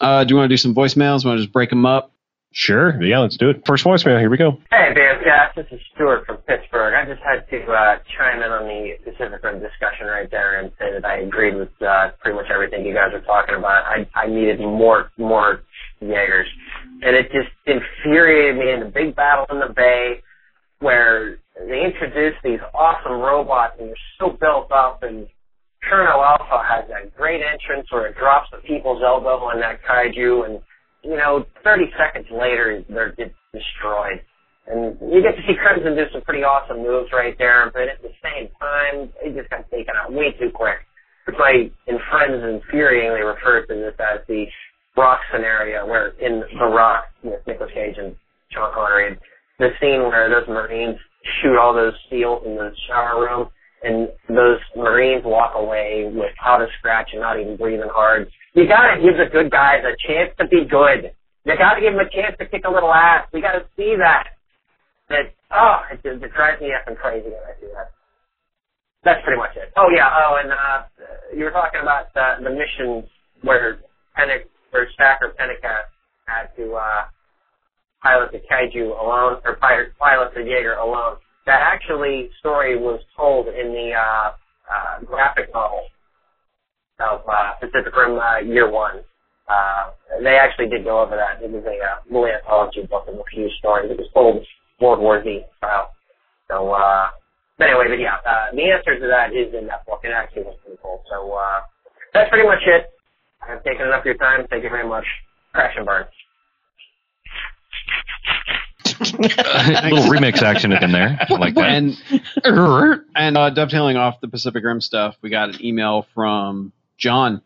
Speaker 3: Uh, do you want to do some voicemails? Want to just break them up?
Speaker 2: Sure. Yeah, let's do it. First voicemail. Here we go.
Speaker 7: Hey, Bamcast. This is Stuart from Pittsburgh. I just had to uh, chime in on the Pacific Rim discussion right there and say that I agreed with uh, pretty much everything you guys were talking about. I, I needed more more Jaegers, and it just infuriated me in the big battle in the bay where they introduced these awesome robots and they're so built up and Colonel Alpha has that great entrance where it drops the people's elbow on that kaiju and you know, 30 seconds later, they're just destroyed. And you get to see Crimson do some pretty awesome moves right there, but at the same time, it just got taken out way too quick. Which I, in Friends, infuriatingly refer to this as the Rock scenario, where in The Rock, with Nicolas Cage and Sean Connery, the scene where those Marines shoot all those seals in the shower room, and those Marines walk away without a scratch and not even breathing hard. You gotta give the good guys a chance to be good. You gotta give them a chance to kick a little ass. We gotta see that. That oh, it, just- it drives me effing crazy when I see that. That's pretty much it. Oh yeah. Oh, and uh, you were talking about uh, the missions where Pennick, where Stacker Pennick had, had to uh, pilot the kaiju alone, or pilot, pilot the Jaeger alone. That actually story was told in the uh, uh, graphic novel of uh, Pacific Rim uh, Year One. Uh, they actually did go over that. It was a uh, little anthology book of a few stories. It was told World War Z style. So, uh, but anyway, but yeah, uh, the answer to that is in that book. It actually was pretty cool. So uh, that's pretty much it. I've taken enough of your time. Thank you very much. Crash and burn.
Speaker 5: little remix action in there. I like that.
Speaker 3: And and uh, dovetailing off the Pacific Rim stuff, we got an email from John,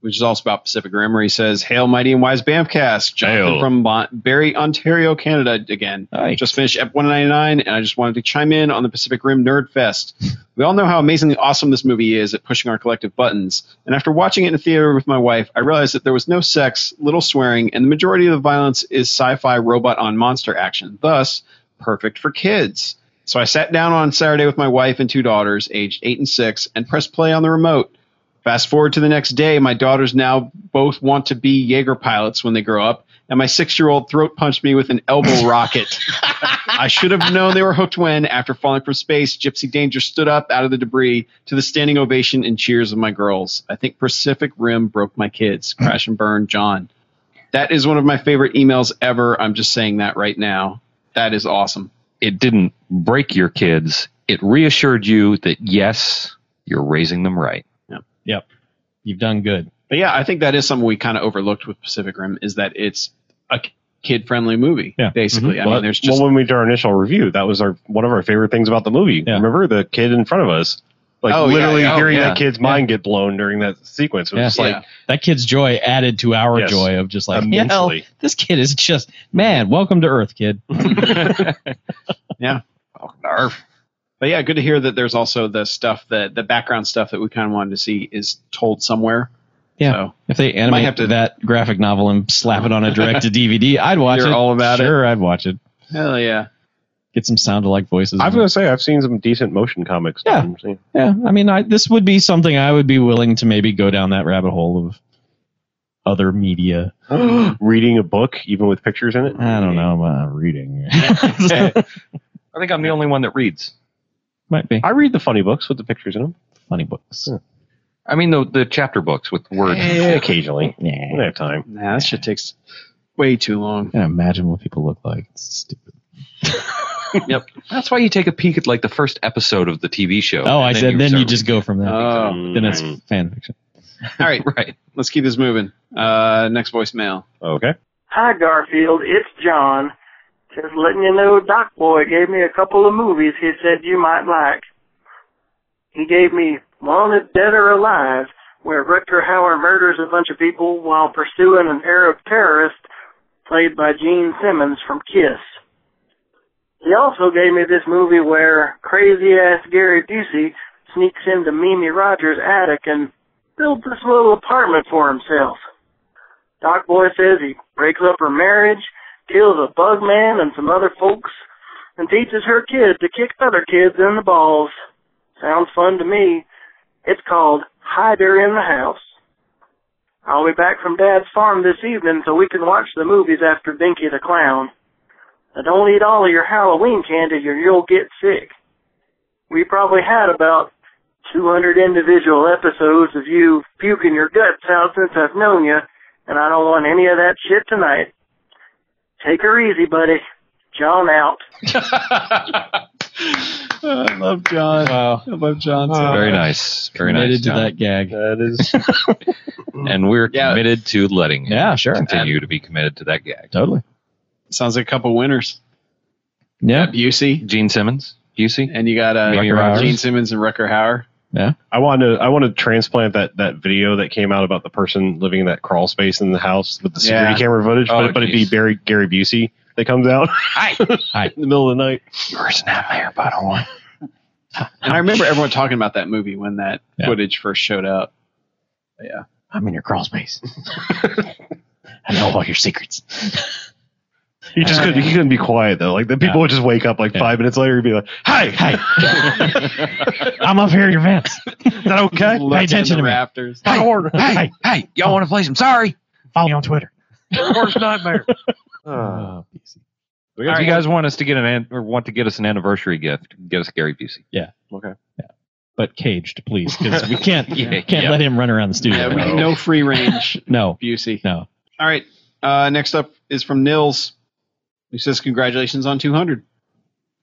Speaker 3: which is also about Pacific Rim, where he says, "Hail, mighty and wise Bamcast, Jonathan
Speaker 5: Hail.
Speaker 3: from bon- Barrie, Ontario, Canada again.
Speaker 4: Hi.
Speaker 3: Just finished Ep 199, and I just wanted to chime in on the Pacific Rim Nerd Fest. We all know how amazingly awesome this movie is at pushing our collective buttons. And after watching it in the theater with my wife, I realized that there was no sex, little swearing, and the majority of the violence is sci fi robot on monster action, thus, perfect for kids. So I sat down on Saturday with my wife and two daughters, aged eight and six, and pressed play on the remote. Fast forward to the next day, my daughters now both want to be Jaeger pilots when they grow up, and my six year old throat punched me with an elbow rocket. I should have known they were hooked when, after falling from space, Gypsy Danger stood up out of the debris to the standing ovation and cheers of my girls. I think Pacific Rim broke my kids. Crash and burn, John. That is one of my favorite emails ever. I'm just saying that right now. That is awesome.
Speaker 5: it didn't break your kids. It reassured you that yes, you're raising them right.
Speaker 4: You've done good.
Speaker 3: But yeah, I think that is something we kind of overlooked with Pacific Rim is that it's a kid friendly movie,
Speaker 4: Yeah. Mm-hmm.
Speaker 3: basically. I mean,
Speaker 2: Well,
Speaker 3: there's just.
Speaker 2: well, when we did our initial review, that was our one of our favorite things about the movie.
Speaker 4: Yeah.
Speaker 2: Remember the kid in front of us, like
Speaker 3: Oh, yeah,
Speaker 2: literally
Speaker 5: yeah, oh,
Speaker 2: hearing
Speaker 5: yeah.
Speaker 2: that kid's mind get blown during that sequence. It was
Speaker 4: Yeah.
Speaker 2: just like
Speaker 3: Yeah.
Speaker 4: That kid's joy added to our
Speaker 2: Yes.
Speaker 4: joy of just like, yeah, hell,
Speaker 2: immensely.
Speaker 4: this kid is just, man, welcome to Earth, kid.
Speaker 3: But yeah, good to hear that there's also the stuff that the background stuff that we kind of wanted to see is told somewhere.
Speaker 4: Yeah.
Speaker 3: So,
Speaker 4: If they animate
Speaker 3: have to-
Speaker 4: that graphic novel and slap it on a direct to DVD, I'd watch
Speaker 3: Hear
Speaker 4: it.
Speaker 3: all about it.
Speaker 4: Sure, I'd watch it.
Speaker 3: hell yeah.
Speaker 4: get some sound alike voices.
Speaker 2: I'm gonna say I've seen some decent motion comics.
Speaker 4: Yeah.
Speaker 2: I'm seeing-
Speaker 4: yeah, I mean, I, this would be something I would be willing to maybe go down that rabbit hole of other media.
Speaker 2: Reading a book, even with pictures in it.
Speaker 4: I don't know about reading.
Speaker 5: I think I'm the only one that reads.
Speaker 4: Might be
Speaker 2: I read the funny books with the pictures in them.
Speaker 4: funny books.
Speaker 5: I mean the the chapter books with words.
Speaker 2: Eh, occasionally. I don't
Speaker 4: Yeah,
Speaker 2: have time.
Speaker 3: Nah, that shit takes way too long.
Speaker 4: can't imagine what people look like. It's stupid.
Speaker 5: That's why you take a peek at like the first episode of the TV show.
Speaker 4: Oh,
Speaker 5: and
Speaker 4: I said. Then you
Speaker 5: start-
Speaker 4: just go from there.
Speaker 3: Oh,
Speaker 4: then it's
Speaker 2: Mm,
Speaker 4: fan fiction.
Speaker 3: all right.
Speaker 5: right.
Speaker 3: Let's keep this moving. Uh, next voicemail.
Speaker 2: okay.
Speaker 8: Hi, Garfield. It's John. Just letting you know, Doc Boy gave me a couple of movies he said you might like. He gave me Wanted Dead or Alive, where Rutger Hauer murders a bunch of people while pursuing an Arab terrorist played by Gene Simmons from Kiss. He also gave me this movie where crazy ass Gary Busey sneaks into Mimi Rogers' attic and builds this little apartment for himself. Doc Boy says he breaks up her marriage, kills a bug man and some other folks, and teaches her kid to kick other kids in the balls. Sounds fun to me. It's called Hider in the House. I'll be back from Dad's farm this evening so we can watch the movies after Dinky the Clown. Now don't eat all of your Halloween candy or you'll get sick. We probably had about 200 individual episodes of you puking your guts out since I've known you, and I don't want any of that shit tonight. Take her easy, buddy. John out.
Speaker 3: Uh,
Speaker 4: I love John. Wow, I love John.
Speaker 5: Very nice. Very
Speaker 4: committed
Speaker 5: nice.
Speaker 4: to
Speaker 5: John.
Speaker 4: that gag.
Speaker 2: That is
Speaker 5: And we're
Speaker 3: Yeah.
Speaker 5: committed to letting him
Speaker 4: Yeah, sure,
Speaker 5: continue to be committed to that gag.
Speaker 4: totally.
Speaker 3: Sounds like a couple winners.
Speaker 4: Yeah,
Speaker 3: Busey,
Speaker 5: Gene Simmons, Busey.
Speaker 3: and you got
Speaker 5: Mimi
Speaker 3: uh,
Speaker 5: Rogers.
Speaker 3: Gene Simmons and Rucker Hauer.
Speaker 2: I want to I want to transplant that that video that came out about the person living in that crawl space in the house with the security
Speaker 3: Yeah.
Speaker 2: camera footage,
Speaker 5: Oh,
Speaker 2: but but it'd be
Speaker 5: geez.
Speaker 2: Barry Gary Busey that comes out. Hi.
Speaker 4: Hi.
Speaker 2: In the middle of the night.
Speaker 5: Yours nightmare, but I want.
Speaker 3: And I remember everyone talking about that movie when that
Speaker 4: Yeah.
Speaker 3: footage first showed up.
Speaker 4: I'm in your crawl space. I know all your secrets.
Speaker 2: He just couldn't he couldn't be quiet though. Like the people would just wake up like
Speaker 4: Yeah.
Speaker 2: five minutes later and be like, Hi, hi,
Speaker 4: I'm up here in your vents.
Speaker 2: is that okay?
Speaker 3: Left in
Speaker 4: attention to
Speaker 3: the
Speaker 4: me.
Speaker 3: rafters.
Speaker 2: Out of order.
Speaker 4: Hey,
Speaker 5: Hey, y'all want to play some Sorry?
Speaker 4: follow me on Twitter.
Speaker 5: Worst nightmare.
Speaker 2: Uh,
Speaker 5: If you guys want us to get an an- or want to get us an anniversary gift, get us Gary Busey.
Speaker 4: But caged, please, because we can't
Speaker 5: Yeah,
Speaker 4: can't
Speaker 5: yeah.
Speaker 4: let him run around the studio.
Speaker 3: Yeah, we,
Speaker 5: No.
Speaker 3: no free range,
Speaker 4: no,
Speaker 3: Busey.
Speaker 4: no.
Speaker 3: All right. Uh, next up is from Nils, who says, Congratulations on 200.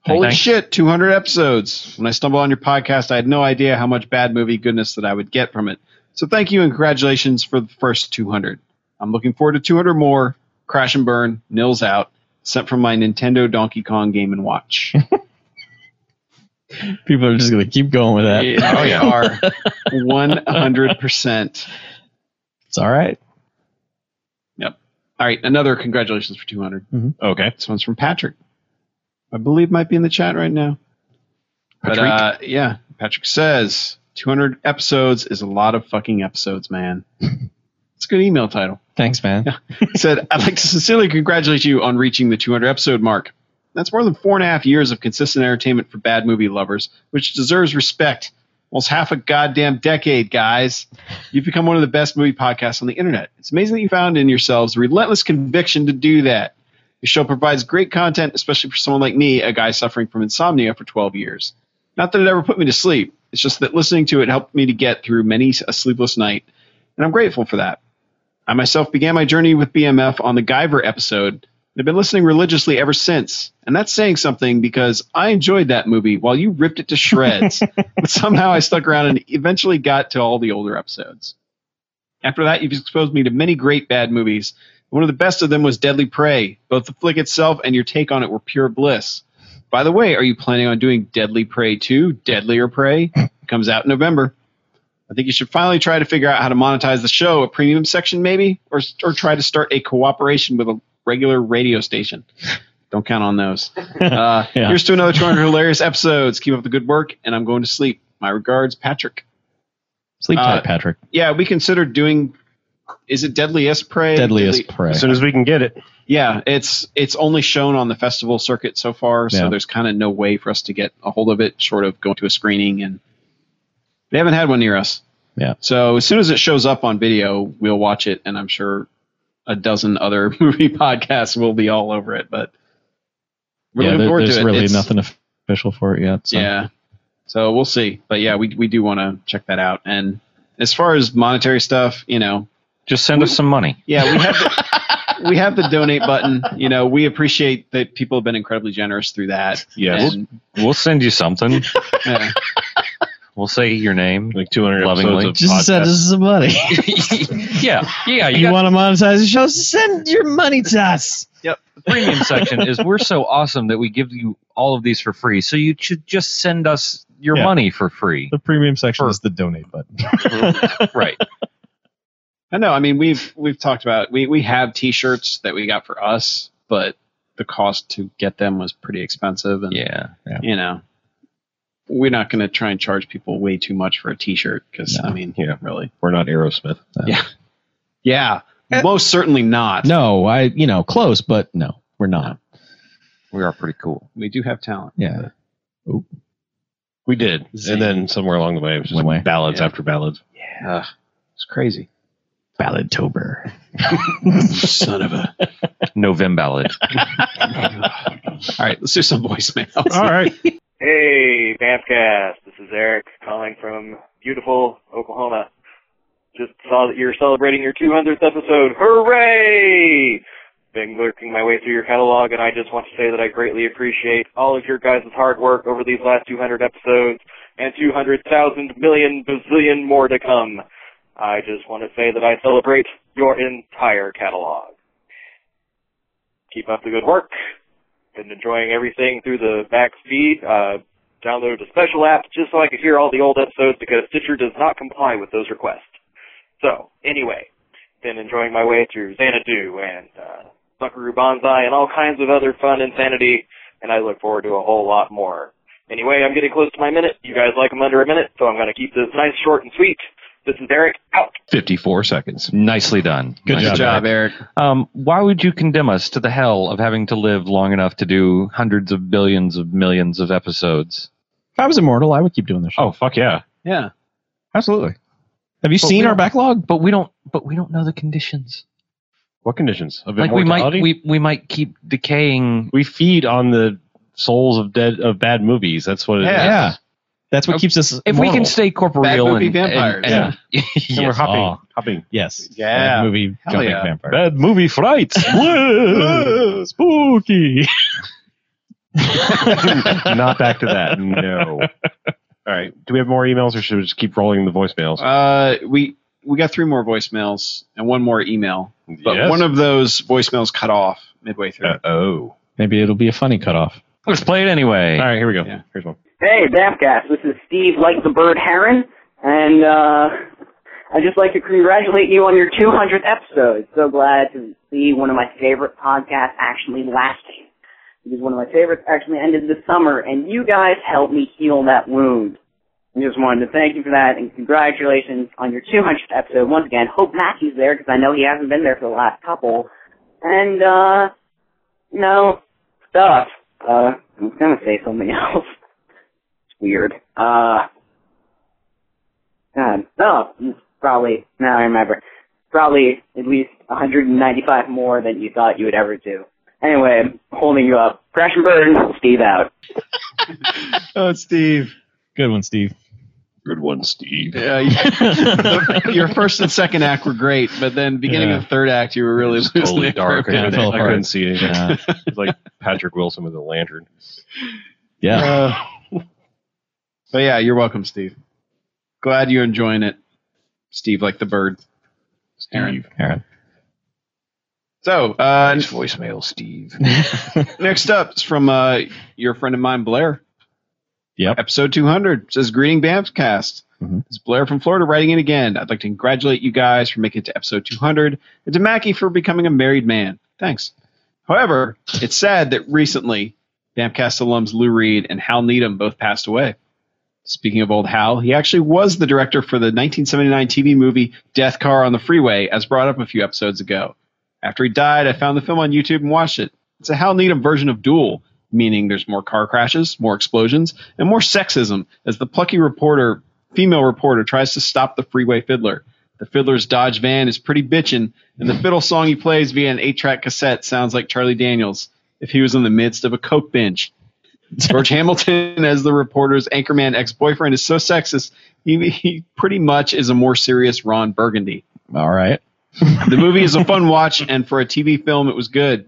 Speaker 3: Holy
Speaker 5: Thanks.
Speaker 3: shit, 200 episodes. When I stumbled on your podcast, I had no idea how much bad movie goodness that I would get from it. So thank you and congratulations for the first 200. I'm looking forward to 200 more. Crash and burn, Nils out, sent from my Nintendo Donkey Kong Game and Watch.
Speaker 4: People are just gonna keep going with that.
Speaker 3: oh, yeah. are 100%.
Speaker 4: It's all right.
Speaker 3: All right, another congratulations for 200.
Speaker 4: Mm-hmm.
Speaker 2: okay.
Speaker 3: This one's from Patrick. I believe might be in the chat right now. But
Speaker 5: Patrick?
Speaker 3: uh, yeah, Patrick says 200 episodes is a lot of fucking episodes, man. It's a good email title.
Speaker 4: Thanks, man.
Speaker 3: He said, I'd like to sincerely congratulate you on reaching the 200 episode mark. That's more than four and a half years of consistent entertainment for bad movie lovers, which deserves respect. Almost half a goddamn decade, guys. You've become one of the best movie podcasts on the internet. It's amazing that you found in yourselves the relentless conviction to do that. Your show provides great content, especially for someone like me, a guy suffering from insomnia for 12 years. Not that it ever put me to sleep, it's just that listening to it helped me to get through many a sleepless night, and I'm grateful for that. I myself began my journey with BMF on the Guyver episode, and have been listening religiously ever since. And that's saying something because I enjoyed that movie while you ripped it to shreds. but somehow I stuck around and eventually got to all the older episodes. After that, you've exposed me to many great bad movies. One of the best of them was Deadly Prey. Both the flick itself and your take on it were pure bliss. By the way, are you planning on doing Deadly Prey 2, Deadlier Prey? It comes out in November. I think you should finally try to figure out how to monetize the show, a premium section maybe, or or try to start a cooperation with a regular radio station. Don't count on those. Uh,
Speaker 4: Yeah.
Speaker 3: Here's to another 200 hilarious episodes. Keep up the good work, and I'm going to sleep. My regards, Patrick.
Speaker 4: Sleep tight,
Speaker 3: Uh,
Speaker 4: Patrick.
Speaker 3: Yeah, we considered doing. Is it Deadliest Prey?
Speaker 4: Deadliest
Speaker 3: Deadly-
Speaker 4: prey.
Speaker 2: As soon as we can get it.
Speaker 3: yeah, it's it's only shown on the festival circuit so far, so
Speaker 2: Yeah.
Speaker 3: there's kind of no way for us to get a hold of it, short of going to a screening, and they haven't had one near us.
Speaker 2: Yeah.
Speaker 3: So as soon as it shows up on video, we'll watch it, and I'm sure a dozen other movie podcasts will be all over it. But we're
Speaker 4: yeah,
Speaker 3: looking
Speaker 4: there-
Speaker 3: forward
Speaker 4: there's
Speaker 3: to it.
Speaker 4: really
Speaker 3: It's-
Speaker 4: nothing official for it yet. So.
Speaker 3: yeah. So we'll see. But yeah, we, we do want to check that out. And as far as monetary stuff, you know,
Speaker 5: Just send us some money.
Speaker 3: yeah, we have the, we have the donate button. You know, we appreciate that people have been incredibly generous through that.
Speaker 5: Yes.
Speaker 3: And,
Speaker 5: We'll send you something.
Speaker 3: yeah.
Speaker 5: We'll say your name.
Speaker 2: Like 200
Speaker 5: Lovingly.
Speaker 2: episodes of
Speaker 6: Just send
Speaker 2: podcast.
Speaker 6: us some money.
Speaker 5: yeah. Yeah. You,
Speaker 6: you
Speaker 5: got
Speaker 6: want to monetize the show? Send your money to us.
Speaker 5: the premium section is we're so awesome that we give you all of these for free. So you should just send us your
Speaker 4: Yeah.
Speaker 5: money for free.
Speaker 4: The premium section
Speaker 5: For-
Speaker 4: is the donate button.
Speaker 5: right.
Speaker 3: I know. I mean, we've we've talked about we we have T-shirts that we got for us, but the cost to get them was pretty expensive, and
Speaker 5: Yeah.
Speaker 3: you know, we're not going to try and charge people way too much for a T-shirt because I mean,
Speaker 2: Yeah.
Speaker 3: really,
Speaker 2: We're not Aerosmith.
Speaker 3: yeah,
Speaker 4: Eh.
Speaker 3: most certainly not.
Speaker 4: No, I you know close, but no, we're not.
Speaker 5: We are pretty cool.
Speaker 3: we do have talent.
Speaker 4: Yeah,
Speaker 2: We did. And then somewhere along the way, it was just
Speaker 4: One way.
Speaker 2: ballads
Speaker 3: Yeah.
Speaker 2: after ballads.
Speaker 3: Ugh, it's crazy.
Speaker 6: Ballad Tober.
Speaker 3: Son of a.
Speaker 5: November ballad.
Speaker 3: All right, let's do some voicemails.
Speaker 2: All right.
Speaker 9: Hey, Bamcast. This is Eric calling from beautiful Oklahoma. Just saw that you're celebrating your 200th episode. Hooray! Been lurking my way through your catalog, and I just want to say that I greatly appreciate all of your guys' hard work over these last 200 episodes and 200,000 million bazillion more to come. I just want to say that I celebrate your entire catalog. Keep up the good work been enjoying everything through the back feed. Uh, downloaded a special app just so I could hear all the old episodes because Stitcher does not comply with those requests. So, anyway, been enjoying my way through Xanadu and uh, Buckaroo Banzai and all kinds of other fun insanity, and I look forward to a whole lot more. Anyway, I'm getting close to my minute. You guys like them under a minute, so I'm going to keep this nice, short, and sweet. This is Eric, out.
Speaker 2: 54 seconds.
Speaker 5: Nicely done.
Speaker 4: Good
Speaker 5: Nice
Speaker 4: job,
Speaker 3: Eric.
Speaker 5: Um, why would you condemn us to the hell of having to live long enough to do hundreds of billions of millions of episodes?
Speaker 4: if I was immortal, I would keep doing this. Show.
Speaker 2: Oh, fuck yeah.
Speaker 3: Yeah.
Speaker 4: absolutely. Have you
Speaker 5: we
Speaker 4: seen our
Speaker 5: don't-
Speaker 4: backlog?
Speaker 5: But we don't. But we don't know the conditions.
Speaker 2: What conditions? Of
Speaker 5: Like we might.
Speaker 2: immortality?
Speaker 5: We we might keep decaying.
Speaker 2: we feed on the souls of dead of bad movies. That's what it is.
Speaker 3: Yeah.
Speaker 6: That's what
Speaker 5: Okay.
Speaker 6: keeps us.
Speaker 5: If we
Speaker 6: immortal.
Speaker 5: can stay corporeal
Speaker 3: movie
Speaker 5: and,
Speaker 3: vampires.
Speaker 5: and, and
Speaker 2: And we're
Speaker 5: Yes.
Speaker 2: hopping,
Speaker 4: Aw.
Speaker 2: hopping.
Speaker 6: yes,
Speaker 4: That
Speaker 3: Yeah.
Speaker 4: movie
Speaker 3: Hell
Speaker 4: jumping
Speaker 3: yeah.
Speaker 4: vampire.
Speaker 2: Bad movie fright.
Speaker 4: Whoa, spooky.
Speaker 2: Not back to that. No. All right. Do we have more emails, or should we just keep rolling the voicemails?
Speaker 3: Uh, we we got three more voicemails and one more email, but one of those voicemails cut off midway through.
Speaker 2: oh.
Speaker 4: Maybe it'll be a funny cutoff.
Speaker 5: let's play it anyway.
Speaker 2: All right. Here we go.
Speaker 3: Yeah.
Speaker 2: Here's one.
Speaker 10: Hey, Bamcast. This is Steve, like the bird Heron, and uh, I'd just like to congratulate you on your 200th episode. So glad to see one of my favorite podcasts actually lasting. Because one of my favorites actually ended this summer, and you guys helped me heal that wound. I just wanted to thank you for that, and congratulations on your 200th episode once again. Hope Matthew's there, because I know he hasn't been there for the last couple. And, uh, you know, stuff. Uh, I was gonna say something else weird. Uh, God, oh, it's probably now I remember. Probably at least 195 more than you thought you would ever do. Anyway, I'm holding you up. Crash and burn, Steve out.
Speaker 3: Oh, Steve.
Speaker 4: Good one, Steve.
Speaker 2: Good one, Steve.
Speaker 3: Yeah, you- Uh, your first and second act were great, but then beginning of the third act, you were really losing
Speaker 5: totally
Speaker 3: it for
Speaker 5: dark.
Speaker 3: a minute.
Speaker 2: I,
Speaker 4: fell
Speaker 2: couldn't, I
Speaker 4: apart.
Speaker 2: couldn't see anything.
Speaker 4: Yeah.
Speaker 2: It's like Patrick Wilson with a lantern.
Speaker 4: yeah.
Speaker 3: But yeah, you're welcome, Steve. Glad you're enjoying it, Steve, like the bird. Aaron.
Speaker 4: Aaron.
Speaker 3: So, uh,
Speaker 5: voicemail, Steve.
Speaker 3: Next up is from uh, your friend of mine, Blair.
Speaker 4: Yep.
Speaker 3: Episode 200 says, Greeting Bamcast.
Speaker 4: Mhm.
Speaker 3: It's Blair from Florida writing in again. I'd like to congratulate you guys for making it to episode 200 and to Mackie for becoming a married man. Thanks. However, it's sad that recently Bamcast alums Lou Reed and Hal Needham both passed away. Speaking of old Hal, he actually was the director for the 1979 TV movie Death Car on the Freeway, as brought up a few episodes ago. After he died, I found the film on YouTube and watched it. It's a Hal Needham version of Duel, meaning there's more car crashes, more explosions, and more sexism as the plucky reporter, female reporter, tries to stop the freeway fiddler. The fiddler's Dodge van is pretty bitchin', and the fiddle song he plays via an eight-track cassette sounds like Charlie Daniels if he was in the midst of a coke binge. George Hamilton, as the reporter's anchorman ex-boyfriend, is so sexist he, he pretty much is a more serious Ron Burgundy.
Speaker 11: All right.
Speaker 3: The movie is a fun watch, and for a TV film, it was good. If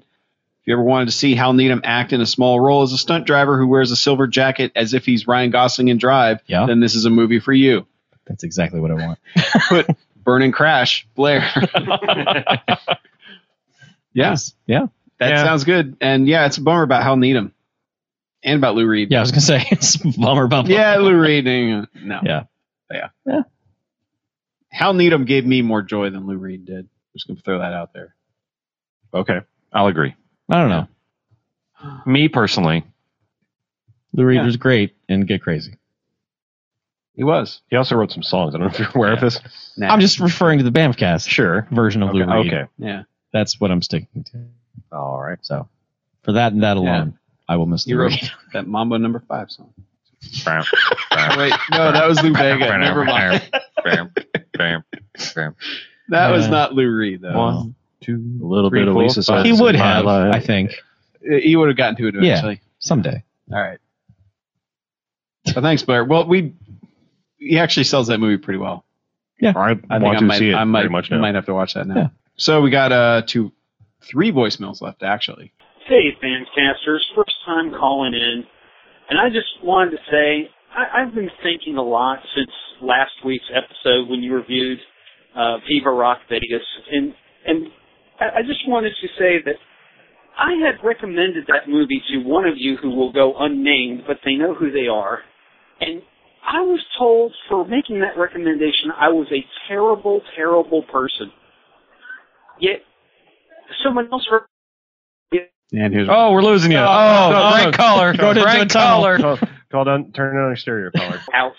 Speaker 3: you ever wanted to see Hal Needham act in a small role as a stunt driver who wears a silver jacket as if he's Ryan Gosling in Drive,
Speaker 11: Yeah.
Speaker 3: then this is a movie for you.
Speaker 11: That's exactly what I want.
Speaker 3: Put Burn and Crash, Blair. yes,
Speaker 11: Yeah.
Speaker 3: that
Speaker 2: Yeah.
Speaker 3: sounds good. And yeah, it's a bummer about Hal Needham and about Lou Reed.
Speaker 4: Yeah, I was gonna say it's a bummer bummer.
Speaker 3: yeah, Lou Reed. eh, No.
Speaker 11: Yeah.
Speaker 3: Yeah.
Speaker 11: Yeah.
Speaker 3: Hal Needham gave me more joy than Lou Reed did. just gonna throw that out there.
Speaker 2: Okay.
Speaker 5: I'll agree.
Speaker 11: I don't know.
Speaker 5: Me personally,
Speaker 11: Lou Reed
Speaker 3: Yeah.
Speaker 11: was great and get crazy.
Speaker 3: He was.
Speaker 2: He also wrote some songs. I don't know if you're aware of this.
Speaker 3: Nah.
Speaker 11: I'm just referring to the Bamcast. Sure. Version of
Speaker 2: Okay.
Speaker 11: Lou Reed.
Speaker 2: okay.
Speaker 3: yeah.
Speaker 11: That's what I'm sticking to.
Speaker 2: All right.
Speaker 11: So for that and that
Speaker 3: Yeah.
Speaker 11: alone, I will miss
Speaker 3: He
Speaker 11: Lou
Speaker 3: wrote
Speaker 11: Reed.
Speaker 3: that Mambo number five song.
Speaker 5: bam,
Speaker 3: Oh, wait, no, that was Lou Vega. Never mind.
Speaker 5: bam, bam, bam.
Speaker 3: That was
Speaker 11: Yeah.
Speaker 3: not Lou Reed though.
Speaker 11: Well,
Speaker 2: Two.
Speaker 11: A little
Speaker 2: Three, bit of four, Lisa five.
Speaker 11: He
Speaker 2: Sons
Speaker 11: would
Speaker 2: in my
Speaker 11: have,
Speaker 2: life.
Speaker 11: I think,
Speaker 3: He would have gotten to it
Speaker 11: Yeah.
Speaker 3: eventually.
Speaker 11: someday.
Speaker 3: All right. But thanks, Blair. Well, we he actually sells that movie pretty well.
Speaker 2: I,
Speaker 3: I think
Speaker 2: want
Speaker 3: I
Speaker 2: to
Speaker 3: might,
Speaker 2: see it
Speaker 3: I might,
Speaker 2: pretty much now.
Speaker 3: might have to watch that now.
Speaker 11: Yeah.
Speaker 3: So we got uh two, three voicemails left actually.
Speaker 12: Hey, Fancasters. First time calling in. And I just wanted to say, I, I've been thinking a lot since last week's episode when you reviewed uh, Viva Rock Vegas. And, and I, I just wanted to say that I had recommended that movie to one of you who will go unnamed, but they know who they are. And I was told for making that recommendation, I was a terrible, terrible person. Yet, someone else re-
Speaker 3: And here's
Speaker 5: Oh, we're losing you. Oh,
Speaker 2: no,
Speaker 5: Frank Collar.
Speaker 2: Go to-
Speaker 5: Frank
Speaker 2: to a
Speaker 5: Collar.
Speaker 2: tunnel. Call, call down, turn on your stereo caller.
Speaker 12: out.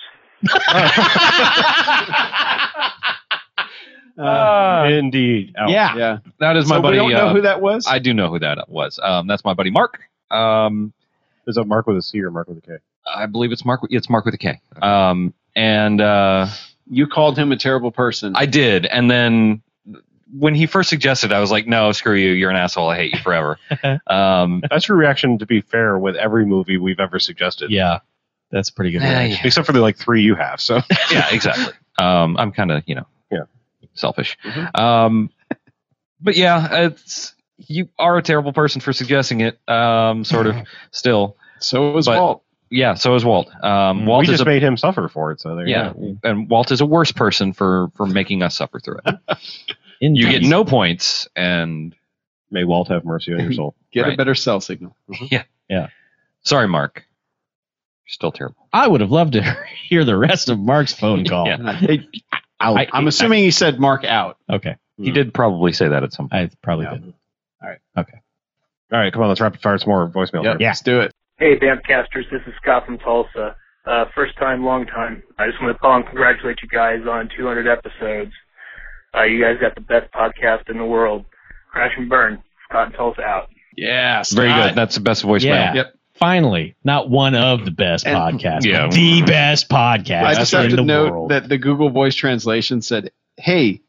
Speaker 2: Indeed. Ouch.
Speaker 4: Yeah.
Speaker 3: Uh, yeah.
Speaker 5: Uh, That is my
Speaker 3: so
Speaker 5: buddy.
Speaker 3: we don't know
Speaker 5: uh,
Speaker 3: who that was.
Speaker 5: I do know who that was. Um, that's my buddy Mark. Um,
Speaker 2: Is that Mark with a C or Mark with a K?
Speaker 5: I believe it's Mark. It's Mark with a K. Um, and uh,
Speaker 3: you called him a terrible person.
Speaker 5: I did, and then when he first suggested, I was like, "No, screw you. You're an asshole. I hate you forever." um,
Speaker 2: That's your reaction, to be fair, with every movie we've ever suggested.
Speaker 11: Yeah. That's a pretty good.
Speaker 5: yeah,
Speaker 11: reaction.
Speaker 5: yeah,
Speaker 2: Except for the like three you have. So
Speaker 5: yeah, exactly. Um, I'm kind of you know,
Speaker 2: Yeah. Mm-hmm.
Speaker 5: selfish. Um, but yeah, it's you are a terrible person for suggesting it. Um, sort of still.
Speaker 3: so it was
Speaker 5: but-
Speaker 3: Walt.
Speaker 5: Yeah, so is Walt. Um, Walt
Speaker 2: Mm, we
Speaker 5: is
Speaker 2: just
Speaker 5: a
Speaker 2: made him suffer for it. So there
Speaker 5: yeah,
Speaker 2: you go.
Speaker 5: and Walt is a worse person for for making us suffer through it. You get
Speaker 11: Indeed.
Speaker 5: no points, and
Speaker 2: May Walt have mercy on your soul.
Speaker 3: Get a
Speaker 5: Right.
Speaker 3: better cell signal.
Speaker 5: sorry, Mark, you're still terrible.
Speaker 11: I would have loved to hear the rest of Mark's phone call.
Speaker 5: Yeah.
Speaker 3: Hey, out.
Speaker 11: I-
Speaker 3: I'm assuming he said Mark out.
Speaker 11: Okay.
Speaker 5: He did probably say that at some point.
Speaker 11: I probably
Speaker 3: Yeah.
Speaker 11: did.
Speaker 2: All right, come on, let's rapid fire some more voicemail.
Speaker 3: Yep, Let's do it.
Speaker 7: Hey, Bamcasters, this is Scott from Tulsa. Uh, first time, long time. I just want to call and congratulate you guys on 200 episodes. Uh, you guys got the best podcast in the world. Crash and burn. Scott and Tulsa out.
Speaker 3: Yes.
Speaker 5: Very good. That's the best voicemail.
Speaker 11: Yeah.
Speaker 3: Yep.
Speaker 11: Finally, not one of the best
Speaker 3: And-
Speaker 11: podcasts.
Speaker 5: Yeah.
Speaker 11: but The best podcast
Speaker 3: I just have
Speaker 11: in
Speaker 3: to
Speaker 11: the
Speaker 3: note
Speaker 11: world.
Speaker 3: that the Google Voice translation said, "Hey,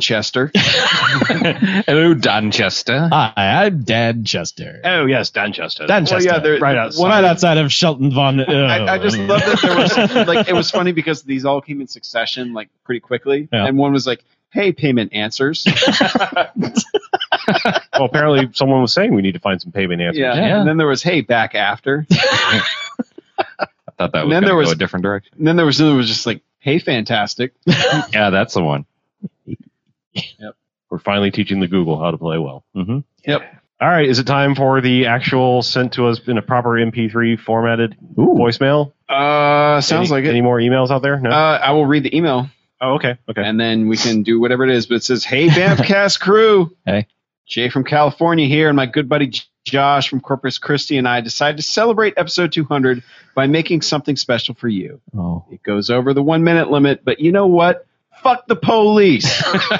Speaker 3: Chester."
Speaker 5: Hello, Donchester.
Speaker 11: Hi, I'm Dan Chester.
Speaker 2: Oh yes, Donchester.
Speaker 11: Dan Chester.
Speaker 3: yeah, there-
Speaker 2: right outside.
Speaker 11: right outside Oh, of Shelton Von.
Speaker 3: I, I just
Speaker 11: Ugh.
Speaker 3: love that there was like it was funny because these all came in succession like pretty quickly,
Speaker 11: Yeah.
Speaker 3: and one was like, "Hey, payment answers."
Speaker 2: well, apparently someone was saying we need to find some payment answers.
Speaker 3: yeah.
Speaker 5: Yeah.
Speaker 3: and then there was "Hey, back after,"
Speaker 5: I thought that was
Speaker 3: And then
Speaker 5: going to
Speaker 3: there was-
Speaker 5: go a different direction.
Speaker 3: and then there was another was just like, "Hey, fantastic."
Speaker 5: Yeah, that's the one.
Speaker 2: We're finally teaching the Google how to play well.
Speaker 5: Mhm.
Speaker 3: Yep.
Speaker 2: All right, is it time for the actual sent to us in a proper MP3 formatted voicemail?
Speaker 3: Uh, sounds
Speaker 2: Any-
Speaker 3: like it.
Speaker 2: Any more emails out there? No.
Speaker 3: Uh, I will read the email
Speaker 2: oh, okay. Okay.
Speaker 3: and then we can do whatever it is. But it says, "Hey, Bamcast crew,
Speaker 11: Hey.
Speaker 3: Jay from California here, and my good buddy J- Josh from Corpus Christi and I decided to celebrate episode 200 by making something special for you.
Speaker 11: Oh.
Speaker 3: It goes over the one minute limit, but you know what? Fuck the police.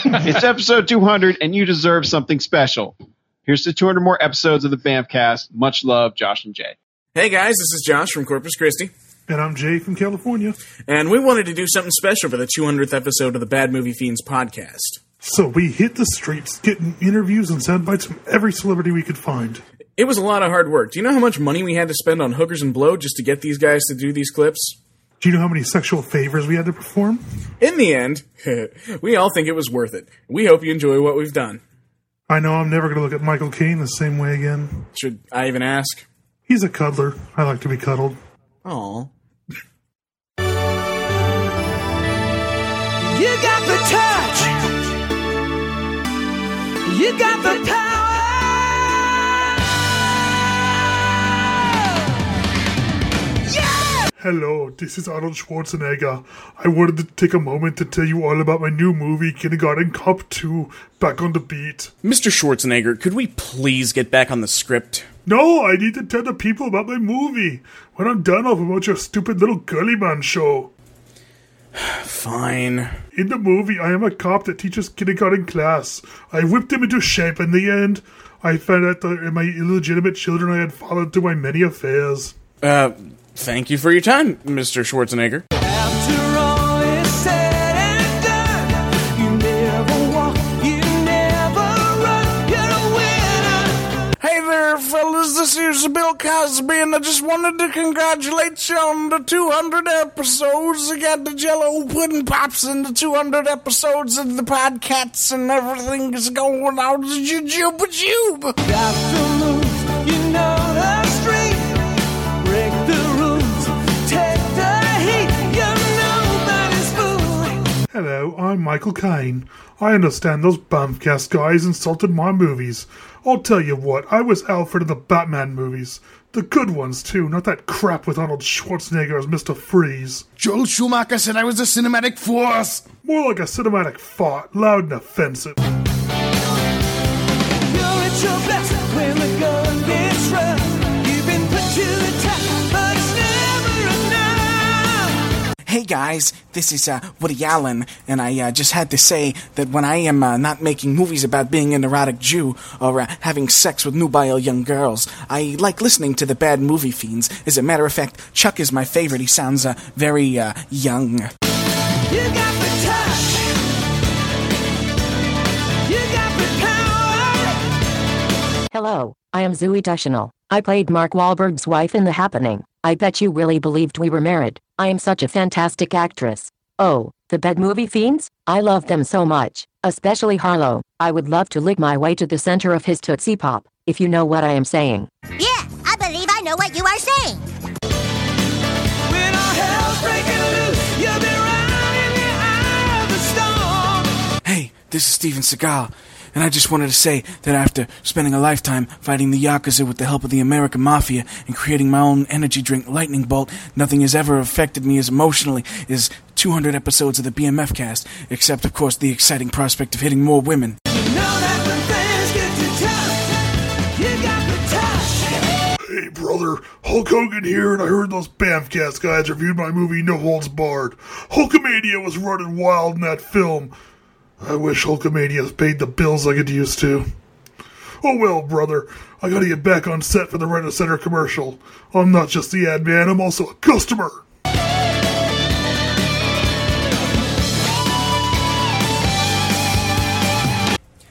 Speaker 3: it's episode 200, and you deserve something special. Here's to 200 more episodes of the Bamcast. Much love, Josh and Jay.
Speaker 13: Hey guys, this is Josh from Corpus Christi,
Speaker 14: And I'm Jay from California.
Speaker 13: and we wanted to do something special for the 200th episode of the Bad Movie Fiends podcast.
Speaker 14: So we hit the streets getting interviews and sound bites from every celebrity we could find.
Speaker 13: It was a lot of hard work. Do you know how much money we had to spend on hookers and blow just to get these guys to do these clips?
Speaker 14: Do you know how many sexual favors we had to perform?
Speaker 13: In the end, we all think it was worth it. We hope you enjoy what we've done.
Speaker 14: I know I'm never going to look at Michael Caine the same way again.
Speaker 13: Should I even ask?
Speaker 14: He's a cuddler. I like to be cuddled.
Speaker 13: Aw.
Speaker 6: You got the touch. You got the power. Yeah!
Speaker 14: Hello, this is Arnold Schwarzenegger. I wanted to take a moment to tell you all about my new movie, Kindergarten Cop 2, Back on the Beat.
Speaker 13: Mr. Schwarzenegger, could we please get back on the script?
Speaker 14: No, I need to tell the people about my movie. When I'm done, I'll promote your stupid little girly man show.
Speaker 13: Fine.
Speaker 14: In the movie, I am a cop that teaches kindergarten class. I whipped him into shape in the end. I found out that my illegitimate children I had fathered through my many affairs.
Speaker 13: Uh, thank you for your time, Mr. Schwarzenegger.
Speaker 6: After all is said and done, you never walk, you never run. You're a winner.
Speaker 13: Hey there, fellas, this is Bill Cosby, and I just wanted to congratulate you on the 200 episodes. You got the Jello Pudding Pops and the 200 episodes of the Podcats, and everything's going on. Juba Juba!
Speaker 6: Got the moves, you know the street. Break the rules, take the heat. You're nobody's fool.
Speaker 14: Hello, I'm Michael Caine. I understand those Bamfcast guys insulted my movies. I'll tell you what, I was Alfred in the Batman movies. The good ones, too, not that crap with Arnold Schwarzenegger as Mr. Freeze.
Speaker 13: Joel Schumacher said I was a cinematic force!
Speaker 14: More like a cinematic fart, loud and offensive.
Speaker 6: You're at your best when the going gets rough. You've been put to the test, but it's never enough.
Speaker 13: Hey guys, this is uh, Woody Allen, and I uh, just had to say that when I am uh, not making movies about being an erotic Jew or uh, having sex with nubile young girls, I like listening to the bad movie fiends. As a matter of fact, Chuck is my favorite. He sounds uh, very uh, young.
Speaker 6: You got the touch. You got the power.
Speaker 15: Hello, I am Zooey Deschanel. I played Mark Wahlberg's wife in The Happening. I bet you really believed we were married. I am such a fantastic actress. Oh, the bad movie fiends? I love them so much, especially Harlow. I would love to lick my way to the center of his Tootsie Pop, if you know what I am saying.
Speaker 6: Yeah, I believe I know what you are saying. When all hell's breaking loose, you'll be right in the eye of the storm.
Speaker 13: Hey, this is Steven Seagal, and I just wanted to say that after spending a lifetime fighting the Yakuza with the help of the American Mafia and creating my own energy drink, Lightning Bolt, nothing has ever affected me as emotionally as 200 episodes of the BMF cast, except, of course, the exciting prospect of hitting more women.
Speaker 6: You know that when things get too tough, you got the touch.
Speaker 14: Hey, brother, Hulk Hogan here, and I heard those Bamfcast guys reviewed my movie No Holds Barred. Hulkamania was running wild in that film. I wish Hulkamania's paid the bills like it used to. Oh well, brother, I gotta get back on set for the Rent a Center commercial. I'm not just the ad man, I'm also a customer.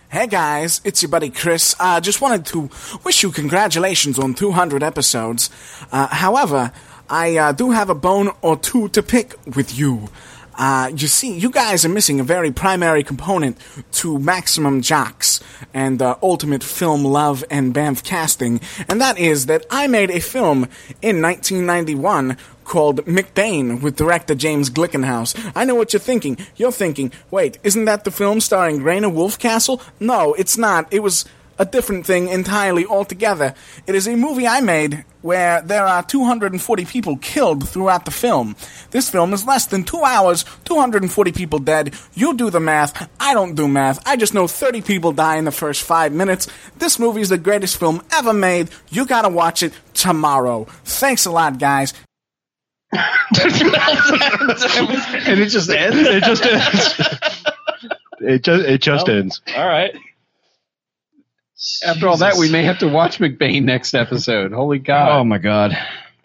Speaker 13: Hey guys, it's your buddy Chris. I uh, just wanted to wish you congratulations on 200 episodes. Uh, however, I uh, do have a bone or two to pick with you. Uh, you see, you guys are missing a very primary component to Maximum Jocks and uh, Ultimate Film Love and Banff Casting, and that is that I made a film in 1991 called McBain with director James Glickenhaus. I know what you're thinking. You're thinking, wait, isn't that the film starring Raina Wolfcastle? No, it's not. It was a different thing entirely altogether. It is a movie I made where there are 240 people killed throughout the film. This film is less than two hours, 240 people dead. You do the math. I don't do math. I just know 30 people die in the first five minutes. This movie is the greatest film ever made. You gotta watch it tomorrow. Thanks a lot, guys.
Speaker 3: and it just ends.
Speaker 2: It just ends. It just it just
Speaker 3: Well,
Speaker 2: ends.
Speaker 3: All right. After all that, we may have to watch McBain next episode. Holy God!
Speaker 5: Oh my god.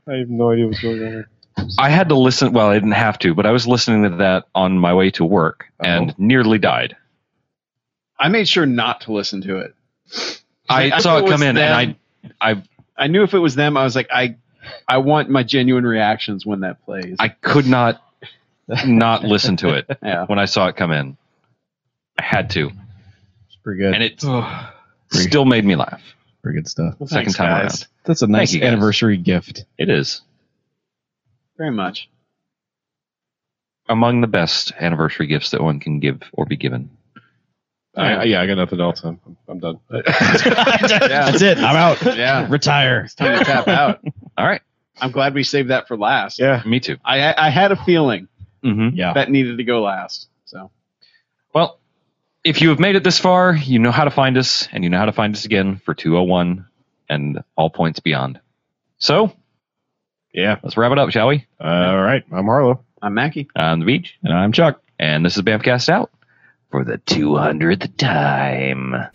Speaker 2: I have no idea what's going on. Here.
Speaker 5: I had to listen. Well, I didn't have to, but I was listening to that on my way to work
Speaker 2: Uh-huh.
Speaker 5: and nearly died.
Speaker 3: I made sure not to listen to it.
Speaker 5: I,
Speaker 3: knew
Speaker 5: saw it
Speaker 3: was
Speaker 5: come in, and
Speaker 3: them.
Speaker 5: I, I,
Speaker 3: I knew if it was them, I was like, I, I want my genuine reactions when that plays.
Speaker 5: I could not, not listen to it
Speaker 3: Yeah.
Speaker 5: when I saw it come in. I had to,
Speaker 11: It's pretty good.
Speaker 5: and it still made me laugh.
Speaker 11: pretty good stuff.
Speaker 5: Second time around.
Speaker 11: That's a
Speaker 5: Thank
Speaker 11: nice
Speaker 5: you, guys.
Speaker 11: anniversary gift.
Speaker 5: It is
Speaker 3: Very much.
Speaker 5: among the best anniversary gifts that one can give or be given.
Speaker 2: I, yeah, I got nothing else. I'm, I'm done.
Speaker 11: That's it. I'm out.
Speaker 3: Yeah.
Speaker 11: Retire.
Speaker 3: It's time to tap out.
Speaker 5: All right.
Speaker 3: I'm glad we saved that for last.
Speaker 2: yeah.
Speaker 5: Me too.
Speaker 3: I, I had a feeling
Speaker 5: Mm-hmm.
Speaker 11: Yeah.
Speaker 3: that needed to go last. So
Speaker 5: Well, if you have made it this far, you know how to find us, and you know how to find us again for 201 and all points beyond. So
Speaker 2: Yeah.
Speaker 5: let's wrap it up, shall we?
Speaker 2: all right. I'm Harlow.
Speaker 3: I'm Mackie.
Speaker 5: On the beach.
Speaker 11: And I'm Chuck.
Speaker 5: And this is Bamcast out.
Speaker 1: for the 200th time.